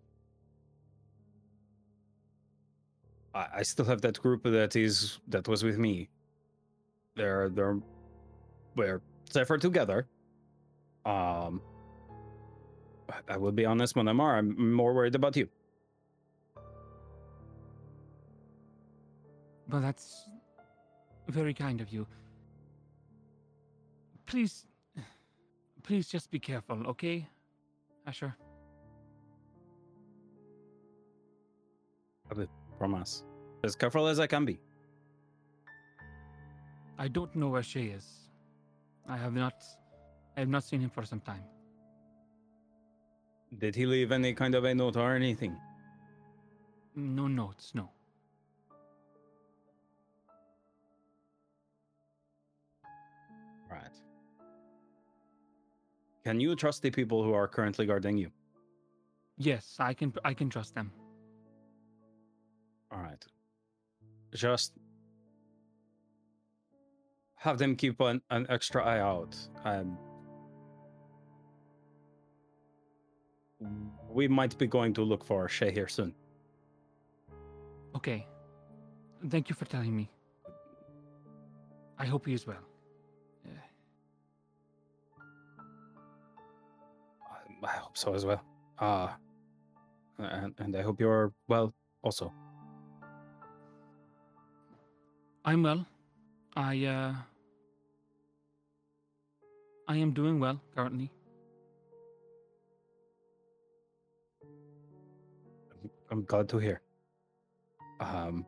S11: I, I still have that group that is that was with me. They're they're we're safer together. Um, I- I will be honest, Monamar. I'm more worried about you.
S2: Well, that's very kind of you. Please, please just be careful, okay, Asher?
S11: Promise. As careful as I can be.
S2: I don't know where Shay is. I have not, I have not seen him for some time.
S11: Did he leave any kind of a note or anything?
S2: No notes, no.
S11: Right. Can you trust the people who are currently guarding you?
S2: Yes, I can. I can trust them.
S11: All right. Just have them keep an, an extra eye out. Um, we might be going to look for Shay here soon.
S2: Okay. Thank you for telling me. I hope he is well.
S11: I- I hope so as well. Uh, and, and I hope you're well also.
S2: I'm well. I uh I am doing well currently.
S11: I'm glad to hear. Um,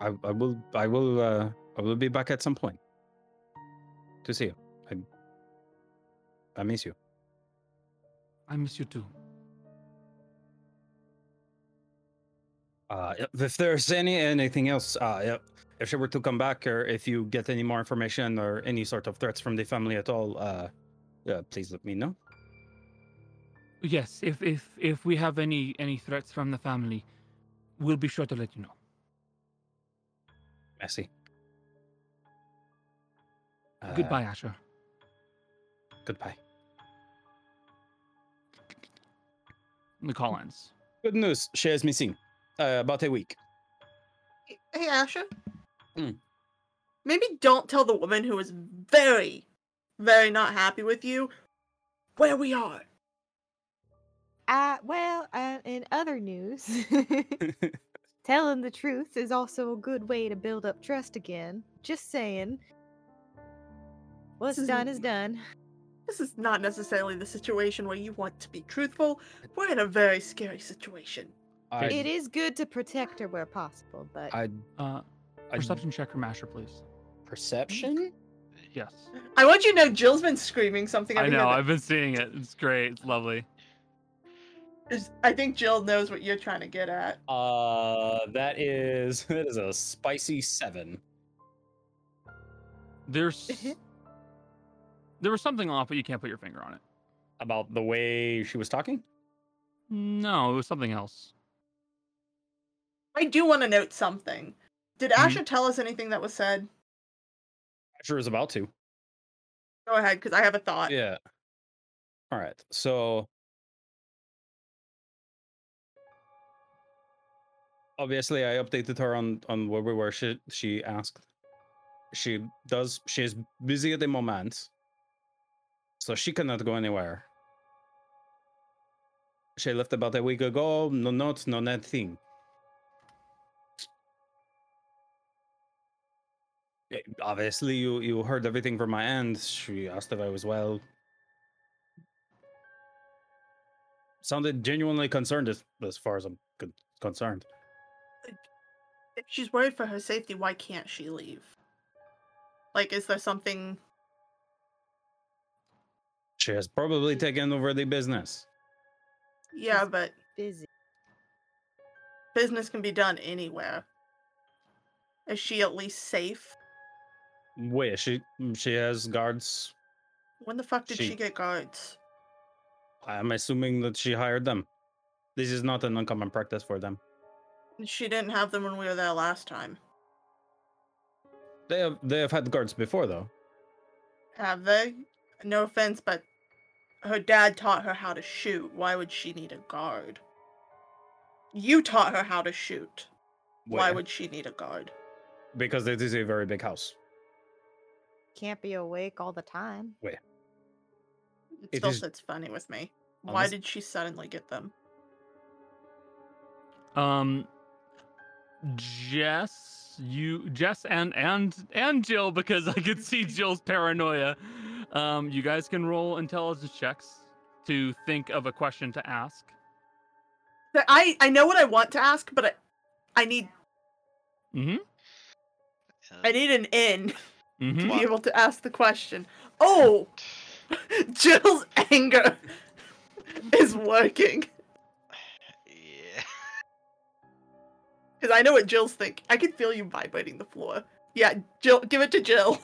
S11: I, I will, I will, uh, I will be back at some point to see you. I, I miss you.
S2: I miss you too.
S11: Uh, if- if there's any anything else, uh, yeah, if she were to come back, or if you get any more information or any sort of threats from the family at all, uh, yeah, please let me know.
S2: Yes, if if if we have any any threats from the family, we'll be sure to let you know.
S11: Messy. Uh,
S2: Goodbye, Asher.
S11: Goodbye.
S2: The call ends.
S11: Good news. She is missing. Uh, about a week.
S5: Hey, Asha.
S2: Hmm.
S11: Mm.
S5: Maybe don't tell the woman who is very, very not happy with you where we are.
S8: Uh, well, uh, in other news, telling the truth is also a good way to build up trust again. Just saying. What's
S5: This is-
S8: done is done.
S5: This is not necessarily the situation where you want to be truthful. We're in a very scary situation.
S11: I,
S8: It is good to protect her where possible, but
S11: I,
S2: Uh
S11: I
S2: perception check from Asher, please.
S11: perception.
S2: Yes.
S5: I want you to know Jill's been screaming something.
S2: I
S5: every
S2: know,
S5: minute.
S2: I've been seeing it. It's great. It's lovely.
S5: Is- I think Jill knows what you're trying to get at.
S11: Uh, that is that is a spicy seven.
S2: There's there was something off, but you can't put your finger on it.
S11: About the way she was talking.
S2: No, it was something else.
S5: I do want to note something. Did
S2: Mhm.
S5: Asha tell us anything that was said?
S11: Asher is about to.
S5: Go ahead, because I have a thought.
S11: Yeah. All right. So obviously, I updated her on on where we were. She she asked. She does. She is busy at the moment, so she cannot go anywhere. She left about a week ago. No notes. No nothing. Eh, Obviously, you you heard everything from my end. She asked if I was well. Sounded genuinely concerned as, as far as I'm con- concerned.
S5: If she's worried for her safety, why can't she leave? Like, is there something?
S11: She has probably taken over the business.
S5: Yeah,
S8: She's-
S5: but
S8: busy.
S5: business can be done anywhere. Is she at least safe?
S11: Wait, she she has guards.
S5: When the fuck did she,
S11: She-
S5: get guards?
S11: I'm assuming that she hired them. This is not an uncommon practice for them.
S5: She didn't have them when we were there last time.
S11: They have they have had guards before though.
S5: Have they? No offense, but her dad taught her how to shoot. Why would she need a guard? You taught her how to shoot. Why
S11: Where?
S5: would she need a guard?
S11: because it is a very big house.
S8: Can't be awake all the time.
S5: It,
S11: It
S5: still
S11: is-
S5: sits funny with me. Why
S11: Honest-
S5: did she suddenly get them?
S2: Um, Jess, you, Jess, and and and Jill, because I could see Jill's paranoia. Um, you guys can roll intelligence checks to think of a question to ask.
S5: But I I know what I want to ask, but I, I need I need an in
S2: Mm-hmm.
S5: to
S6: What?
S5: be able to ask the question. Oh, Jill's anger is working.
S6: Yeah.
S5: Because I know what Jill's think. I can feel you vibrating the floor. Yeah, Jill, give it to Jill.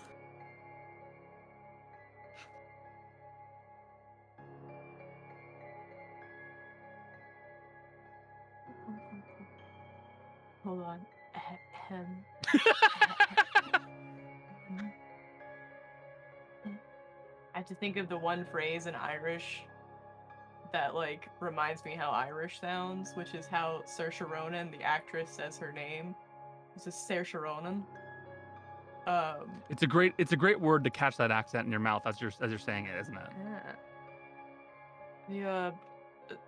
S4: Hold on. Ahem. I have to think of the one phrase in Irish that like reminds me how Irish sounds, which is how Saoirse Ronan, the actress, says her name. This is Saoirse Ronan. Um,
S2: It's a great it's a great word to catch that accent in your mouth as you're as you're saying it, isn't it?
S4: yeah. The uh,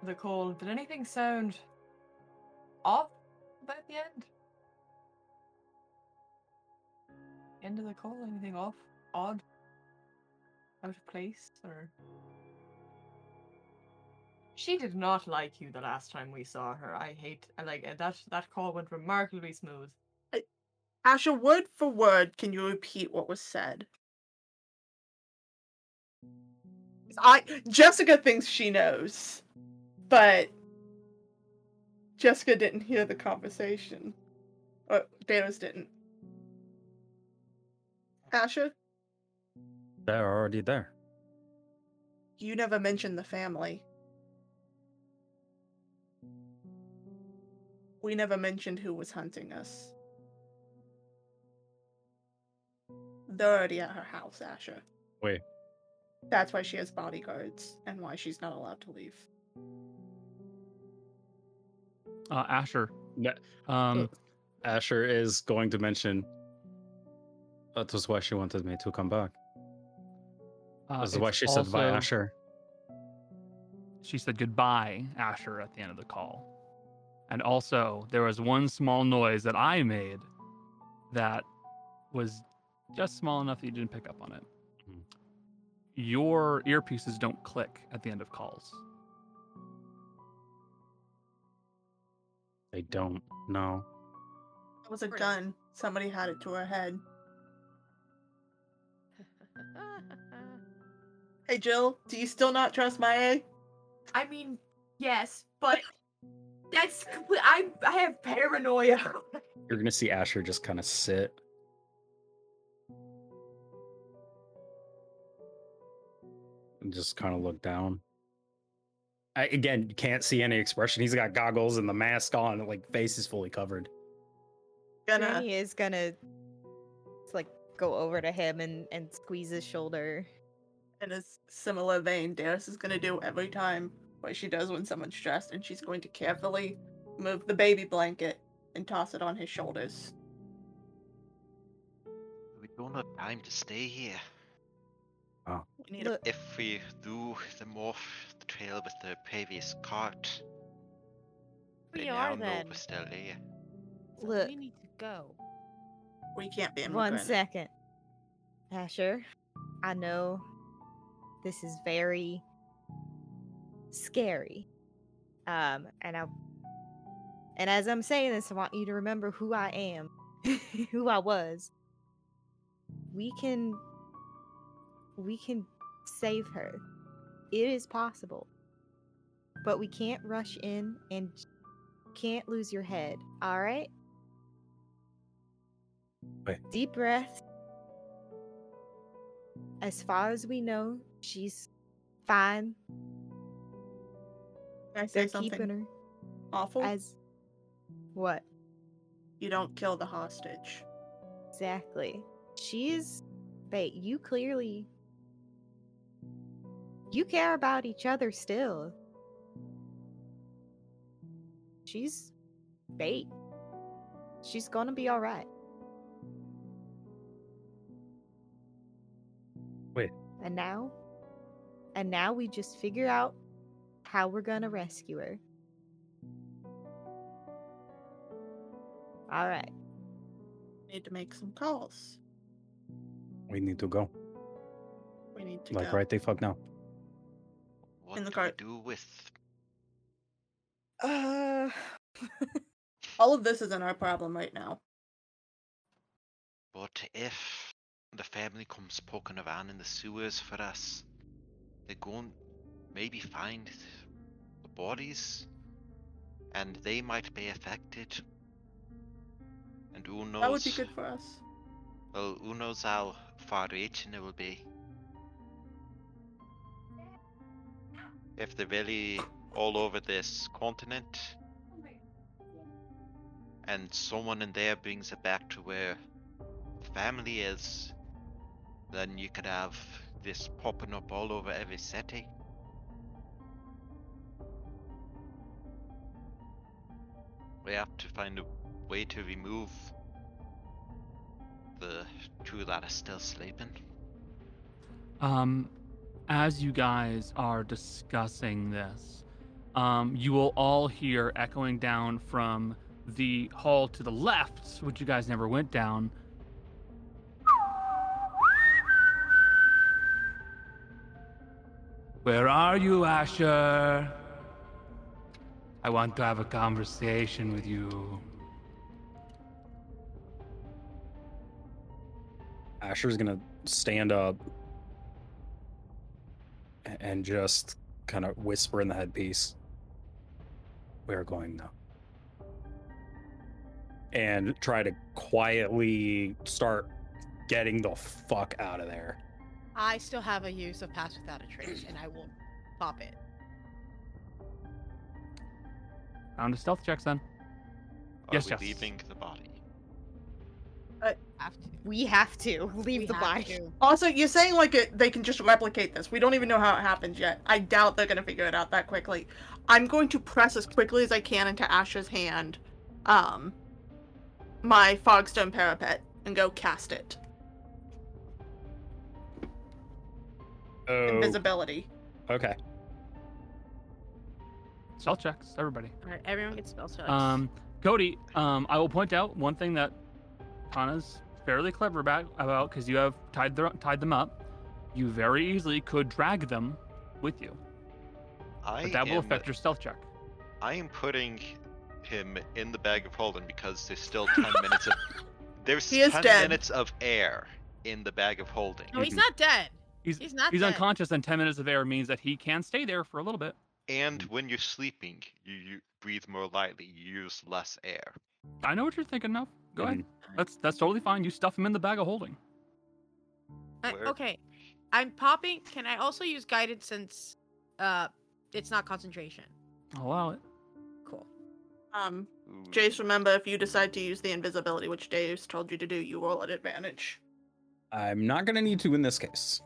S4: the call. Did anything sound off at the end? End of the call. Anything off? Odd? Out of place? Or she did not like you the last time we saw her. I hate. I like uh, that. That call went remarkably smooth.
S5: Asher, word for word, can you repeat what was said? 'Cause I Jessica thinks she knows, but Jessica didn't hear the conversation. Or Thanos didn't. Asher,
S11: They're already there.
S5: you never mentioned the family. We never mentioned who was hunting us. They're already at her house, Asher.
S11: Wait.
S5: That's why she has bodyguards and why she's not allowed to leave.
S2: Uh, Asher.
S11: Yeah.
S2: Um,
S11: Asher is going to mention that was why she wanted me to come back.
S2: uh,
S11: That's why
S2: it's
S11: she said bye,
S2: also-
S11: Asher.
S2: She said goodbye, Asher, at the end of the call. And also, there was one small noise that I made that was just small enough that you didn't pick up on it.
S11: Mhm.
S2: Your earpieces don't click at the end of calls.
S11: They don't know.
S5: It was a
S10: Right.
S5: gun. Somebody had it to her head. Hey Jill, do you still not trust Maya?
S4: I mean, yes, but that's complete. I I have paranoia.
S11: You're gonna see Asher just kind of sit. And just kind of look down. I, again, you can't see any expression. He's got goggles and the mask on, like face is fully covered.
S5: Gonna
S8: Granny is gonna just, like go over to him and and squeeze his shoulder.
S5: in a s- similar vein, Darius is gonna do every time what she does when someone's stressed, and she's going to carefully move the baby blanket and toss it on his shoulders.
S7: We don't have time to stay here.
S5: We need
S8: Look,
S7: If we do the morph the trail with the previous cart,
S10: We
S7: they
S10: are
S7: now know
S10: then.
S7: we're still here.
S10: So
S8: Look.
S10: we need to go.
S5: a- we can't be in
S8: One
S5: Granny.
S8: second. Asher, I know this is very scary. Um, and I and as I'm saying this, I want you to remember who I am, who I was. We can we can save her. It is possible. But we can't rush in and can't lose your head, all right? deep breath. As far as we know, she's fine.
S5: Can I say
S8: They're keeping
S5: something
S8: her
S5: awful?
S8: as what
S5: You don't kill the hostage.
S8: exactly? She is. But you clearly you care about each other still. She's bait. She's gonna be all right.
S11: Wait.
S8: And now, and now we just figure out how we're gonna rescue her. All right.
S5: Need to make some calls.
S11: We need to go.
S5: We need to
S11: Like
S5: go.
S11: right the fuck now.
S7: What
S5: the
S7: do
S5: cart.
S7: we do with
S8: Uh.
S5: All of this isn't our problem right now.
S7: What if the family comes poking around in the sewers for us? They gon' maybe find th- the bodies, and they might be affected. And who knows?
S5: That would be good for us.
S7: Well, who knows how far-reaching it will be? If they're really all over this continent, and someone in there brings it back to where family is, then you could have this popping up all over every city. We have to find a way to remove the two that are still sleeping.
S2: Um, as you guys are discussing this, um, you will all hear echoing down from the hall to the left, which you guys never went down. Where are you, Asher? I want to have a conversation with you.
S11: Asher's gonna stand up a- and just kind of whisper in the headpiece, "We're going now," and try to quietly start getting the fuck out of there.
S10: I still have a use of Pass Without a Trace, and I will pop it.
S2: Round of stealth checks then.
S7: Are
S2: Yes,
S7: we
S2: yes.
S7: leaving the body?
S10: Have to.
S8: Uh, We have to leave
S10: We
S8: the
S10: have
S8: body.
S10: to.
S5: Also, you're saying like it, they can just replicate this. We don't even know how it happens yet. I doubt they're gonna figure it out that quickly. I'm going to press as quickly as I can into Asher's hand, um, my fogstone parapet and go cast it.
S11: Oh,
S5: Invisibility.
S11: okay.
S2: Stealth checks, everybody.
S10: All right, everyone gets spell checks.
S2: Um, Cody, um, I will point out one thing that Tana's fairly clever about, about because you have tied the, tied them up. You very easily could drag them with you,
S7: I
S2: but that will
S7: am-
S2: affect your stealth check.
S7: I am putting him in the bag of holding because there's still ten minutes of there's
S5: He is
S7: ten
S5: dead.
S7: minutes of air in the bag of holding.
S10: no, he's not dead.
S2: He's
S10: He's not
S2: he's
S10: dead.
S2: unconscious, and ten minutes of air means that he can stay there for a little bit.
S7: And when you're sleeping, you, you breathe more lightly, you use less air.
S2: I know what you're thinking of. Go ahead. That's that's totally fine. You stuff him in the bag of holding.
S10: I-
S7: Where-
S10: Uh, okay, I'm popping. Can I also use guidance since uh, it's not concentration?
S2: I'll allow it.
S10: Cool.
S5: Um,
S7: Ooh,
S5: Jace, remember if you decide to use the invisibility, which Jace told you to do, you roll at advantage.
S11: I'm not gonna need to in this case.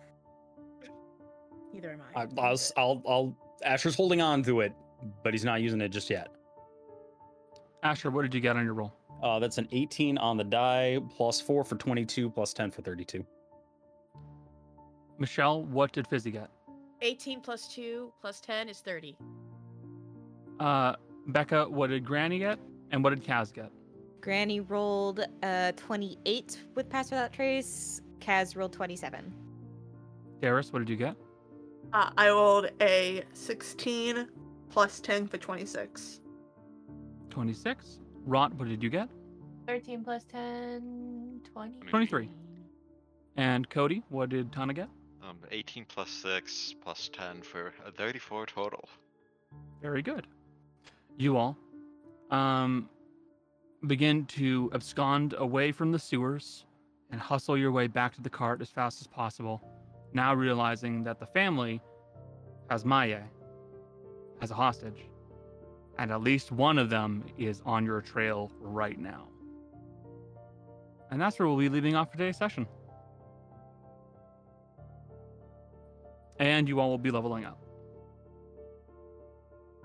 S10: Neither am I.
S11: I, I'll, s- I'll, I'll. Asher's holding on to it, but he's not using it just yet.
S2: Asher, what did you get on your roll?
S11: Uh, that's an 18 on the die, plus four for 22, plus 10 for 32.
S2: Michelle, what did Fizzy get?
S10: 18 plus 2 plus 10 is 30.
S2: Uh, Becca, what did Granny get? And what did Kaz get?
S8: Granny rolled uh 28 with pass without trace. Kaz rolled 27.
S2: Darius, what did you get?
S5: Uh, I rolled a 16 plus 10 for 26.
S2: 26. Rot, what did you get?
S4: 13 plus 10, 20.
S2: 23. And Cody, what did Tana get?
S7: Um, 18 plus 6 plus 10 for a 34 total.
S2: Very good. You all um, begin to abscond away from the sewers and hustle your way back to the cart as fast as possible, now realizing that the family has Maya as a hostage, and at least one of them is on your trail right now. And that's where we'll be leaving off for today's session. And you all will be leveling up.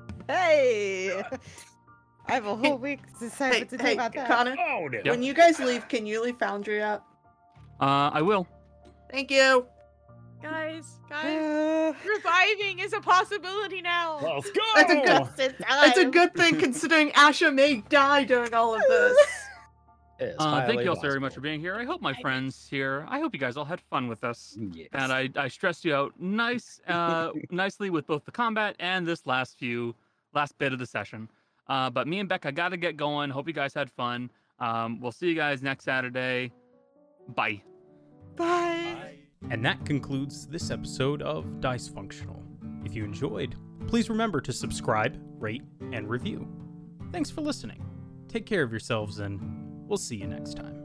S8: Hey! I have a whole week to decide
S5: Hey,
S8: what to do
S5: hey,
S8: about that.
S5: Connor,
S11: Oh, dude.
S2: Yep.
S5: when you guys leave, can you leave Foundry up?
S2: Uh, I will.
S5: Thank you.
S10: Guys, guys,
S8: Uh,
S10: reviving is a possibility now.
S11: Let's go!
S5: That's a good-
S8: just in
S5: That's a
S8: time.
S5: good thing considering Asher may die during all of this.
S11: Yes,
S2: Uh, thank you all
S11: violate
S2: very much for being here. I hope my friends here. I hope you guys all had fun with us,
S11: hospital. Yes.
S2: and I, I stressed you out nice, uh, nicely with both the combat and this last few last bit of the session. Uh, but me and Becca gotta get going. Hope you guys had fun. Um, we'll see you guys next Saturday. Bye.
S9: And that concludes this episode of Dysfunctional. If you enjoyed, please remember to subscribe, rate, and review. Thanks for listening. Take care of yourselves, and we'll see you next time.